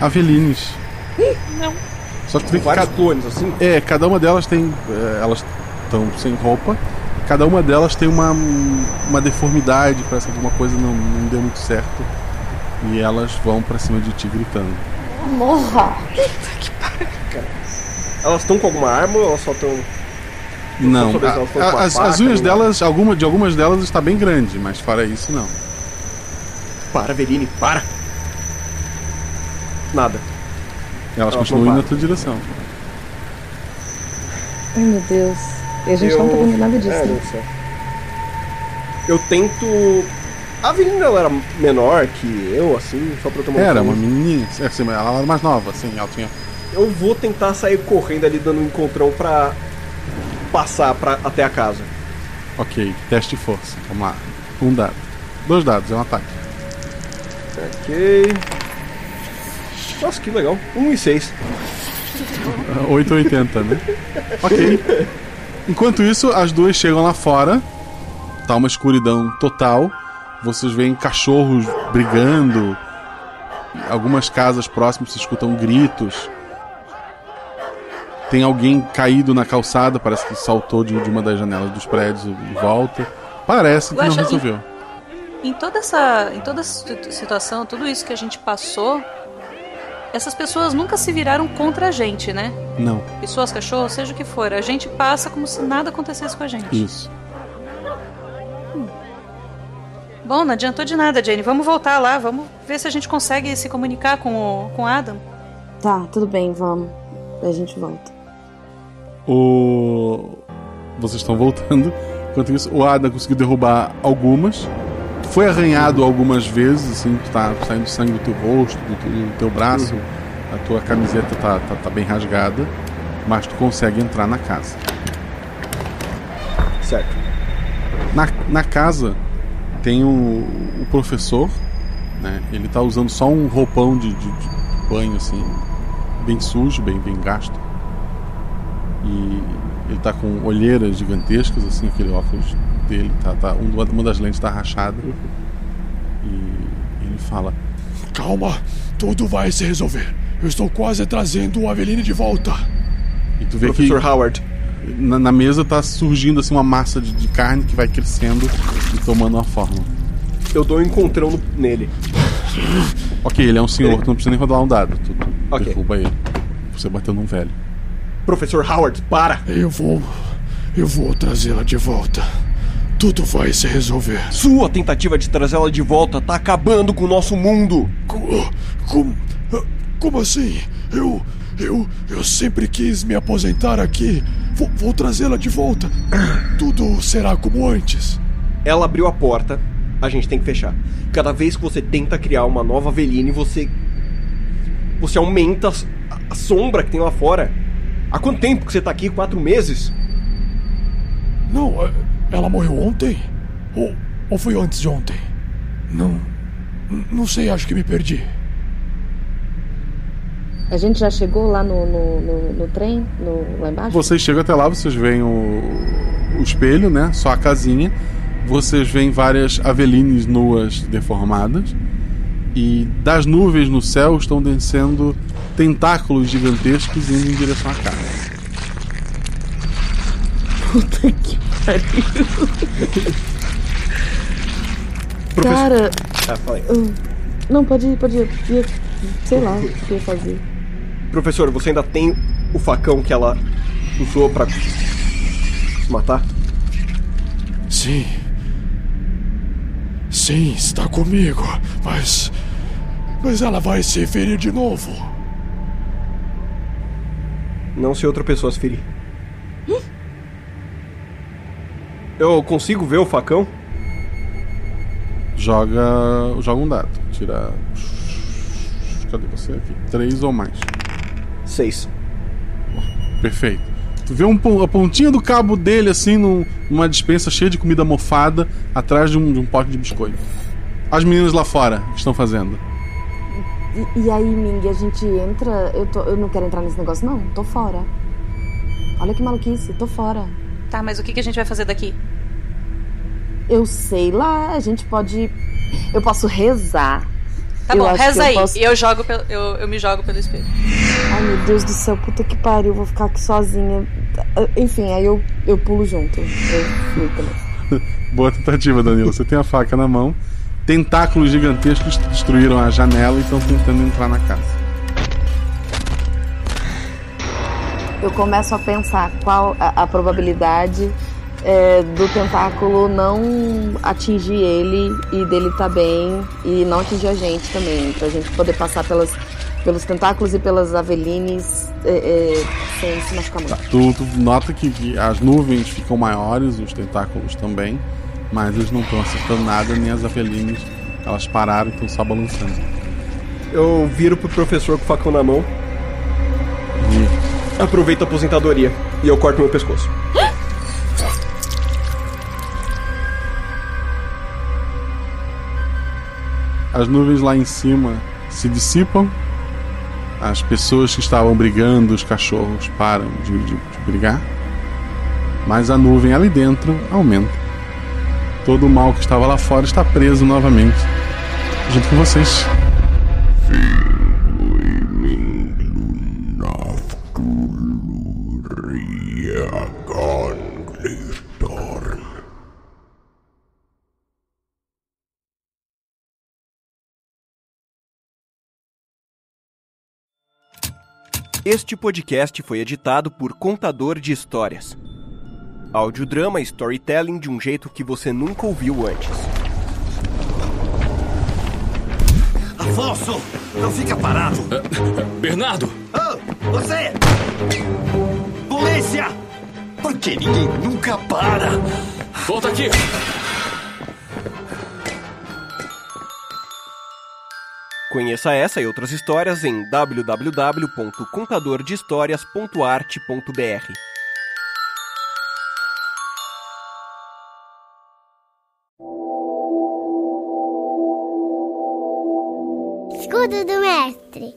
Avelines. Não. Só que tem que Vários ca- clones, assim? É, cada uma delas tem. é, elas estão sem roupa. Cada uma delas tem uma, uma deformidade, parece que alguma coisa não, não deu muito certo. E elas vão pra cima de ti gritando. Morra! Elas estão com alguma arma ou elas só estão. Não, sobre se elas foram a- com a as, faca, as unhas né? delas, alguma, de algumas delas está bem grande, mas fora isso, não. Para, Veline, para! Nada. Elas Elas continuam não indo na param. tua direção. Ai, meu Deus. E a gente não tá vendo nada disso. É, né? não sei. Eu tento. A Avelina ela era menor que eu, assim, só pra eu tomar um Era susto. uma menininha, é, assim, ela era mais nova, assim, ela tinha. Eu vou tentar sair correndo ali dando um encontrão pra passar pra, até a casa. Ok, teste de força, vamos lá. Um dado. Dois dados, é um ataque. Ok. Nossa, que legal. 1 e 6. 880, né? ok. Enquanto isso, as duas chegam lá fora. Tá uma escuridão total. Vocês veem cachorros brigando. Em Algumas casas próximas se escutam gritos. Tem alguém caído na calçada, parece que saltou de, de uma das janelas dos prédios e volta. Parece que não Guaxa, e- resolveu. Em toda essa, em toda essa situ- situação, tudo isso que a gente passou, essas pessoas nunca se viraram contra a gente, né? Não, Pessoas, cachorros, seja o que for, a gente passa como se nada acontecesse com a gente. isso. Bom, não adiantou de nada, Jane. Vamos voltar lá, vamos ver se a gente consegue se comunicar com o com o Adam. Tá, tudo bem, vamos. Daí A gente volta. O. Vocês estão voltando. Enquanto isso, o Adam conseguiu derrubar algumas. Foi arranhado algumas vezes, assim, tu tá saindo sangue do teu rosto, do teu, do teu braço. A tua camiseta tá, tá, tá bem rasgada. Mas tu consegue entrar na casa. Certo. Na, na casa tem o, o professor, né? Ele tá usando só um roupão de, de- de banho, assim, bem sujo, bem, bem gasto. E ele tá com olheiras gigantescas, assim, aquele óculos dele, tá, tá, um do- uma das lentes tá rachada. E ele fala. Calma, tudo vai se resolver. Eu estou quase trazendo o Aveline de volta. E tu vê Professor que Howard. Na, na mesa tá surgindo assim uma massa de, de carne que vai crescendo e tomando uma forma. Eu dou um encontrão no- nele. Ok, ele é um senhor, tu não precisa nem rodar um dado. Tu tu Ok. derruba ele. Você bateu num velho. Professor Howard, para! Eu vou. Eu vou trazê-la de volta. Tudo vai se resolver. Sua tentativa de trazê-la de volta tá acabando com o nosso mundo. Como, como, como assim? Eu, eu, eu sempre quis me aposentar aqui. Vou, vou trazê-la de volta. Tudo será como antes. Ela abriu a porta. A gente tem que fechar. Cada vez que você tenta criar uma nova Aveline, você você aumenta a, a sombra que tem lá fora. Há quanto tempo que você tá aqui? Quatro meses? Não, é, ela morreu ontem? Ou, ou foi antes de ontem? Não. Não sei, acho que me perdi. A gente já chegou lá no, no, no, no trem, no, lá embaixo? Vocês chegam até lá, vocês veem o, o espelho, né? Só a casinha. Vocês veem várias avelines nuas deformadas. E das nuvens no céu estão descendo tentáculos gigantescos indo em direção à casa. Puta que pariu. Professor- Cara. Ah, fala aí. hum, Não, pode ir, pode ir. Eu ia- sei lá o que eu ia fazer. Professor, você ainda tem o facão que ela usou pra se matar? Sim. Sim, está comigo, mas. Mas ela vai se ferir de novo. Não se outra pessoa se ferir. Eu consigo ver o facão? Joga, joga um dado. Tira. Cadê você aqui? Três ou mais. Seis. Perfeito. Tu vê um pon- a pontinha do cabo dele assim num- numa dispensa cheia de comida mofada atrás de um, de um pote de biscoito. As meninas lá fora o que estão fazendo. E, e aí, Ming, a gente entra. Eu, tô, eu não quero entrar nesse negócio, não. Tô fora. Olha que maluquice, tô fora. Tá, mas o que, que a gente vai fazer daqui? Eu sei lá, a gente pode. Eu posso rezar. Tá Eu bom, acho que reza eu aí. posso- E eu jogo pelo, eu, eu me jogo pelo espelho. Ai, meu Deus do céu, puta que pariu, vou ficar aqui sozinha. Enfim, aí eu, eu pulo junto. Eu fui também. Boa tentativa, Danilo. Você tem a faca na mão. Tentáculos gigantescos destruíram a janela e estão tentando entrar na casa. Eu começo a pensar qual a, a probabilidade é, do tentáculo não atingir ele e dele tá bem e não atingir a gente também, pra gente poder passar pelas, pelos tentáculos e pelas avelines é, é, sem se machucar muito. Tu, tu nota que, que as nuvens ficam maiores, os tentáculos também, mas eles não estão acertando nada, nem as avelines. Elas pararam e estão só balançando. Eu viro pro professor com o facão na mão. E aproveito a aposentadoria. E eu corto meu pescoço. As nuvens lá em cima se dissipam. As pessoas que estavam brigando, os cachorros param de, de- de brigar. Mas a nuvem ali dentro aumenta. Todo o mal que estava lá fora está preso novamente. Junto com vocês. Este podcast foi editado por Contador de Histórias. Audiodrama e storytelling de um jeito que você nunca ouviu antes. Afonso, não fica parado. Ah, Bernardo! Você! Polícia! Por que ninguém nunca para? Volta aqui! Conheça essa e outras histórias em www.contadordehistorias.arte.br. Escudo do mestre.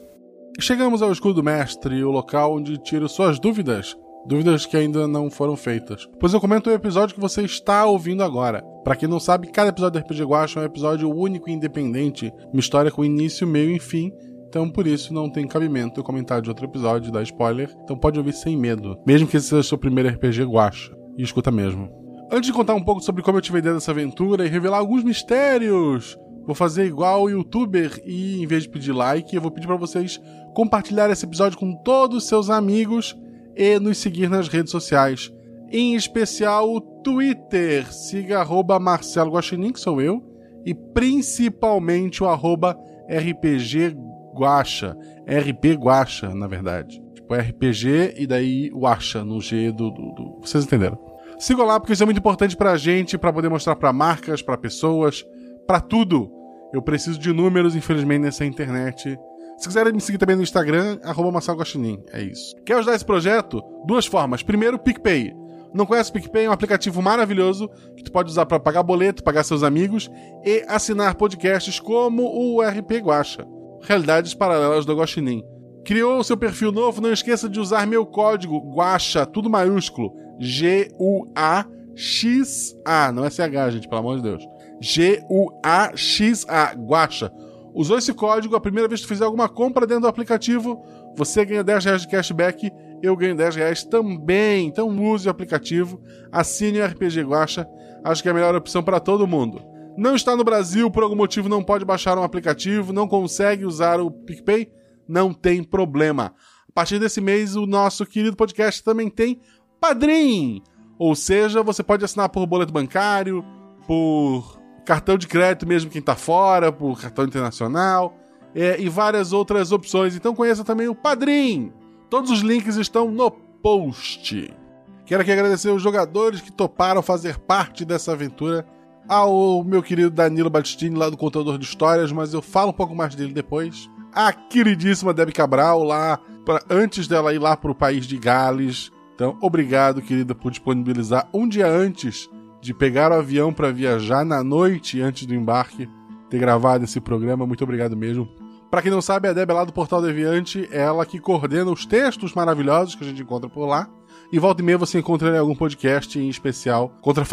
Chegamos ao Escudo Mestre, o local onde tiro suas dúvidas. Dúvidas que ainda não foram feitas. Pois eu comento o episódio que você está ouvindo agora. Pra quem não sabe, cada episódio do RPG Guacha é um episódio único e independente. Uma história com início, meio e fim. Então, por isso, não tem cabimento eu comentar de outro episódio, dar spoiler. Então, pode ouvir sem medo. Mesmo que esse seja o seu primeiro RPG Guacha. E escuta mesmo. Antes de contar um pouco sobre como eu tive a ideia dessa aventura e revelar alguns mistérios, vou fazer igual o youtuber e, em vez de pedir like, eu vou pedir pra vocês compartilhar esse episódio com todos os seus amigos e nos seguir nas redes sociais. em especial o Twitter. Siga arroba Marcelo Guaxinim, que sou eu, e principalmente o arroba RPG Guaxa. RP Guaxa, na verdade. Tipo, RPG e daí o Acha, no G do, do- do- Vocês entenderam? Sigam lá, porque isso é muito importante pra gente, pra poder mostrar pra marcas, pra pessoas, pra tudo. Eu preciso de números, infelizmente, nessa internet. Se quiserem me seguir também no Instagram, arroba Marcelo Guaxinim. É isso. Quer ajudar esse projeto? Duas formas. Primeiro, PicPay. Não conhece o PicPay? É um aplicativo maravilhoso que tu pode usar pra pagar boleto, pagar seus amigos e assinar podcasts como o RP Guacha. Realidades Paralelas do Guaxinim. Criou o seu perfil novo? Não esqueça de usar meu código GUAXA, tudo maiúsculo. G-U-A-X-A. Não é CH, gente, pelo amor de Deus. G-U-A-X-A. Guaxa. Usou esse código, a primeira vez que tu fizer alguma compra dentro do aplicativo, você ganha 10 reais de cashback, eu ganho 10 reais também. Então use o aplicativo, assine o RPG Guaxa. Acho que é a melhor opção para todo mundo não está no Brasil, por algum motivo não pode baixar um aplicativo, não consegue usar o PicPay, não tem problema. A partir desse mês, o nosso querido podcast também tem Padrim! Ou seja, você pode assinar por boleto bancário, por cartão de crédito mesmo quem está fora, por cartão internacional é, e várias outras opções. Então conheça também o Padrim! Todos os links estão no post. Quero aqui agradecer os jogadores que toparam fazer parte dessa aventura ao meu querido Danilo Battistini, lá do Contador de Histórias, mas eu falo um pouco mais dele depois. A queridíssima Debbie Cabral, lá, pra, antes dela ir lá pro país de Gales. Então, obrigado, querida, por disponibilizar um dia antes de pegar o avião para viajar na noite antes do embarque, ter gravado esse programa. Muito obrigado mesmo. Pra quem não sabe, a Deb é lá do Portal Deviante, é ela que coordena os textos maravilhosos que a gente encontra por lá. E volta e meia você encontra em algum podcast em especial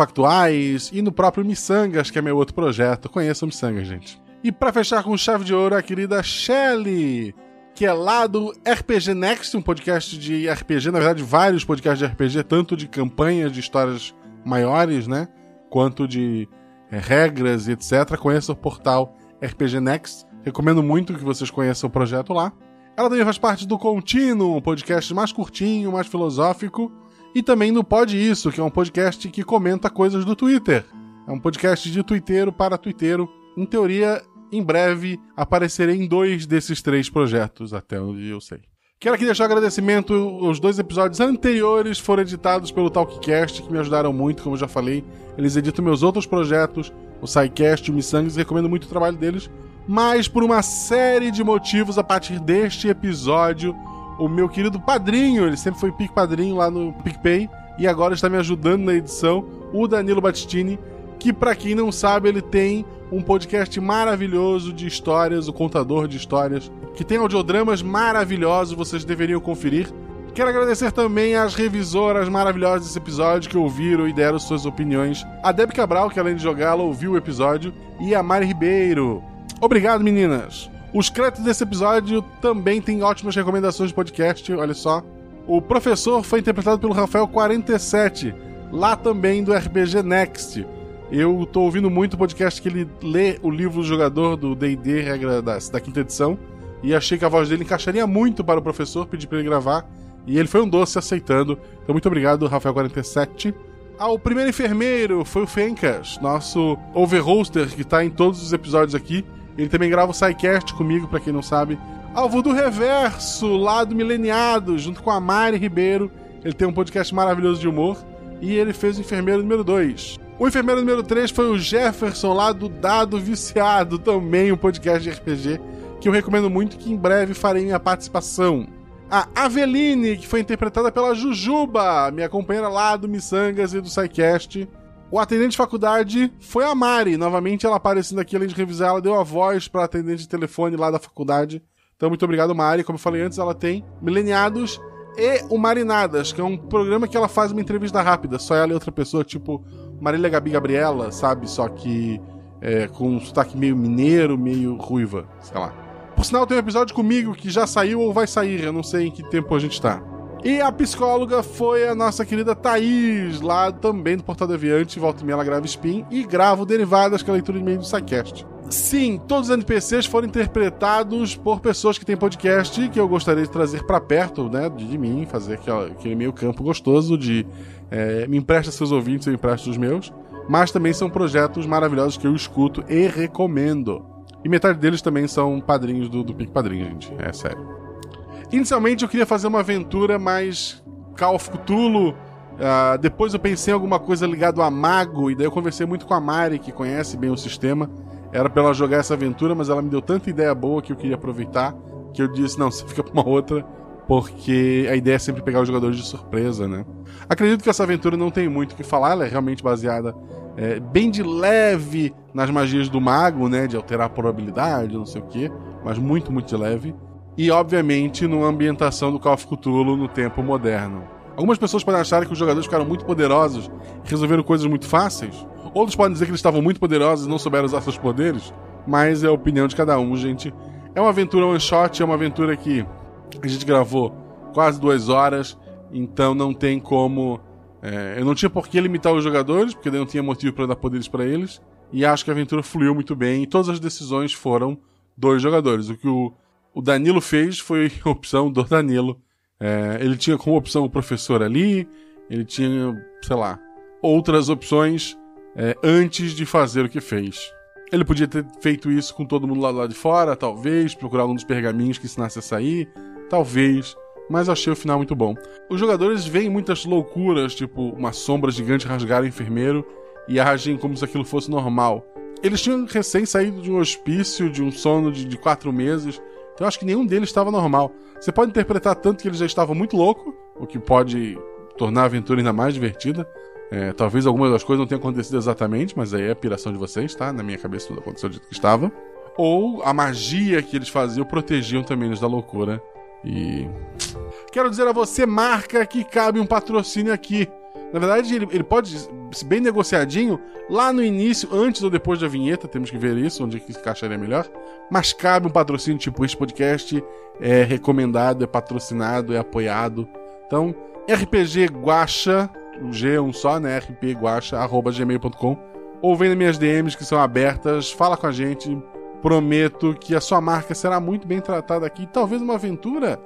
Contrafactuais e no próprio Missangas, que é meu outro projeto. Conheça o Missangas, gente. E pra fechar com chave de ouro, a querida Shelley, que é lá do RPG Next, um podcast de RPG, na verdade, vários podcasts de RPG, tanto de campanhas, de histórias maiores, né? Quanto de eh, regras e etc. Conheça o portal RPG Next. Recomendo muito que vocês conheçam o projeto lá. Ela também faz parte do Continuum, um podcast mais curtinho, mais filosófico, e também no Pode Isso, que é um podcast que comenta coisas do Twitter. É um podcast de twitteiro para twitteiro. Em teoria, em breve aparecerei em dois desses três projetos, até onde eu sei. Quero aqui deixar um agradecimento. Os dois episódios anteriores foram editados pelo Talkcast, que me ajudaram muito, como eu já falei. Eles editam meus outros projetos, o SciCast, o Missangues, recomendo muito o trabalho deles. Mas por uma série de motivos, a partir deste episódio, o meu querido padrinho, ele sempre foi pic padrinho lá no PicPay, e agora está me ajudando na edição, o Danilo Battistini, que pra quem não sabe, ele tem um podcast maravilhoso de histórias, o Contador de Histórias, que tem audiodramas maravilhosos, vocês deveriam conferir. Quero agradecer também às revisoras maravilhosas desse episódio que ouviram e deram suas opiniões. A Deb Cabral, que além de jogá-la, ouviu o episódio, e a Mari Ribeiro. Obrigado, meninas! Os créditos desse episódio também têm ótimas recomendações de podcast, olha só. O professor foi interpretado pelo Rafael 47, lá também do RPG Next. Eu tô ouvindo muito o podcast que ele lê o livro do jogador do D&D, regra da, da quinta edição, e achei que a voz dele encaixaria muito para o professor, pedi para ele gravar, e ele foi um doce aceitando. Então muito obrigado, Rafael 47. Ao primeiro enfermeiro foi o Fencas, nosso overholster que tá em todos os episódios aqui. Ele também grava o SciCast comigo, para quem não sabe. Ao do Reverso, lá do Mileniado, junto com a Mari Ribeiro. Ele tem um podcast maravilhoso de humor. E ele fez o enfermeiro número 2. O enfermeiro número 3 foi o Jefferson, lá do Dado Viciado, também um podcast de RPG, que eu recomendo muito que em breve farei minha participação. A Aveline, que foi interpretada pela Jujuba, minha companheira lá do Missangas e do SciCast. O atendente de faculdade foi a Mari. Novamente, ela aparecendo aqui, além de revisar, ela deu a voz para atendente de telefone lá da faculdade. Então, muito obrigado, Mari. Como eu falei antes, ela tem Mileniados e o Marinadas, que é um programa que ela faz uma entrevista rápida. Só ela e outra pessoa, tipo Marília Gabi Gabriela, sabe? Só que é, com um sotaque meio mineiro, meio ruiva, sei lá. Por sinal, tem um episódio comigo que já saiu ou vai sair, eu não sei em que tempo a gente tá. E a psicóloga foi a nossa querida Thaís, lá também do Portal Deviante, volta e meia ela grava Spin e grava o Derivadas, que é a leitura de meio do SciCast. Sim, todos os NPCs foram interpretados por pessoas que têm podcast que eu gostaria de trazer pra perto, né, de, de mim, fazer aquela- aquele meio campo gostoso de é, me empresta seus ouvintes, eu empresto os meus. Mas também são projetos maravilhosos que eu escuto e recomendo. E metade deles também são padrinhos do, do Pique Padrinho, gente. É sério. Inicialmente eu queria fazer uma aventura mais Call of Cthulhu. Ah, depois eu pensei em alguma coisa ligada a Mago, e daí eu conversei muito com a Mari, que conhece bem o sistema. Era pra ela jogar essa aventura, mas ela me deu tanta ideia boa que eu queria aproveitar, que eu disse, não, *laughs* você fica pra uma outra, porque a ideia é sempre pegar os jogadores de surpresa, né? Acredito que essa aventura não tem muito o que falar, ela é realmente baseada é, bem de leve nas magias do mago, né? De alterar a probabilidade, não sei o quê, mas muito, muito de leve e obviamente numa ambientação do Call of Cthulhu no tempo moderno. Algumas pessoas podem achar que os jogadores ficaram muito poderosos e resolveram coisas muito fáceis. Outros podem dizer que eles estavam muito poderosos e não souberam usar seus poderes. Mas é a opinião de cada um, gente. É uma aventura one shot, é uma aventura que a gente gravou quase duas horas, então não tem como. é, eu não tinha por que limitar os jogadores, porque daí não tinha motivo para dar poderes para eles. E acho que a aventura fluiu muito bem e todas as decisões foram dos jogadores. O que o, o Danilo fez foi *laughs* a opção do Danilo. É, ele tinha como opção o professor ali, ele tinha, sei lá, outras opções é, antes de fazer o que fez. Ele podia ter feito isso com todo mundo lá do lado de fora, talvez, procurar algum dos pergaminhos que ensinasse a sair, talvez, mas achei o final muito bom. Os jogadores veem muitas loucuras, tipo uma sombra gigante rasgar o enfermeiro e agem como se aquilo fosse normal. Eles tinham recém saído de um hospício, de um sono de, de quatro meses, então eu acho que nenhum deles estava normal. Você pode interpretar tanto que eles já estavam muito louco, o que pode tornar a aventura ainda mais divertida. É, talvez algumas das coisas não tenham acontecido exatamente, mas aí é a piração de vocês, tá? Na minha cabeça tudo aconteceu do jeito que estava. Ou a magia que eles faziam protegiam também eles da loucura. E. Quero dizer a você, marca, que cabe um patrocínio aqui. Na verdade, ele, ele pode, se bem negociadinho, lá no início, antes ou depois da vinheta, temos que ver isso, onde é que encaixaria melhor. Mas cabe um patrocínio, tipo, este podcast é recomendado, é patrocinado, é apoiado. Então, RPG Guacha, o G é um só, né? rpguacha, arroba gmail.com. Ou vem nas minhas DMs que são abertas, fala com a gente. Prometo que a sua marca será muito bem tratada aqui. Talvez uma aventura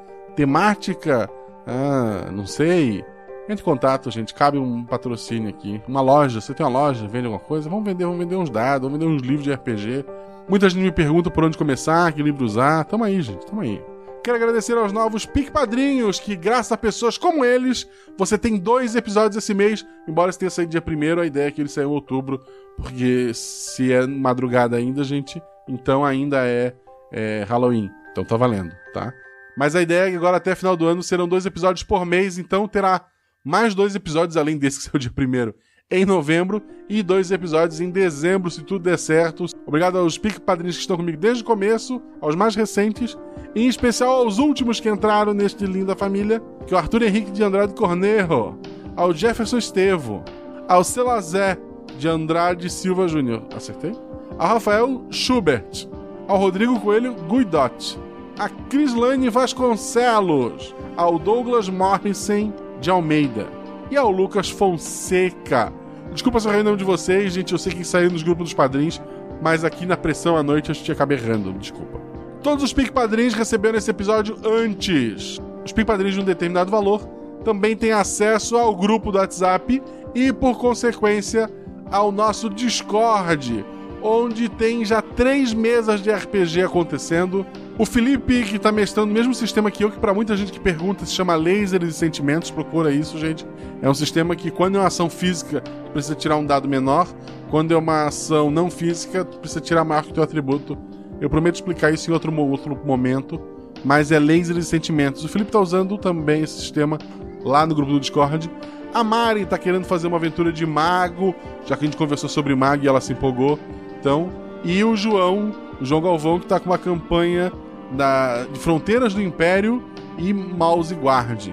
temática, ah, não sei. Entre em contato, gente. Cabe um patrocínio aqui. Uma loja. Você tem uma loja? Vende alguma coisa? Vamos vender, vamos vender uns dados, vamos vender uns livros de RPG. Muita gente me pergunta por onde começar, que livro usar. Tamo aí, gente. Tamo aí. Quero agradecer aos novos PicPadrinhos, que graças a pessoas como eles, você tem dois episódios esse mês. Embora esse tenha saído dia primeiro, a ideia é que ele saia em outubro, porque se é madrugada ainda, gente, então ainda é, é Halloween. Então tá valendo, tá? Mas a ideia é que agora até final do ano serão dois episódios por mês, então terá mais dois episódios além desse que *laughs* saiu dia primeiro em novembro e dois episódios em dezembro, se tudo der certo. Obrigado aos pique padrinhos que estão comigo desde o começo, aos mais recentes, e em especial aos últimos que entraram neste linda família, que é o Arthur Henrique de Andrade Cornejo, ao Jefferson Estevo, ao Celazé de Andrade Silva Júnior, acertei? Ao Rafael Schubert, ao Rodrigo Coelho Guidotti, a Crislane Vasconcelos, ao Douglas Morrison de Almeida e ao Lucas Fonseca. Desculpa se eu errei o nome de vocês, gente, eu sei que saiu nos grupos dos padrinhos, mas aqui na pressão à noite eu te acabei errando, desculpa. Todos os PIC padrinhos receberam esse episódio antes. Os PIC padrinhos de um determinado valor também têm acesso ao grupo do WhatsApp e, por consequência, ao nosso Discord, onde tem já três mesas de RPG acontecendo. O Felipe, que tá mestrando o mesmo sistema que eu, que pra muita gente que pergunta se chama Lasers e Sentimentos, procura isso, gente. É um sistema que, quando é uma ação física, tu precisa tirar um dado menor. Quando é uma ação não física, tu precisa tirar maior que o teu atributo. Eu prometo explicar isso em outro, mo- outro momento. Mas é Lasers e Sentimentos. O Felipe tá usando também esse sistema lá no grupo do Discord. A Mari tá querendo fazer uma aventura de mago, já que a gente conversou sobre mago e ela se empolgou. Então, e o João, o João Galvão, que tá com uma campanha da, de Fronteiras do Império e Mouse Guard.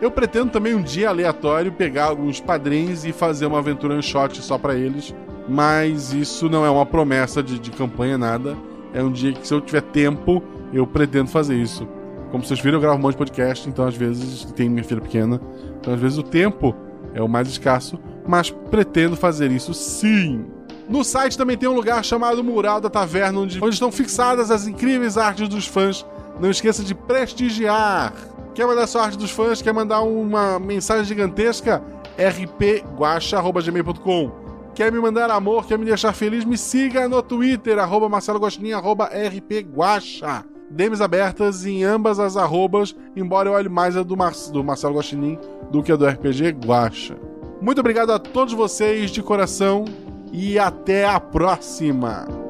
Eu pretendo também um dia aleatório pegar alguns padrinhos e fazer uma aventura one shot só pra eles, mas isso não é uma promessa de, de campanha, nada. É um dia que, se eu tiver tempo, eu pretendo fazer isso. Como vocês viram, eu gravo um monte de podcast, então às vezes tem minha filha pequena, então às vezes o tempo é o mais escasso, mas pretendo fazer isso sim. No site também tem um lugar chamado Mural da Taverna, onde, onde estão fixadas as incríveis artes dos fãs. Não esqueça de prestigiar. Quer mandar sua arte dos fãs? Quer mandar uma mensagem gigantesca? rpguacha.gmail.com Quer me mandar amor? Quer me deixar feliz? Me siga no Twitter, arroba Marcelo Gostinho, arroba rpguacha. DMs abertas em ambas as arrobas, embora eu olhe mais a do, Mar do Marcelo Gostinin do que a do RPG Guacha. Muito obrigado a todos vocês de coração e até a próxima!